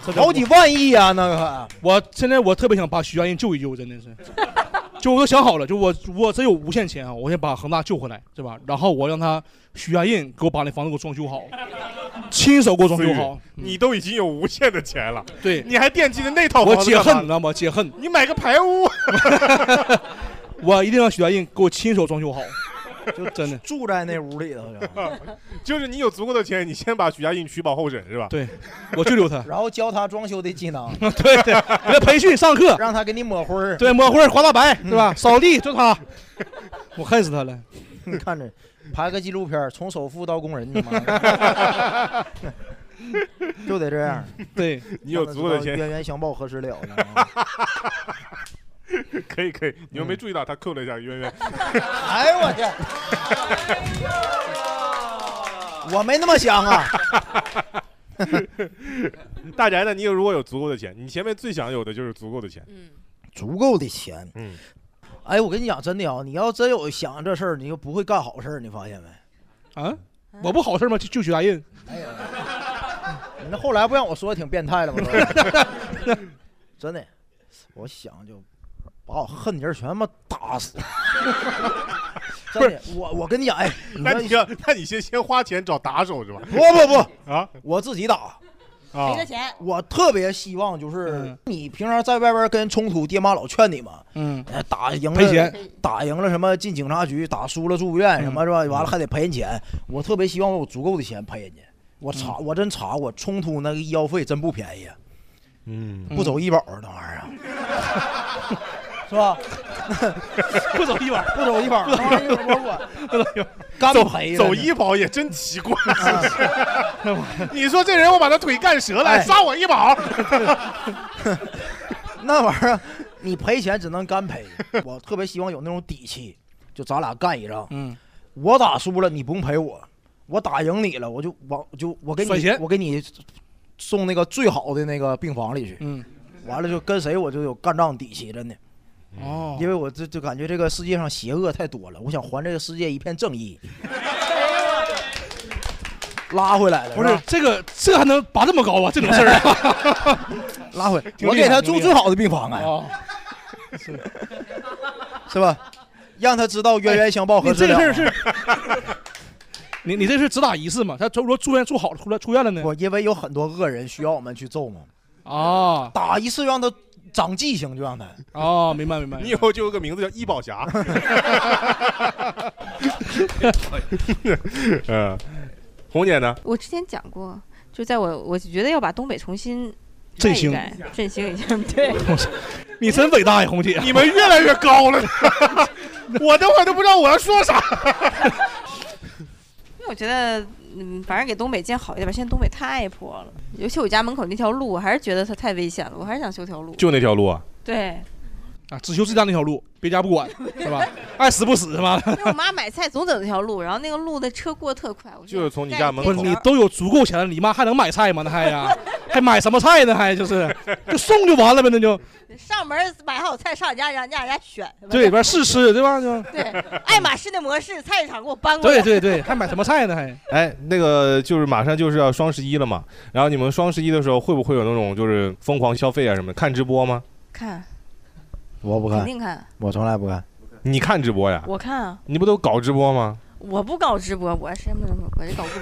S4: 好几万亿啊，那个！
S3: 我现在我特别想把许家印救一救，真的是，就我都想好了，就我我真有无限钱啊，我先把恒大救回来，对吧？然后我让他许家印给我把那房子给我装修好，亲手给我装修好。
S7: 你都已经有无限的钱了，
S3: 对，
S7: 你还惦记着那套
S3: 我
S7: 房子
S3: 解
S7: 干嘛
S3: 恨，你知道吗？解恨，
S7: 你买个排屋，
S3: 我一定让许家印给我亲手装修好，就真的。
S4: 住在那屋里头就，
S7: 就是你有足够的钱，你先把许家印取保候审是吧？
S3: 对，我就留他
S4: 然后教他装修的技能，
S3: 对对，给他培训上课，
S4: 让他给你抹灰儿，
S3: 对，抹灰儿刮大白，对吧？
S4: 嗯
S3: 扫地就他，我恨死他 了。
S4: 你看着，拍个纪录片儿，从首富到工人，你妈 的就得这样。
S3: 对
S7: 你有足够的钱
S4: 冤冤相报何时了呢？
S7: 可以可以，你们没注意到他扣了一下渊渊，
S4: 哎呦我去！我没那么想啊。
S7: 大宅呢？你有如果有足够的钱，你前面最想有的就是足够的钱。
S4: 足够的钱。
S7: 嗯，
S4: 哎，我跟你讲真的啊，你要真有想这事儿，你就不会干好事儿，你发现没？
S3: 啊，我不好事吗？就就许大印，
S4: 你那后来不让我说的挺变态了吗？都 真的，我想就把我恨的人全他妈打 死。真的，我我跟你讲，哎，
S7: 那你要，那你先先花钱找打手是吧？
S4: 不不 不
S7: 啊，
S4: 我自己打。
S7: 啊
S6: 赔他钱
S4: 我特别希望就是你平常在外边跟人冲突，爹妈老劝你嘛，
S3: 嗯，
S4: 哎打赢了
S3: 赔钱，
S4: 打赢了什么进警察局，打输了住院什么是吧？完了还得赔人钱。我特别希望我有足够的钱赔人家。我查，我真查过，冲突那个医药费真不便宜啊，
S7: 嗯
S4: 不走医保那玩意儿啊， 是吧？
S3: 不走医保，
S4: 不走医保，
S7: 不走
S4: 那玩意儿我管干赔了
S7: 走走
S4: 呢
S7: 医保也真奇怪。 你说这人我把他腿干折了，
S4: 啊哎
S7: 杀我医 保。
S4: 那玩意儿，啊你赔钱只能干赔。我特别希望有那种底气，就咱俩干一仗。
S3: 嗯，
S4: 我打输了，你不用赔我；我打赢你了，我就往就我给
S3: 甩
S4: 你
S3: 钱
S4: 我给你送那个最好的那个病房里去。
S3: 嗯，
S4: 完了就跟谁我就有干仗底气，真的。
S3: 哦，
S4: 因为我这就感觉这个世界上邪恶太多了，我想还这个世界一片正 义。拉回来了，
S3: 不是
S4: 吧
S3: 这个，这个还能拔这么高啊？这种 事儿啊，
S4: 拉 回，
S3: 挺
S4: 我
S3: 厉害
S4: 给他
S3: 挺
S4: 住
S3: 厉害
S4: 最好的病房 啊，
S3: 哦
S4: 是吧？让他知道冤冤相报何
S3: 哎你
S4: 时
S3: 这
S4: 了。
S3: 个事儿是， 你你这是只打一次嘛？他如果住院住好了，出来出院了呢？
S4: 我因为有很多恶人需要我们去揍嘛。
S3: 啊，
S4: 打一次让他长记性，就让他。
S3: 哦，明白明 白。
S7: 你以后就有个名字叫医保侠。嗯，红姐呢？
S6: 我之前讲过，就在我我觉得要把东北重新
S3: 振
S6: 盖一
S3: 兴
S6: 盖振兴一下，对，
S3: 你真伟大呀，红姐！
S7: 你们 越来越高了，我等会儿都不知道我要说啥。
S6: 因为我觉得，嗯，反正给东北建好一点吧。现在东北太破了，尤其我家门口那条路，我还是觉得它太危险了，我还是想修条路。
S7: 就那条路啊，
S6: 对，
S3: 啊，只修自家那条路，别家不管，是 吧？爱死不死，是 吧？
S6: 因为我妈买菜总走那条路，然后那个路的车过得特快，我
S7: 就是从你
S6: 家
S7: 门
S3: 不
S7: 口啊
S3: 是你都有足够钱了，你妈还能买菜吗？那 还 呀，还买什么菜呢？还就是就送就完了呗，那就
S6: 上门儿买好菜上我家，让让人家选。
S3: 对里边试吃，对吧？就
S6: 对，爱马仕的模式菜市场给我搬过来。
S3: 对哎对对，还买什么菜呢？还
S7: 哎，那个就是马上就是要双十一了嘛，然后你们双十一的时候会不会有那种就是疯狂消费啊什么的？看直播吗？
S6: 看，
S4: 我不
S6: 肯
S4: 看，
S6: 定看，
S4: 我从来不看。
S7: 你看直播呀？
S6: 我看啊，
S7: 你不都搞直播吗？
S6: 我不搞直播，我什么什么，我就搞不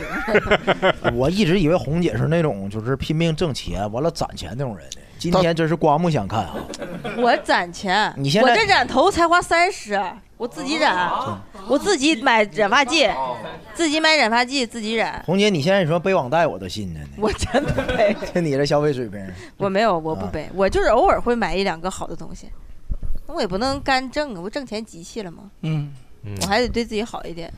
S6: 灵。
S4: 我一直以为红姐是那种就是拼命挣钱，完了攒钱那种人呢。今天真是刮目相看啊！
S6: 我攒钱，
S4: 你现
S6: 我
S4: 在
S6: 这染头才花三十，我自己染，我自己买染发剂，自自己买染发剂，自己染。
S4: 红姐，你现在你说背网贷我都信着呢，
S6: 我真的背，
S4: 就你这消费水平，
S6: 我没有，
S4: 啊
S6: 我不背，我就是偶尔会买一两个好的东西，那我也不能干挣啊，我挣钱急气了吗？
S3: 嗯，
S6: 我还得对自己好一点。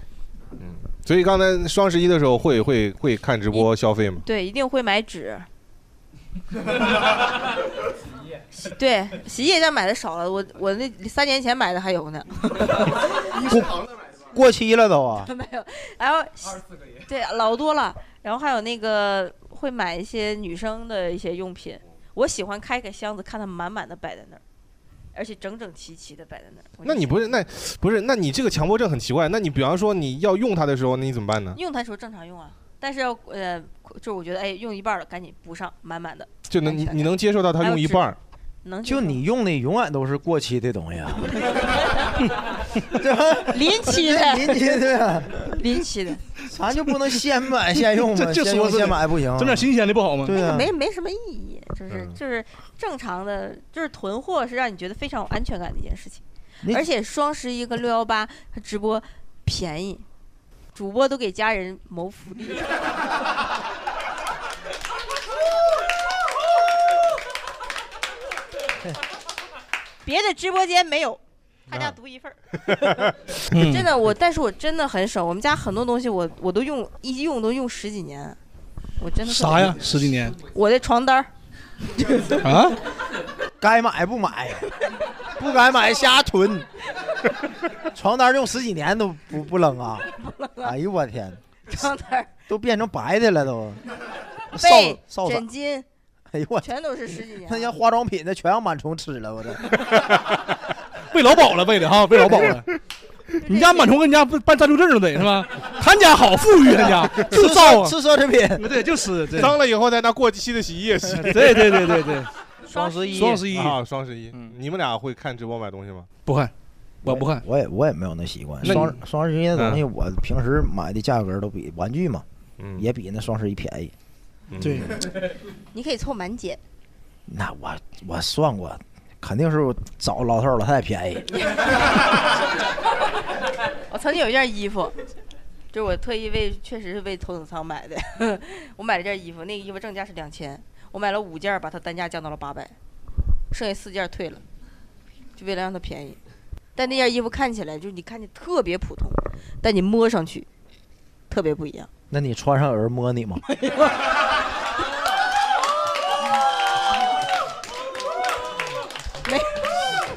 S7: 所以刚才双十一的时候会会会看直播消费吗？
S6: 对，一定会买纸。对，洗衣液但买的少了，我我那三年前买的还有呢。
S4: 过期了都啊。
S6: 没有，然后对老多了，然后还有那个会买一些女生的一些用品，我喜欢开开箱子，看它满满的摆在那儿，而且整整齐齐的摆在那儿。
S7: 那你不是那不是那你这个强迫症很奇怪。那你比方说你要用它的时候，那你怎么办呢？
S6: 用它的时候正常用啊，但是呃，就是我觉得哎，用一半了赶紧补上，满满的，
S7: 就能你你能接受到它用一半儿？
S6: 能接
S4: 就你用的永远都是过期的东西 啊，
S6: 临 期的，
S4: 临期的，
S6: 临期的，
S4: 咱就不能先买先哎用吗？
S3: 这这
S4: 先用
S3: 说是
S4: 先买不行啊，
S3: 整点新鲜的不好吗？
S4: 对啊，
S6: 没没什么意义，
S3: 嗯
S6: 就是就是正常的，就是囤货是让你觉得非常有安全感的一件事情。而且双十一跟六幺八直播便宜，主播都给家人谋福利。 别的直播间没有，他家独一份儿
S3: 嗯
S6: 真的，我但是我真的很省，我们家很多东西我我都用一用都用十几年，我真的是
S3: 啥呀？？十几年
S6: 我的床单儿
S3: 啊？
S4: 该买不买，不该买瞎囤。床单用十几年都不不扔啊！哎呦我天，
S6: 床单 儿
S4: 都变成白的了都。扫
S6: 被、
S4: 扫
S6: 枕
S4: 帚，
S6: 巾，
S4: 哎呦我
S6: 全都是十几年
S4: 那。些化妆品的全让螨虫吃了，我这。
S3: 喂老鸨了，喂的哈，喂哦老鸨 了。你家螨虫跟你家不办暂住证了得是吧？他家好富裕，他家就造啊
S4: 吃奢侈品，
S3: 对，就是对
S7: 脏了以后再拿过期的洗衣液洗。
S3: 对对对对对双十一双十一
S7: 啊，双十一，你们俩会看直播买东西吗？
S3: 不看，我不看，
S4: 我也我也没有那习惯。
S7: 那你
S4: 双双十一的东西，
S7: 嗯
S4: 我平时买的价格都比玩具嘛，
S7: 嗯
S4: 也比那双十一便宜。
S3: 对，
S6: 你可以凑满减，
S4: 那我我算过，肯定是我找老头儿老太太便宜。
S6: 我曾经有一件衣服，就是我特意为，确实是为头等舱买的。 我买了件衣服，那个衣服正价是两千，我买了五件儿，把它单价降到了八百，剩下四件儿退了，就为了让它便宜。但那件衣服看起来就是你看起来特别普通，但你摸上去特别不一样。
S4: 那你穿上有人摸你吗？
S6: 没，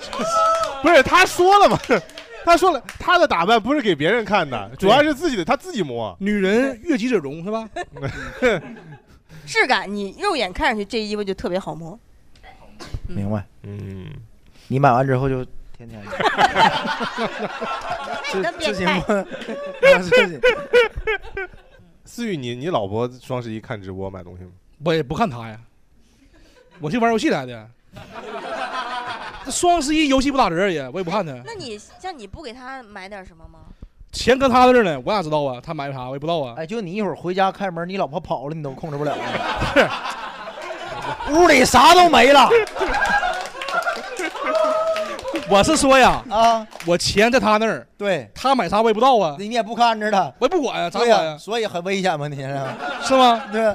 S7: 不是他说了嘛， 他说了，他的打扮不是给别人看的，主要是自己的，他自己摸。
S3: 女人悦己者容是吧？
S6: 质感你肉眼看上去这衣服就特别好摸。
S4: 明白。
S7: 嗯，
S4: 你买完之后就天天
S6: 你的
S4: 自
S6: 变
S4: 己
S6: 态
S4: 摸， 自己
S7: 思雨，你你老婆双十一看直播买东西吗？
S3: 我也不看他呀，我去玩游戏来的。双十一游戏不打折也，我也不看他。
S6: 那你像你不给他买点什么吗？
S3: 钱搁他那儿呢，我哪知道啊？他买啥我也不知道啊。
S4: 哎，就你一会儿回家开门，你老婆跑了，你都控制不了 了。屋里啥都没 了。
S3: 我是说呀，
S4: 啊，
S3: 我钱在他那儿，
S4: 对
S3: 他买啥我也不知道啊，
S4: 你也不看着他，
S3: 我也不管啊，咋
S4: 对
S3: 管
S4: 呀，
S3: 呀？
S4: 所以很危险嘛，你现在
S3: 是吗？
S4: 对，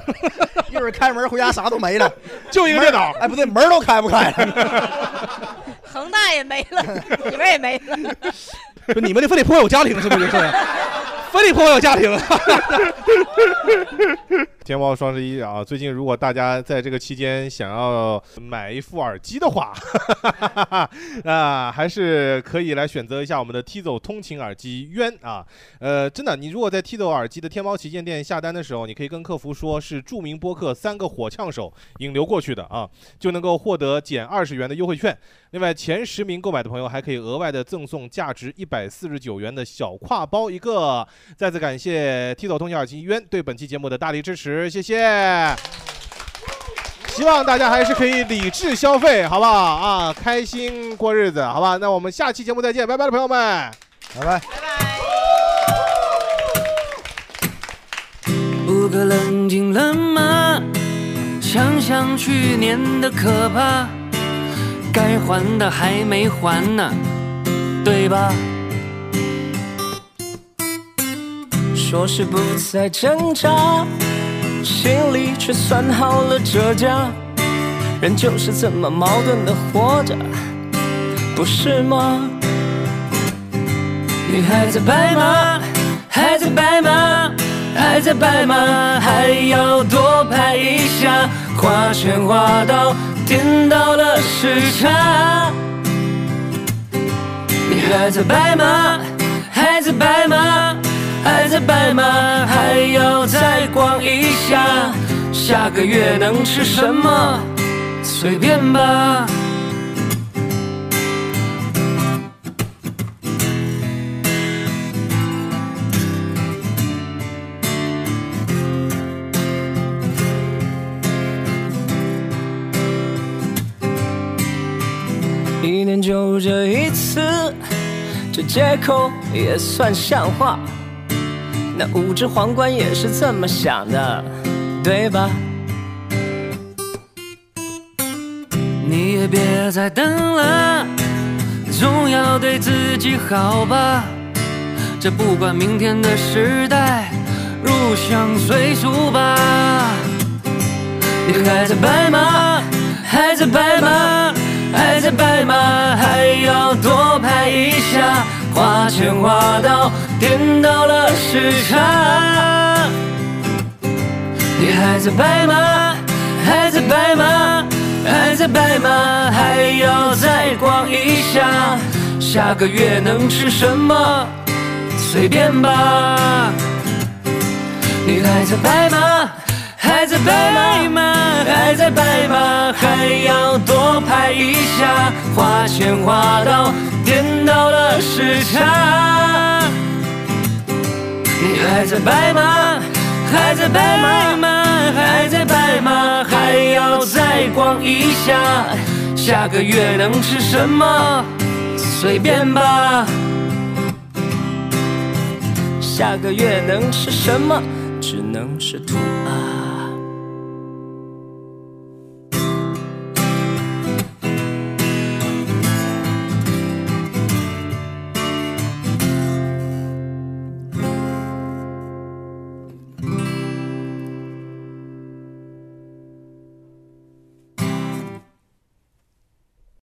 S4: 一会儿开门回家啥都没了，
S3: 就一个
S4: 电脑。哎，不对，门都开不开了。
S6: 恒大也没了，里边也没了。
S3: 不你们得非得破坏我家庭是不是？非得破坏我家庭。啊
S7: 天猫双十一啊，最近如果大家在这个期间想要买一副耳机的话， 啊，还是可以来选择一下我们的 T 走通勤耳机渊啊。呃，真的，你如果在 T 走耳机的天猫旗舰店下单的时候，你可以跟客服说是著名播客三个火枪手引流过去的啊，就能够获得减二十元的优惠券。另外，前十名购买的朋友还可以额外的赠送价值一百四十九元的小挎包一个。再次感谢 T 走通勤耳机渊对本期节目的大力支持，谢谢。希望大家还是可以理智消费，好不好啊？开心过日子，好吧？那我们下期节目再见，拜拜了，朋友们，
S4: 拜拜。
S16: 不可冷静了吗？想想去年的可怕，该还的还没还呢，对吧？说是不再挣扎，心里却算好了折价。人就是这么矛盾的活着，不是吗？你还在白马，还在白马，还在白马，还要多拍一下。花拳花到颠倒了时差。你还在白马，还在白马，还在白马，还要再逛一下。下个月能吃什么？随便吧。一年就这一次，这借口也算像话。那五只皇冠也是这么想的，对吧？
S17: 你也别再等了，总要对自己好吧。这不管明天的时代，入乡随俗吧。
S16: 你还在白马，还在白马，还在白马，还要多拍一下，花钱花到颠倒了时差。你还在白马，还在白马，还在白马，还要再逛一下，下个月能吃什么？随便吧。你还在白马，还在白马，还在白马，还要多拍一下，花钱花到颠倒了时差。你还在白马，还在白马，还在白马，还要再逛一下，下个月能吃什么？随便吧。下个月能吃什么？只能是土啊。